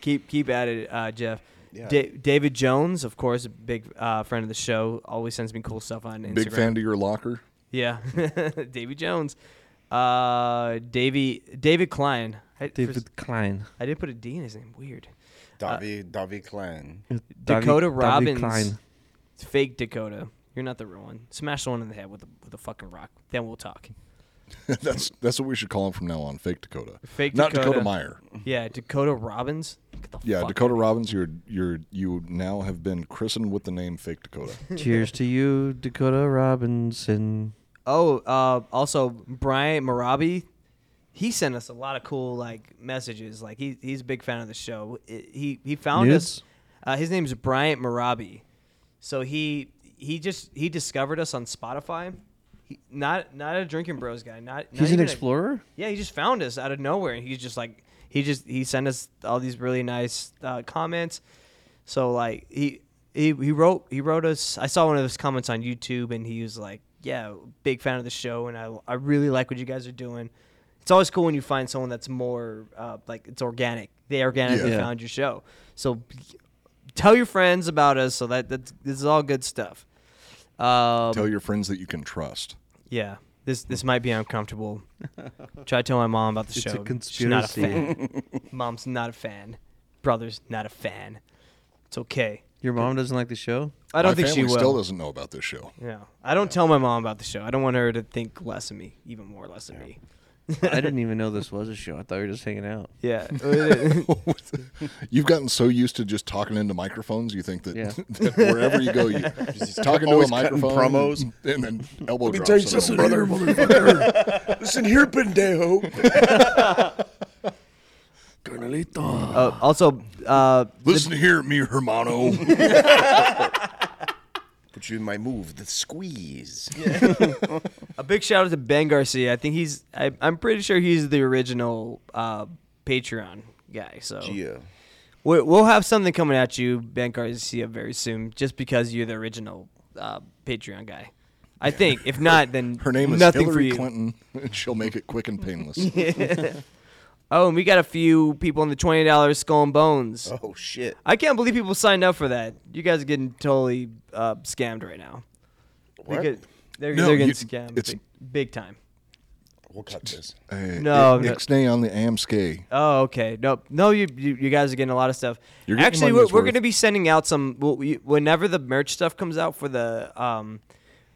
Speaker 4: keep keep at it, uh, Jeff.
Speaker 5: Yeah.
Speaker 4: Da- David Jones, of course, a big uh, friend of the show, always sends me cool stuff on Instagram.
Speaker 3: Big fan to your locker.
Speaker 4: Yeah, Davy Jones, uh, Davy David Klein. I, for s-
Speaker 2: David Klein.
Speaker 4: I did put a D in his name. Weird.
Speaker 5: Davi Davi Klein.
Speaker 4: Dakota
Speaker 2: David
Speaker 4: Robbins.
Speaker 2: Klein.
Speaker 4: It's fake Dakota. You're not the real one. Smash the one in the head with a, with a fucking rock. Then we'll talk.
Speaker 3: that's that's what we should call him from now on. Fake Dakota.
Speaker 4: Fake
Speaker 3: not
Speaker 4: Dakota.
Speaker 3: Dakota Meyer.
Speaker 4: Yeah, Dakota Robbins. Get the
Speaker 3: Yeah,
Speaker 4: fuck-
Speaker 3: Dakota Robbins. You're you're you now have been christened with the name Fake Dakota.
Speaker 2: Cheers to you, Dakota Robinson.
Speaker 4: Oh, uh, also Brian Marabi. He sent us a lot of cool like messages. Like he he's a big fan of the show. I- He he found us.
Speaker 2: Nudes?
Speaker 4: Uh, his name's Bryant Marabi. So he he just he discovered us on Spotify. He, not not a drinking bros guy. Not, not
Speaker 2: He's an
Speaker 4: even a-
Speaker 2: explorer?
Speaker 4: yeah, he just found us out of nowhere, and he's just like he just he sent us all these really nice uh, comments. So like he he he wrote he wrote us. I saw one of his comments on YouTube, and he was like, "Yeah, big fan of the show, and I I really like what you guys are doing." It's always cool when you find someone that's more uh, like it's organic. They organically
Speaker 2: Yeah.
Speaker 4: found your show. So tell your friends about us. So that that's, this is all good stuff. Um,
Speaker 3: Tell your friends that you can trust.
Speaker 4: yeah. This this might be uncomfortable. Try to tell my mom about the
Speaker 2: It's
Speaker 4: show.
Speaker 2: a
Speaker 4: She's not a
Speaker 2: conspiracy.
Speaker 4: fan. Mom's not a fan. Brother's not a fan. It's okay.
Speaker 2: Your mom doesn't like the show?
Speaker 4: I don't
Speaker 3: My
Speaker 4: think she
Speaker 3: family
Speaker 4: will.
Speaker 3: still doesn't know about this show.
Speaker 4: Yeah. I don't tell my mom about the show. I don't want her to think less of me, even more less of me.
Speaker 2: I didn't even know this was a show. I thought we were just hanging out.
Speaker 4: Yeah.
Speaker 3: You've gotten so used to just talking into microphones, you think that,
Speaker 2: Yeah.
Speaker 3: that wherever you go, you talking to a
Speaker 5: always cutting
Speaker 3: microphone,
Speaker 5: promos.
Speaker 3: and then elbow drops. on them.
Speaker 5: motherfucker. Listen here, pendejo.
Speaker 2: Carnalito.
Speaker 4: uh, also, uh,
Speaker 3: Listen here, me hermano.
Speaker 5: Put you in my move, the squeeze.
Speaker 4: a big shout out to Ben Garcia. I think he's. I, I'm pretty sure he's the original uh, Patreon guy. So
Speaker 5: Yeah.
Speaker 4: We- We'll have something coming at you, Ben Garcia, very soon, just because you're the original uh, Patreon guy. I think. If not, then
Speaker 3: Her name is
Speaker 4: nothing for
Speaker 3: Hillary
Speaker 4: you.
Speaker 3: Clinton. and She'll make it quick and painless.
Speaker 4: Oh, and we got a few people in the twenty dollars skull and bones.
Speaker 5: Oh shit.
Speaker 4: I can't believe people signed up for that. You guys are getting totally uh, scammed right now. They
Speaker 5: What?
Speaker 4: get- They're,
Speaker 3: No,
Speaker 4: they're getting
Speaker 3: you-
Speaker 4: scammed
Speaker 3: it's-
Speaker 4: big, big time.
Speaker 5: We'll cut this.
Speaker 3: Hey,
Speaker 4: No, no.
Speaker 3: Ixnay on the AMSK.
Speaker 4: Oh, okay. No, no, you you, you guys are getting a lot of stuff.
Speaker 3: You're getting
Speaker 4: Actually,
Speaker 3: money's
Speaker 4: we're, we're
Speaker 3: worth.
Speaker 4: going to be sending out some we'll, we, whenever the merch stuff comes out for the um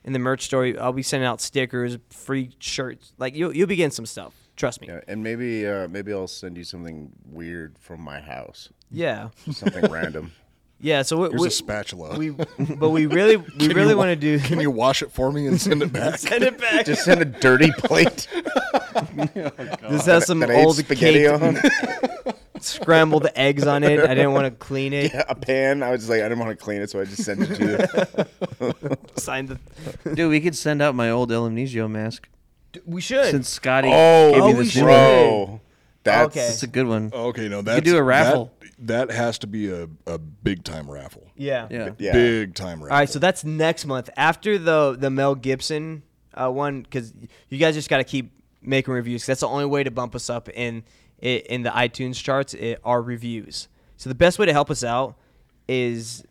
Speaker 4: in the merch story. I'll be sending out stickers, free shirts. Like you will you'll be getting some stuff. Trust me.
Speaker 5: Yeah, and maybe uh, maybe I'll send you something weird from my house,
Speaker 4: Yeah.
Speaker 5: something random.
Speaker 4: Yeah. So we,
Speaker 3: Here's
Speaker 4: we,
Speaker 3: a spatula.
Speaker 4: we but we really we really want to do
Speaker 3: Can you wash it for me and send it back?
Speaker 4: send it back.
Speaker 5: Just send a dirty plate
Speaker 4: this has some
Speaker 5: that I ate
Speaker 4: old
Speaker 5: spaghetti
Speaker 4: caked
Speaker 5: on,
Speaker 4: scrambled eggs on it. I didn't want to clean it.
Speaker 5: a pan. I was just like, I didn't want to clean it, so I just sent it to you.
Speaker 4: Sign the.
Speaker 2: Dude, we could send out my old El Amnesio mask
Speaker 4: We should.
Speaker 2: since Scotty gave
Speaker 5: Oh,
Speaker 2: me
Speaker 4: we
Speaker 2: this
Speaker 4: should.
Speaker 2: new one.
Speaker 5: bro, that's
Speaker 4: Okay.
Speaker 2: It's a good one.
Speaker 4: Oh.
Speaker 3: Okay, no, that's
Speaker 2: do a raffle.
Speaker 3: That, that has to be a, a big time raffle.
Speaker 4: yeah.
Speaker 2: Yeah.
Speaker 5: yeah.
Speaker 3: Big time raffle.
Speaker 4: All right, so that's next month after the the Mel Gibson uh, one, because you guys just got to keep making reviews. 'cause that's the only way to bump us up in i- in the iTunes charts i- are reviews. So the best way to help us out is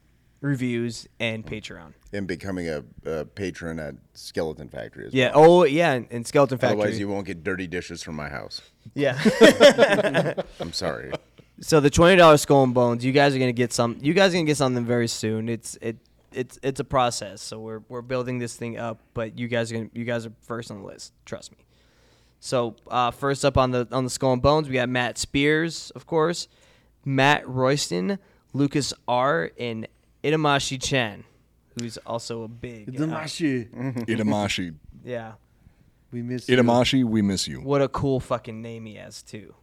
Speaker 4: reviews and Patreon.
Speaker 5: and becoming a, a patron at Skeleton Factory. As
Speaker 4: Yeah.
Speaker 5: well.
Speaker 4: Oh, yeah, and, and Skeleton Factory.
Speaker 5: Otherwise, you won't get dirty dishes from my house.
Speaker 4: yeah.
Speaker 5: I'm sorry.
Speaker 4: so the twenty dollars skull and bones, you guys are gonna get some. You guys are gonna get something very soon. It's it. It's it's a process, so we're we're building this thing up. But you guys are gonna, you guys are first on the list. Trust me. So uh, first up on the on the Skull and Bones, we got Matt Spears, of course, Matt Royston, Lucas R, and Itamashi Chen, who's also a big uh,
Speaker 3: Itamashi.
Speaker 4: yeah,
Speaker 2: We missed you.
Speaker 3: Itamashi, we miss you.
Speaker 4: what a cool fucking name he has too,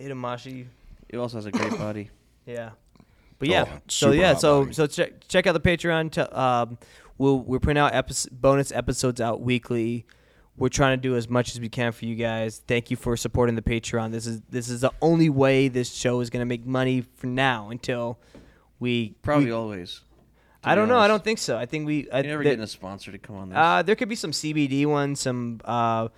Speaker 4: Itamashi.
Speaker 2: It also has a great body.
Speaker 4: Yeah. But yeah,
Speaker 3: Oh,
Speaker 4: so
Speaker 3: super
Speaker 4: yeah,
Speaker 3: hot
Speaker 4: so
Speaker 3: body.
Speaker 4: so check check out the Patreon. T- um, we'll we're putting out episo- bonus episodes out weekly. We're trying to do as much as we can for you guys. Thank you for supporting the Patreon. This is this is the only way this show is going to make money for now until we.
Speaker 2: Probably always.
Speaker 4: I don't know. I
Speaker 2: honest.
Speaker 4: don't think so. I think we. I,
Speaker 2: You're never
Speaker 4: that-
Speaker 2: getting a sponsor to come on this.
Speaker 4: uh, there could be some CBD ones, some uh,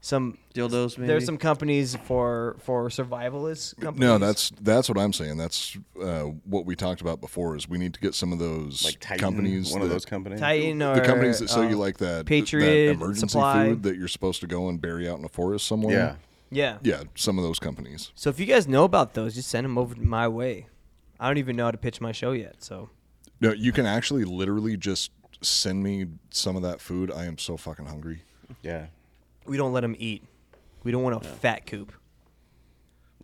Speaker 4: some
Speaker 2: Dildos, maybe.
Speaker 4: There's some companies for for survivalist companies.
Speaker 3: No, that's that's what I'm saying. That's uh, what we talked about before. Is we need to get some of those
Speaker 5: Like Titan,
Speaker 3: companies,
Speaker 5: one of
Speaker 3: that-
Speaker 5: those companies.
Speaker 4: Titan or
Speaker 3: the companies that sell
Speaker 4: uh,
Speaker 3: you like that
Speaker 4: Patriot
Speaker 3: that emergency
Speaker 4: Supply.
Speaker 3: food that you're supposed to go and bury out in a forest somewhere.
Speaker 5: Yeah.
Speaker 4: Yeah.
Speaker 3: yeah. Some of those companies.
Speaker 4: So if you guys know about those, just send them over my way. I don't even know how to pitch my show yet. So
Speaker 3: No, you can actually literally just send me some of that food. I am so fucking hungry.
Speaker 5: Yeah.
Speaker 4: we don't let them eat. We don't want a fat coop.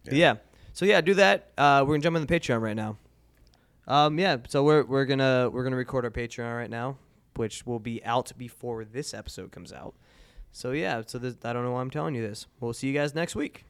Speaker 4: But Yeah. So yeah, do that. Uh, we're gonna jump in the Patreon right now. Um, yeah. So we're we're gonna we're gonna record our Patreon right now, which will be out before this episode comes out. So yeah. So this, I don't know why I'm telling you this. We'll see you guys next week.